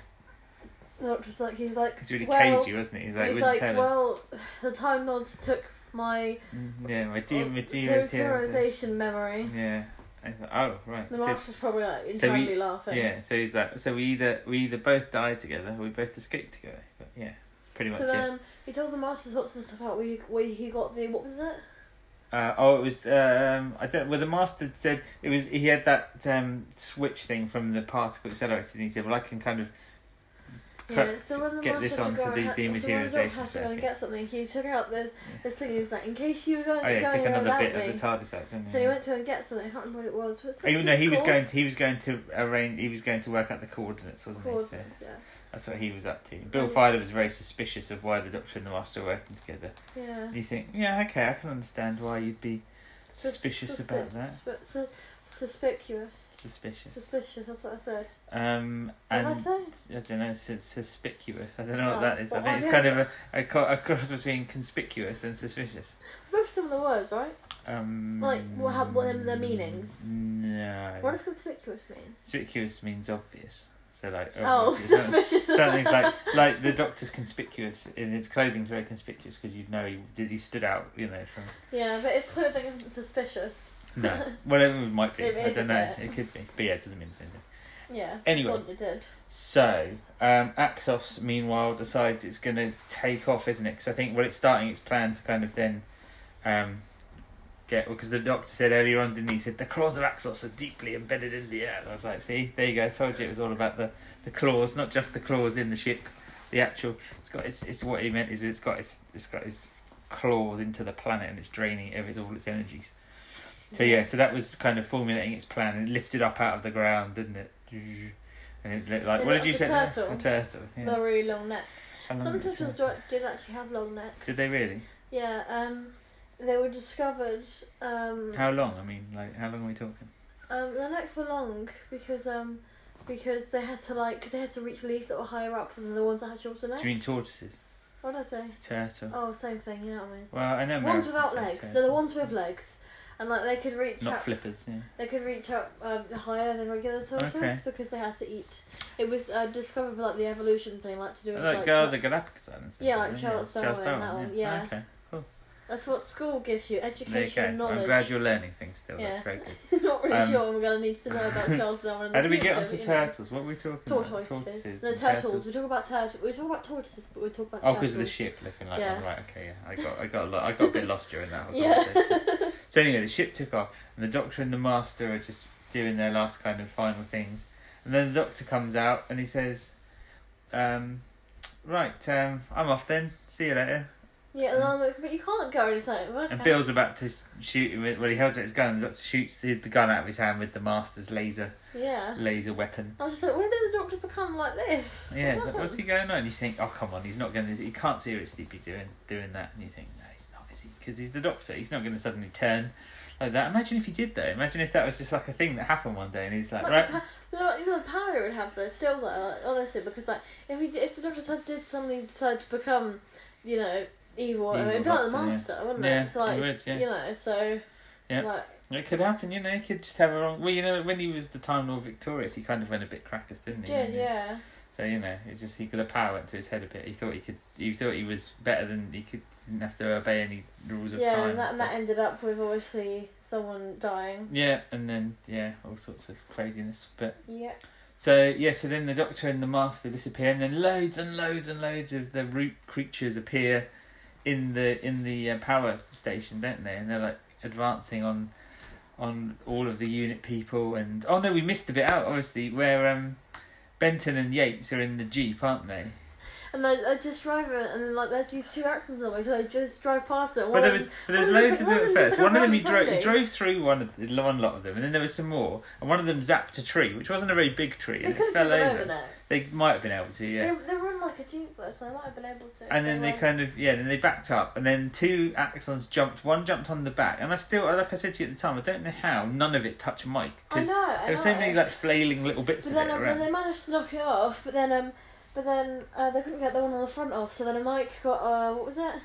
[SPEAKER 3] the doctor's like, he's like,
[SPEAKER 2] he's really
[SPEAKER 3] well,
[SPEAKER 2] cagey, wasn't he?" He's like,
[SPEAKER 3] he's
[SPEAKER 2] "Wouldn't
[SPEAKER 3] like,
[SPEAKER 2] tell
[SPEAKER 3] well, the Time Lords took my
[SPEAKER 2] him." Mm, Yeah, my
[SPEAKER 3] uh,
[SPEAKER 2] team, my team,
[SPEAKER 3] zero-
[SPEAKER 2] my team-
[SPEAKER 3] zeroization memory.
[SPEAKER 2] Yeah, and he's like, "Oh, right."
[SPEAKER 3] The
[SPEAKER 2] So-
[SPEAKER 3] master's probably like
[SPEAKER 2] so we-
[SPEAKER 3] internally laughing.
[SPEAKER 2] Yeah, so he's like, so we either we either both die together, or we both escape together. He's like, yeah, it's pretty much
[SPEAKER 3] So
[SPEAKER 2] it.
[SPEAKER 3] then he told the master sorts of stuff out where, you, where he got the what was it?
[SPEAKER 2] Uh, oh, it was um, I don't. Well, the master said it was. He had that um switch thing from the particle accelerator, and he said, well, I can kind of
[SPEAKER 3] Yeah. So
[SPEAKER 2] cut-
[SPEAKER 3] when the
[SPEAKER 2] get
[SPEAKER 3] master
[SPEAKER 2] this
[SPEAKER 3] had to
[SPEAKER 2] onto
[SPEAKER 3] go
[SPEAKER 2] the
[SPEAKER 3] and ha- so when the doctor
[SPEAKER 2] dematerialization
[SPEAKER 3] had to go and
[SPEAKER 2] circuit.
[SPEAKER 3] get something, he took out this this thing. He was like, in case you were going,
[SPEAKER 2] Oh yeah,
[SPEAKER 3] going
[SPEAKER 2] take another
[SPEAKER 3] without
[SPEAKER 2] bit
[SPEAKER 3] me.
[SPEAKER 2] of the TARDIS out, didn't he?
[SPEAKER 3] So he went to and get something. I can't remember what it was. What's
[SPEAKER 2] Oh,
[SPEAKER 3] that
[SPEAKER 2] you know, he was
[SPEAKER 3] called?
[SPEAKER 2] going. To, he was going to arrange. He was going to work out the coordinates, wasn't
[SPEAKER 3] Called-
[SPEAKER 2] he? So
[SPEAKER 3] yeah.
[SPEAKER 2] that's what he was up to. Bill
[SPEAKER 3] Um,
[SPEAKER 2] Filer was very suspicious of why the Doctor and the Master were working together.
[SPEAKER 3] Yeah.
[SPEAKER 2] You think, yeah, okay, I can understand why you'd be
[SPEAKER 3] Sus-
[SPEAKER 2] suspicious
[SPEAKER 3] suspic-
[SPEAKER 2] about that.
[SPEAKER 3] sp- su- Suspicious.
[SPEAKER 2] Suspicious.
[SPEAKER 3] Suspicious, that's what I said.
[SPEAKER 2] Um,
[SPEAKER 3] What
[SPEAKER 2] and
[SPEAKER 3] did I say?
[SPEAKER 2] I don't know, sus- suspicious. I don't know what
[SPEAKER 3] Oh,
[SPEAKER 2] that is. I
[SPEAKER 3] well,
[SPEAKER 2] think
[SPEAKER 3] I
[SPEAKER 2] it's
[SPEAKER 3] don't-
[SPEAKER 2] kind of a, a, co- a cross between conspicuous and suspicious.
[SPEAKER 3] Both similar words, right?
[SPEAKER 2] Um,
[SPEAKER 3] Like, what have- what are their meanings?
[SPEAKER 2] No.
[SPEAKER 3] What does conspicuous mean?
[SPEAKER 2] conspicuous means obvious. So like
[SPEAKER 3] Oh,
[SPEAKER 2] obvious. That's-
[SPEAKER 3] suspicious.
[SPEAKER 2] Something's like like the doctor's conspicuous in his clothing's very conspicuous because you know he did he stood out you know from
[SPEAKER 3] Yeah, but it's clothing isn't suspicious. [LAUGHS]
[SPEAKER 2] No, whatever it might be,
[SPEAKER 3] It
[SPEAKER 2] I
[SPEAKER 3] is a
[SPEAKER 2] don't know.
[SPEAKER 3] bit.
[SPEAKER 2] It could be, but yeah, it doesn't mean the same thing.
[SPEAKER 3] Yeah.
[SPEAKER 2] Anyway.
[SPEAKER 3] Probably did.
[SPEAKER 2] So, um, Axos, meanwhile, decides it's going to take off, isn't it? Because I think when it's starting its plan to kind of then um, get. Because the doctor said earlier on, didn't he? He said, the claws of Axos are deeply embedded in the earth. I was like, see, there you go. I told you it was all about the, the claws, not just the claws in the ship. The actual. It's got. It's, it's what he meant is it's got its, it's got its claws into the planet and it's draining it of its, all its energies. So yeah, so that was kind of formulating its plan and it lifted up out of the ground, didn't it? And it looked like
[SPEAKER 3] It
[SPEAKER 2] what
[SPEAKER 3] looked
[SPEAKER 2] did you say?
[SPEAKER 3] like a turtle.
[SPEAKER 2] A turtle. Yeah.
[SPEAKER 3] They're really long neck.
[SPEAKER 2] How long
[SPEAKER 3] Some
[SPEAKER 2] did it
[SPEAKER 3] turtles
[SPEAKER 2] turtle?
[SPEAKER 3] do- did actually have long necks.
[SPEAKER 2] Did they really?
[SPEAKER 3] Yeah. Um, they were discovered. Um,
[SPEAKER 2] How long? I mean, like how long are we talking?
[SPEAKER 3] um, the necks were long because um, because they had to like because they had to reach leaves that were higher up than the ones that had shorter necks.
[SPEAKER 2] Do you mean tortoises?
[SPEAKER 3] What did I say?
[SPEAKER 2] Turtle.
[SPEAKER 3] Oh, same thing. You know what I mean.
[SPEAKER 2] Well, I know. Americans
[SPEAKER 3] ones without
[SPEAKER 2] say
[SPEAKER 3] legs. They're
[SPEAKER 2] turtle.
[SPEAKER 3] the ones with legs, and like they could reach
[SPEAKER 2] Not
[SPEAKER 3] up.
[SPEAKER 2] flippers. Yeah.
[SPEAKER 3] They could reach up um, higher than regular turtles
[SPEAKER 2] Okay.
[SPEAKER 3] because they had to eat. It was uh, discovered by, like the evolution thing, like to do with
[SPEAKER 2] Like,
[SPEAKER 3] like,
[SPEAKER 2] Girl of
[SPEAKER 3] Char-
[SPEAKER 2] the Galapagos Islands.
[SPEAKER 3] Yeah, like
[SPEAKER 2] isn't it?
[SPEAKER 3] Charles
[SPEAKER 2] Charles
[SPEAKER 3] Darwin, that
[SPEAKER 2] Darwin,
[SPEAKER 3] one, yeah.
[SPEAKER 2] Okay.
[SPEAKER 3] that's what school gives you
[SPEAKER 2] There you
[SPEAKER 3] education
[SPEAKER 2] go.
[SPEAKER 3] and knowledge.
[SPEAKER 2] I'm glad you're learning things still.
[SPEAKER 3] Yeah.
[SPEAKER 2] That's very good.
[SPEAKER 3] [LAUGHS] Not really
[SPEAKER 2] Um,
[SPEAKER 3] sure what we're gonna need to know about Charles Darwin. in
[SPEAKER 2] How
[SPEAKER 3] the
[SPEAKER 2] did we get
[SPEAKER 3] future,
[SPEAKER 2] onto
[SPEAKER 3] but, you know.
[SPEAKER 2] turtles? What were we talking about?
[SPEAKER 3] Tortoises. No
[SPEAKER 2] and
[SPEAKER 3] turtles. We talk about turtles. We talk about tortoises, but we talk about
[SPEAKER 2] Oh,
[SPEAKER 3] turtles.
[SPEAKER 2] because of the ship looking like
[SPEAKER 3] Yeah.
[SPEAKER 2] that. Right, okay, yeah. I got, I got, a lot, I got a bit lost during that. whole
[SPEAKER 3] [LAUGHS] Yeah.
[SPEAKER 2] conversation. so anyway, the ship took off, and the Doctor and the Master are just doing their last kind of final things, and then the Doctor comes out and he says, um, "Right, um, I'm off then. See you later."
[SPEAKER 3] Yeah, and I'm like, but you can't go. And it's like, well,
[SPEAKER 2] Mm.
[SPEAKER 3] okay.
[SPEAKER 2] And Bill's about to shoot him. with- Well, he holds out his gun, and the Doctor shoots the, the gun out of his hand with the Master's laser
[SPEAKER 3] Yeah.
[SPEAKER 2] laser weapon.
[SPEAKER 3] I was just like, when did the doctor become like this?
[SPEAKER 2] Yeah,
[SPEAKER 3] [LAUGHS]
[SPEAKER 2] it's like, what's he going on? You think, oh come on, he's not going to. He can't seriously be doing doing that. And you think, no, he's not, is he? Because he's the doctor. He's not going to suddenly turn like that. Imagine if he did though. Imagine if that was just like a thing that happened one day, and he's like, right,
[SPEAKER 3] Like, the, pa- you know, you know, the power it would have though, still though, like, honestly, because like if he, if the Doctor Ted did suddenly decide to become, you know, evil, I mean,
[SPEAKER 2] Evil
[SPEAKER 3] it'd be like the
[SPEAKER 2] Doctor, yeah.
[SPEAKER 3] monster, wouldn't
[SPEAKER 2] Yeah,
[SPEAKER 3] it? It's like
[SPEAKER 2] it would,
[SPEAKER 3] it's-
[SPEAKER 2] yeah.
[SPEAKER 3] you know, so
[SPEAKER 2] Yeah.
[SPEAKER 3] like
[SPEAKER 2] it could happen. You know, he could just have a wrong. Well, you know, when he was the Time Lord victorious, he kind of went a bit crackers, didn't he?
[SPEAKER 3] did
[SPEAKER 2] And it's-
[SPEAKER 3] yeah.
[SPEAKER 2] So you know, it's just he got the power went to his head a bit. He thought he could. He thought he was better than he could. Didn't have to obey any rules of time.
[SPEAKER 3] Yeah, and
[SPEAKER 2] and
[SPEAKER 3] that, and
[SPEAKER 2] stuff.
[SPEAKER 3] that ended up with obviously someone dying.
[SPEAKER 2] Yeah, and then yeah, all sorts of craziness, but.
[SPEAKER 3] Yeah.
[SPEAKER 2] So yeah, so then the Doctor and the Master disappear, and then loads and loads and loads of the root creatures appear in the in the uh, power station, don't they? And they're like advancing on on all of the unit people, and oh no, we missed a bit out obviously where um Benton and Yates are in the jeep, aren't they?
[SPEAKER 3] And they, they just drive it, and then, like there's these two accidents on the way, so they just drive past it. and
[SPEAKER 2] Well,
[SPEAKER 3] one
[SPEAKER 2] there
[SPEAKER 3] of
[SPEAKER 2] was
[SPEAKER 3] them-
[SPEAKER 2] there was
[SPEAKER 3] one of
[SPEAKER 2] loads to
[SPEAKER 3] them-
[SPEAKER 2] do
[SPEAKER 3] one of
[SPEAKER 2] at
[SPEAKER 3] them
[SPEAKER 2] first.
[SPEAKER 3] just
[SPEAKER 2] One of them
[SPEAKER 3] ran
[SPEAKER 2] he drove he
[SPEAKER 3] away.
[SPEAKER 2] drove through one of the, one lot of them, and then there was some more, and one of them zapped a tree, which wasn't a very big tree,
[SPEAKER 3] They
[SPEAKER 2] and
[SPEAKER 3] couldn't
[SPEAKER 2] it
[SPEAKER 3] get
[SPEAKER 2] fell
[SPEAKER 3] them over
[SPEAKER 2] over.
[SPEAKER 3] there.
[SPEAKER 2] They might have been able to, yeah.
[SPEAKER 3] They, they were in like a jeep though, so they might have been able to.
[SPEAKER 2] and then they
[SPEAKER 3] were-
[SPEAKER 2] kind of yeah then they backed up and then two axons jumped one jumped on the back and i still like i said to you at the time i don't know how none of it touched mike
[SPEAKER 3] I
[SPEAKER 2] because
[SPEAKER 3] know. I
[SPEAKER 2] there were so
[SPEAKER 3] know.
[SPEAKER 2] many like flailing little bits
[SPEAKER 3] But
[SPEAKER 2] of
[SPEAKER 3] then,
[SPEAKER 2] it
[SPEAKER 3] um,
[SPEAKER 2] around
[SPEAKER 3] then they managed to knock it off, but then um, but then uh, they couldn't get the one on the front off. So then Mike got uh, what was it?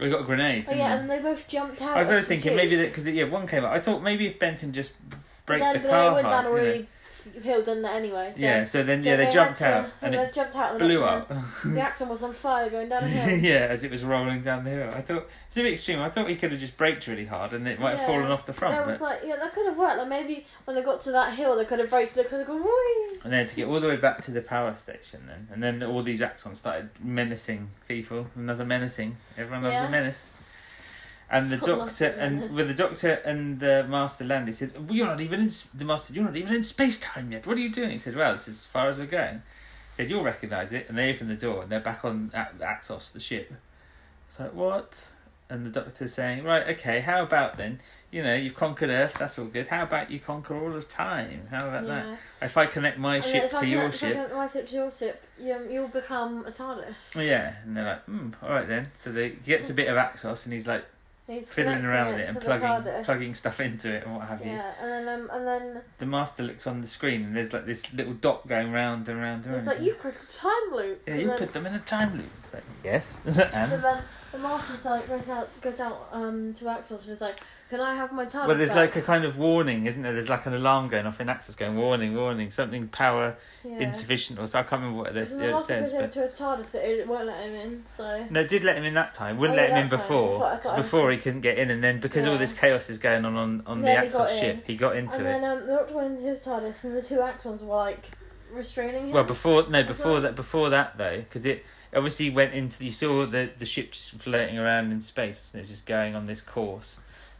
[SPEAKER 2] we got grenades
[SPEAKER 3] Oh
[SPEAKER 2] didn't
[SPEAKER 3] yeah,
[SPEAKER 2] we?
[SPEAKER 3] and they both jumped out.
[SPEAKER 2] i was
[SPEAKER 3] of
[SPEAKER 2] always
[SPEAKER 3] the
[SPEAKER 2] thinking
[SPEAKER 3] tube.
[SPEAKER 2] maybe that because yeah one came up i thought maybe if benton just
[SPEAKER 3] But
[SPEAKER 2] break
[SPEAKER 3] then,
[SPEAKER 2] the
[SPEAKER 3] but
[SPEAKER 2] car
[SPEAKER 3] then it went
[SPEAKER 2] hard,
[SPEAKER 3] down
[SPEAKER 2] you
[SPEAKER 3] a
[SPEAKER 2] know.
[SPEAKER 3] really steep hill, didn't it? Anyway, so,
[SPEAKER 2] yeah so then
[SPEAKER 3] so
[SPEAKER 2] yeah they,
[SPEAKER 3] had
[SPEAKER 2] jumped
[SPEAKER 3] to- [LAUGHS]
[SPEAKER 2] out
[SPEAKER 3] so
[SPEAKER 2] and
[SPEAKER 3] they
[SPEAKER 2] it
[SPEAKER 3] jumped out and
[SPEAKER 2] blew
[SPEAKER 3] then um,
[SPEAKER 2] up [LAUGHS]
[SPEAKER 3] The axon was on fire going down a hill.
[SPEAKER 2] yeah as it was rolling down the hill i thought it's a bit extreme i thought he could have just braked really hard and it might have
[SPEAKER 3] Yeah.
[SPEAKER 2] fallen off the front
[SPEAKER 3] That
[SPEAKER 2] but
[SPEAKER 3] was like yeah, that could have worked. Like maybe when they got to that hill, they could have braked. They could have gone. Whee!
[SPEAKER 2] And then to get all the way back to the power station, then, and then all these axons started menacing people. Another menacing. Everyone loves
[SPEAKER 3] Yeah.
[SPEAKER 2] a menace. And
[SPEAKER 3] [LAUGHS]
[SPEAKER 2] the
[SPEAKER 3] Loves a
[SPEAKER 2] doctor and
[SPEAKER 3] menace.
[SPEAKER 2] with the doctor and the master landed, he said, well, "You're not even in s- the master. You're not even in space time yet. What are you doing?" He said, "Well, this is as far as we're going." He said, "You'll recognise it." And they open the door, and they're back on A- Axos, the ship. It's like what? And the doctor's saying, "Right, okay. How about then? You know, you've conquered Earth. That's all good. How about you conquer all of time? How about that?"
[SPEAKER 3] Yeah.
[SPEAKER 2] If I connect my
[SPEAKER 3] And then
[SPEAKER 2] ship
[SPEAKER 3] Oh, if I
[SPEAKER 2] to
[SPEAKER 3] can-
[SPEAKER 2] your
[SPEAKER 3] if I
[SPEAKER 2] ship,
[SPEAKER 3] can- my ship to your ship, you, you'll become a TARDIS.
[SPEAKER 2] well, Oh, yeah, and they're like, hmm, all right then. So they he gets a bit of Axos and he's like
[SPEAKER 3] He's
[SPEAKER 2] fiddling
[SPEAKER 3] connecting
[SPEAKER 2] around with it
[SPEAKER 3] to
[SPEAKER 2] and
[SPEAKER 3] the
[SPEAKER 2] plugging
[SPEAKER 3] TARDIS.
[SPEAKER 2] plugging stuff into it and what have you.
[SPEAKER 3] Yeah, and then um, and then
[SPEAKER 2] The master looks on the screen and there's like this little dot going round and round and
[SPEAKER 3] it's
[SPEAKER 2] round.
[SPEAKER 3] like you've created a time loop.
[SPEAKER 2] yeah,
[SPEAKER 3] and
[SPEAKER 2] you
[SPEAKER 3] then,
[SPEAKER 2] put them in a time loop. It's like, yes. [LAUGHS]
[SPEAKER 3] So
[SPEAKER 2] and?
[SPEAKER 3] then the master's like goes out goes out um to Axel and is like, "Can I have my time?"
[SPEAKER 2] Well, there's
[SPEAKER 3] back?"
[SPEAKER 2] like a kind of warning, isn't there? There's like an alarm going off in Axis going, warning, warning, something power
[SPEAKER 3] yeah.
[SPEAKER 2] insufficient, or so I can't remember what this
[SPEAKER 3] Because the
[SPEAKER 2] it
[SPEAKER 3] master
[SPEAKER 2] says.
[SPEAKER 3] goes over
[SPEAKER 2] But
[SPEAKER 3] to his TARDIS, but it won't let him in. So
[SPEAKER 2] No, it did let him in that time. Wouldn't
[SPEAKER 3] Oh,
[SPEAKER 2] let
[SPEAKER 3] yeah,
[SPEAKER 2] him in
[SPEAKER 3] that time.
[SPEAKER 2] before.
[SPEAKER 3] That's what- that's
[SPEAKER 2] 'cause
[SPEAKER 3] what I was
[SPEAKER 2] before he couldn't get in, and then because all
[SPEAKER 3] Yeah.
[SPEAKER 2] this chaos is going on on, on the
[SPEAKER 3] Then he
[SPEAKER 2] Axel
[SPEAKER 3] got
[SPEAKER 2] ship,
[SPEAKER 3] in.
[SPEAKER 2] he got into
[SPEAKER 3] and
[SPEAKER 2] it.
[SPEAKER 3] then um, the doctor went into his TARDIS, and the two Axons were like, restraining him.
[SPEAKER 2] Well, before no,
[SPEAKER 3] Is
[SPEAKER 2] before
[SPEAKER 3] it?
[SPEAKER 2] that, before that though, because it obviously went into you saw the the ship just floating around in space, wasn't it? Just going on this course,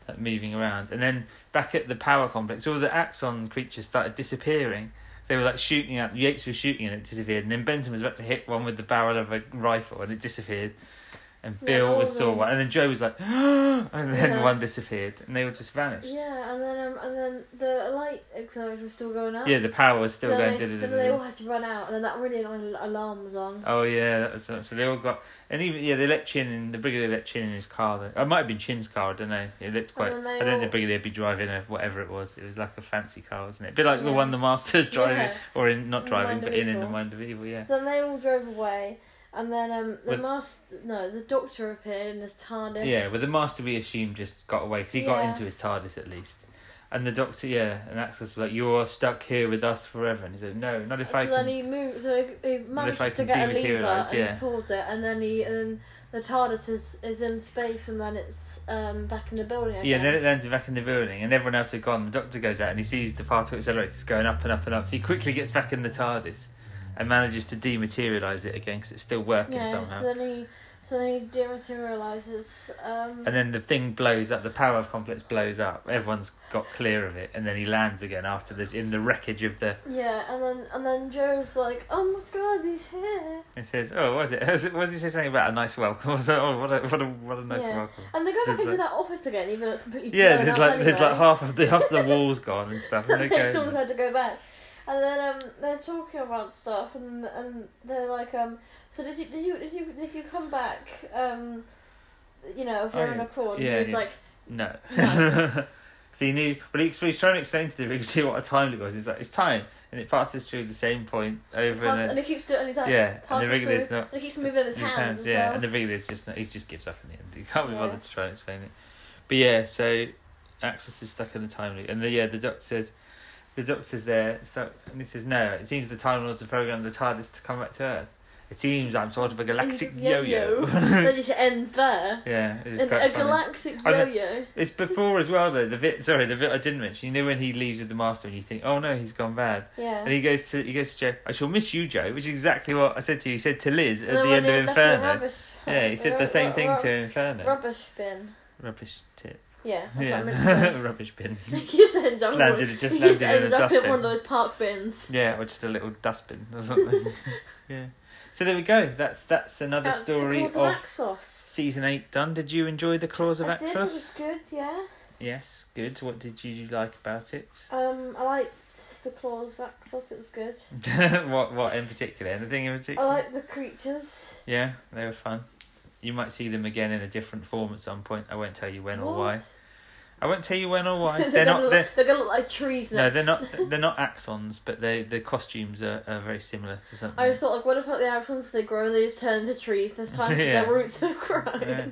[SPEAKER 2] like moving around, and then back at the power complex, all the axon creatures started disappearing. They were like shooting at Yates was shooting and it disappeared, and then Benton was about to hit one with the barrel of a rifle and it disappeared, and
[SPEAKER 3] Yeah,
[SPEAKER 2] Bill
[SPEAKER 3] all
[SPEAKER 2] was saw
[SPEAKER 3] of
[SPEAKER 2] one, and then Joe was like, [GASPS] and then
[SPEAKER 3] Yeah.
[SPEAKER 2] one disappeared, and they were just vanished.
[SPEAKER 3] yeah, and then um, and then the light extinguisher was still going out.
[SPEAKER 2] Yeah, the power was still
[SPEAKER 3] so
[SPEAKER 2] going.
[SPEAKER 3] They, so they all had to run out, and then that really annoying alarm was on.
[SPEAKER 2] Oh yeah, that was so they all got and even yeah they let Chin in the brigadier let Chin in his car. Though. It might have been Chin's car. I don't know. It looked quite.
[SPEAKER 3] then
[SPEAKER 2] I
[SPEAKER 3] they
[SPEAKER 2] don't think
[SPEAKER 3] all-
[SPEAKER 2] the brigadier be driving a whatever it was. It was like a fancy car, wasn't it? A bit like the
[SPEAKER 3] Yeah.
[SPEAKER 2] one the master's driving
[SPEAKER 3] Yeah.
[SPEAKER 2] or in not
[SPEAKER 3] In
[SPEAKER 2] driving
[SPEAKER 3] Mind
[SPEAKER 2] but
[SPEAKER 3] of
[SPEAKER 2] in in the
[SPEAKER 3] Evil.
[SPEAKER 2] mind of evil. Yeah.
[SPEAKER 3] So they all drove away, and then um, the
[SPEAKER 2] With-
[SPEAKER 3] master, no, the doctor appeared in his TARDIS.
[SPEAKER 2] Yeah, but the master we assume just got away because he got
[SPEAKER 3] Yeah.
[SPEAKER 2] into his TARDIS at least. And the doctor, yeah, and Axis was like, "You're stuck here with us forever." And he said, "No, not if
[SPEAKER 3] so
[SPEAKER 2] I
[SPEAKER 3] then
[SPEAKER 2] can."
[SPEAKER 3] he moved. So he- he managed
[SPEAKER 2] I
[SPEAKER 3] to
[SPEAKER 2] can
[SPEAKER 3] get a lever
[SPEAKER 2] dematerialise,
[SPEAKER 3] and
[SPEAKER 2] yeah.
[SPEAKER 3] pulled it, and then he and then the TARDIS is, is in space, and then it's um back in the building. Again.
[SPEAKER 2] Yeah, and then it lands back in the building, and everyone else had gone. The doctor goes out and he sees the particle accelerators going up and up and up. So he quickly gets back in the TARDIS and manages to dematerialize it again because it's still working
[SPEAKER 3] yeah, uh,
[SPEAKER 2] somehow.
[SPEAKER 3] So then he so then he dematerializes. Um,
[SPEAKER 2] And then the thing blows up, the power complex blows up. Everyone's got clear of it, and then he lands again after this in the wreckage of the.
[SPEAKER 3] yeah, and then and then Joe's like, "Oh my God, he's here!"
[SPEAKER 2] He says, "Oh, what was it? [LAUGHS] What did he say something about a nice welcome?" [LAUGHS] I was like, "Oh, what a what a what a nice
[SPEAKER 3] Yeah.
[SPEAKER 2] welcome."
[SPEAKER 3] And they go
[SPEAKER 2] So
[SPEAKER 3] back
[SPEAKER 2] there's
[SPEAKER 3] into
[SPEAKER 2] like-
[SPEAKER 3] that office again, even though it's completely
[SPEAKER 2] Yeah,
[SPEAKER 3] blown
[SPEAKER 2] there's
[SPEAKER 3] up
[SPEAKER 2] like
[SPEAKER 3] anyway.
[SPEAKER 2] there's like half of the half the
[SPEAKER 3] [LAUGHS]
[SPEAKER 2] walls gone and stuff. And they
[SPEAKER 3] they
[SPEAKER 2] go,
[SPEAKER 3] still had to go back. And then um, they're talking about stuff, and and they're like, um, so did you did you did you did you come back, um, you know, of your
[SPEAKER 2] Oh,
[SPEAKER 3] own
[SPEAKER 2] yeah.
[SPEAKER 3] accord?
[SPEAKER 2] Yeah,
[SPEAKER 3] and he's
[SPEAKER 2] yeah.
[SPEAKER 3] like,
[SPEAKER 2] No.
[SPEAKER 3] No.
[SPEAKER 2] [LAUGHS] so he knew, but he, he was trying to explain to the brigadier what a time it was. He's like, it's time. And it passes through the same point over
[SPEAKER 3] pass,
[SPEAKER 2] and
[SPEAKER 3] and
[SPEAKER 2] over.
[SPEAKER 3] he keeps doing, and he's like,
[SPEAKER 2] Yeah, and
[SPEAKER 3] pass
[SPEAKER 2] the
[SPEAKER 3] it
[SPEAKER 2] brigadier's
[SPEAKER 3] through,
[SPEAKER 2] not.
[SPEAKER 3] and he keeps moving his,
[SPEAKER 2] His hands,
[SPEAKER 3] as
[SPEAKER 2] yeah,
[SPEAKER 3] well.
[SPEAKER 2] and the brigadier's just not, he just gives up in the end. He can't be
[SPEAKER 3] Yeah.
[SPEAKER 2] bothered to try and explain it. But yeah, so Axis is stuck in the time loop. And the, yeah, the doctor says, the doctor's there, so, and he says, no, it seems the Time Lords have programmed the TARDIS to come back to Earth. It seems I'm sort of a galactic yo yo.
[SPEAKER 3] [LAUGHS] then it just ends there.
[SPEAKER 2] [LAUGHS] yeah, it is
[SPEAKER 3] And
[SPEAKER 2] quite
[SPEAKER 3] a
[SPEAKER 2] funny.
[SPEAKER 3] galactic
[SPEAKER 2] I know.
[SPEAKER 3] yo-yo.
[SPEAKER 2] It's before as well though. The bit, sorry, the bit I didn't mention. You know when he leaves with the master and you think, oh no, he's gone bad,
[SPEAKER 3] Yeah.
[SPEAKER 2] and he goes to he goes to Joe. I shall miss you, Joe, which is exactly what I said to you. He said to Liz at
[SPEAKER 3] And then
[SPEAKER 2] the
[SPEAKER 3] when
[SPEAKER 2] end
[SPEAKER 3] they
[SPEAKER 2] of
[SPEAKER 3] left the
[SPEAKER 2] Inferno.
[SPEAKER 3] Rubbish,
[SPEAKER 2] yeah, he said
[SPEAKER 3] ru-
[SPEAKER 2] the same
[SPEAKER 3] ru-
[SPEAKER 2] thing
[SPEAKER 3] ru-
[SPEAKER 2] to Inferno.
[SPEAKER 3] Rubbish bin.
[SPEAKER 2] Rubbish tip.
[SPEAKER 3] Yeah. That's What I meant to
[SPEAKER 2] Yeah,
[SPEAKER 3] say.
[SPEAKER 2] [LAUGHS] rubbish
[SPEAKER 3] [LAUGHS]
[SPEAKER 2] bin.
[SPEAKER 3] He just ends up
[SPEAKER 2] Just
[SPEAKER 3] in
[SPEAKER 2] landed,
[SPEAKER 3] one-
[SPEAKER 2] it just
[SPEAKER 3] he
[SPEAKER 2] landed
[SPEAKER 3] just
[SPEAKER 2] in a
[SPEAKER 3] ends up in
[SPEAKER 2] dustbin.
[SPEAKER 3] one of those park bins.
[SPEAKER 2] Yeah, or just a little dustbin or
[SPEAKER 3] [LAUGHS]
[SPEAKER 2] something. [LAUGHS] yeah. So there we go. That's that's another
[SPEAKER 3] That's
[SPEAKER 2] story
[SPEAKER 3] cause
[SPEAKER 2] of
[SPEAKER 3] Axos.
[SPEAKER 2] season eight done. Did you enjoy the claws of
[SPEAKER 3] I did. It
[SPEAKER 2] Axos?
[SPEAKER 3] was good. Yeah.
[SPEAKER 2] Yes, good. What did you like about it?
[SPEAKER 3] Um, I liked the claws of Axos. It was good.
[SPEAKER 2] [LAUGHS] what what in particular? Anything in
[SPEAKER 3] I
[SPEAKER 2] particular?
[SPEAKER 3] liked the creatures.
[SPEAKER 2] Yeah, they were fun. You might see them again in a different form at some point. I won't tell you when or
[SPEAKER 3] [LAUGHS]
[SPEAKER 2] why.
[SPEAKER 3] What?
[SPEAKER 2] I won't tell you when or
[SPEAKER 3] [LAUGHS]
[SPEAKER 2] why.
[SPEAKER 3] they're,
[SPEAKER 2] They're not.
[SPEAKER 3] gonna look-
[SPEAKER 2] They're,
[SPEAKER 3] they're gonna look like trees now.
[SPEAKER 2] no, they're not. They're not axons, but they the costumes are, are very similar to something.
[SPEAKER 3] I just thought, like, what if like, the axons they grow and they just turn into trees
[SPEAKER 2] [LAUGHS]
[SPEAKER 3] this time 'cause
[SPEAKER 2] Yeah.
[SPEAKER 3] their roots have [LAUGHS] grown
[SPEAKER 2] Yeah.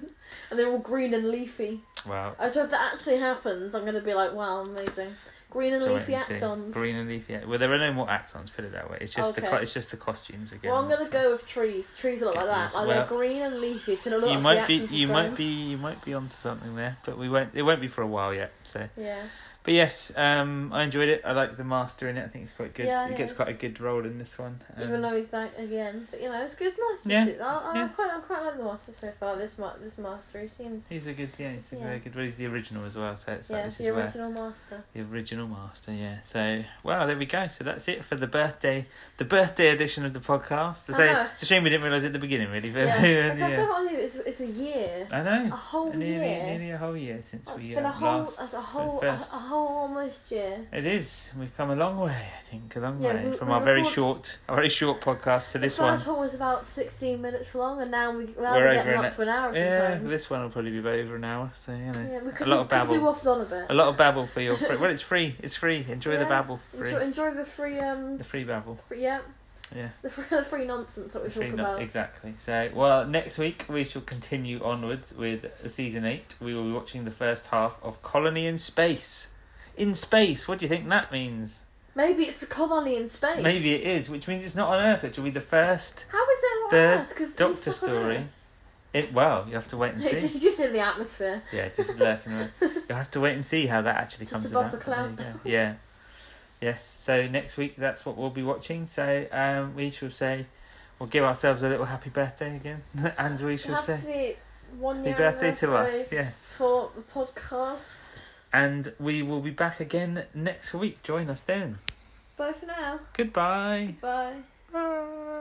[SPEAKER 3] and they're all green and leafy.
[SPEAKER 2] Wow.
[SPEAKER 3] I so if that actually happens, I'm gonna be like, wow, amazing, green and
[SPEAKER 2] So
[SPEAKER 3] leafy
[SPEAKER 2] wait and see.
[SPEAKER 3] axons.
[SPEAKER 2] Green and leafy. Well, there are no more axons. Put it that way. It's just the co-
[SPEAKER 3] Okay.
[SPEAKER 2] it's just the costumes again.
[SPEAKER 3] Well, I'm gonna go with trees. Trees that look like that. Like
[SPEAKER 2] Well,
[SPEAKER 3] they're green and leafy. To look
[SPEAKER 2] You
[SPEAKER 3] like
[SPEAKER 2] might be.
[SPEAKER 3] the axons have
[SPEAKER 2] You
[SPEAKER 3] grown.
[SPEAKER 2] might be. You might be onto something there, but we won't. It won't be for a while yet. So.
[SPEAKER 3] Yeah.
[SPEAKER 2] But yes, um, I enjoyed it. I like the master in it. I think it's quite good.
[SPEAKER 3] Yeah,
[SPEAKER 2] he gets
[SPEAKER 3] yes.
[SPEAKER 2] quite a good role in this one.
[SPEAKER 3] Even
[SPEAKER 2] And-
[SPEAKER 3] though he's back again, but you know it's good. It's nice. To
[SPEAKER 2] Um, Yeah,
[SPEAKER 3] see. I, I
[SPEAKER 2] yeah.
[SPEAKER 3] quite, I quite like the master so far. This ma- this master, he seems
[SPEAKER 2] He's a good, yeah, he's a
[SPEAKER 3] Yeah.
[SPEAKER 2] very good. Well, he's the original as well, so it's
[SPEAKER 3] yeah,
[SPEAKER 2] like this
[SPEAKER 3] the
[SPEAKER 2] is where
[SPEAKER 3] original master.
[SPEAKER 2] the original master, yeah. So wow, there we go. So that's it for the birthday, the birthday edition of the podcast. It's,
[SPEAKER 3] I
[SPEAKER 2] a-
[SPEAKER 3] know.
[SPEAKER 2] it's a shame we didn't realise it at the beginning, really. But [LAUGHS]
[SPEAKER 3] Uh-huh.
[SPEAKER 2] [LAUGHS]
[SPEAKER 3] Yeah, I
[SPEAKER 2] yeah.
[SPEAKER 3] can't still can't believe it's, it's a year,
[SPEAKER 2] I know.
[SPEAKER 3] a whole
[SPEAKER 2] nearly,
[SPEAKER 3] year. Oh,
[SPEAKER 2] nearly a whole year since
[SPEAKER 3] It's
[SPEAKER 2] we
[SPEAKER 3] been
[SPEAKER 2] uh,
[SPEAKER 3] a whole,
[SPEAKER 2] last.
[SPEAKER 3] a whole, a, a
[SPEAKER 2] first.
[SPEAKER 3] whole almost year.
[SPEAKER 2] It is. We've come a long way, I think, a long
[SPEAKER 3] Yeah,
[SPEAKER 2] way
[SPEAKER 3] we-
[SPEAKER 2] from
[SPEAKER 3] we
[SPEAKER 2] our very
[SPEAKER 3] record-
[SPEAKER 2] short, our very short podcast to this
[SPEAKER 3] the
[SPEAKER 2] one.
[SPEAKER 3] first one. was about sixteen minutes long, and now we well,
[SPEAKER 2] We're
[SPEAKER 3] we're
[SPEAKER 2] over
[SPEAKER 3] getting
[SPEAKER 2] an
[SPEAKER 3] up to an hour
[SPEAKER 2] Yeah,
[SPEAKER 3] sometimes.
[SPEAKER 2] this one will probably be about over an hour. So you know,
[SPEAKER 3] yeah,
[SPEAKER 2] a
[SPEAKER 3] because
[SPEAKER 2] lot
[SPEAKER 3] we,
[SPEAKER 2] of
[SPEAKER 3] because we
[SPEAKER 2] babble.
[SPEAKER 3] waffled on a bit.
[SPEAKER 2] A lot of babble for your free. Well, it's free. It's free. Enjoy the
[SPEAKER 3] Yeah.
[SPEAKER 2] babble for free.
[SPEAKER 3] enjoy, enjoy the free, um,
[SPEAKER 2] The free babble.
[SPEAKER 3] free, yeah, [LAUGHS]
[SPEAKER 2] Yeah.
[SPEAKER 3] the free, the free nonsense that we
[SPEAKER 2] The free
[SPEAKER 3] talk
[SPEAKER 2] no-
[SPEAKER 3] about.
[SPEAKER 2] exactly. So, well, next week we shall continue onwards with season eight. We will be watching the first half of Colony in Space. In space, what do you think that means?
[SPEAKER 3] Maybe it's a colony in space.
[SPEAKER 2] Maybe it is, which means it's not on Earth, which will be the first.
[SPEAKER 3] How is it on
[SPEAKER 2] The
[SPEAKER 3] Earth? Because
[SPEAKER 2] Doctor Story. [LAUGHS] It, well, you have to
[SPEAKER 3] [LAUGHS]
[SPEAKER 2] wait and see.
[SPEAKER 3] It's just in the atmosphere. [LAUGHS]
[SPEAKER 2] Yeah, just lurking around. You'll have to wait and see how that actually
[SPEAKER 3] Just
[SPEAKER 2] comes
[SPEAKER 3] above
[SPEAKER 2] about.
[SPEAKER 3] the
[SPEAKER 2] but
[SPEAKER 3] cloud.
[SPEAKER 2] there you go. Yeah. Yes, so next week that's what we'll be watching. So um, we shall say, we'll give ourselves a little happy birthday again, [LAUGHS] and we shall say
[SPEAKER 3] Happy one
[SPEAKER 2] happy
[SPEAKER 3] year
[SPEAKER 2] birthday to us.
[SPEAKER 3] anniversary
[SPEAKER 2] Yes,
[SPEAKER 3] for the podcast.
[SPEAKER 2] and we will be back again next week. Join us then. [LAUGHS]
[SPEAKER 3] Bye for now.
[SPEAKER 2] Goodbye.
[SPEAKER 3] Bye.
[SPEAKER 2] Bye.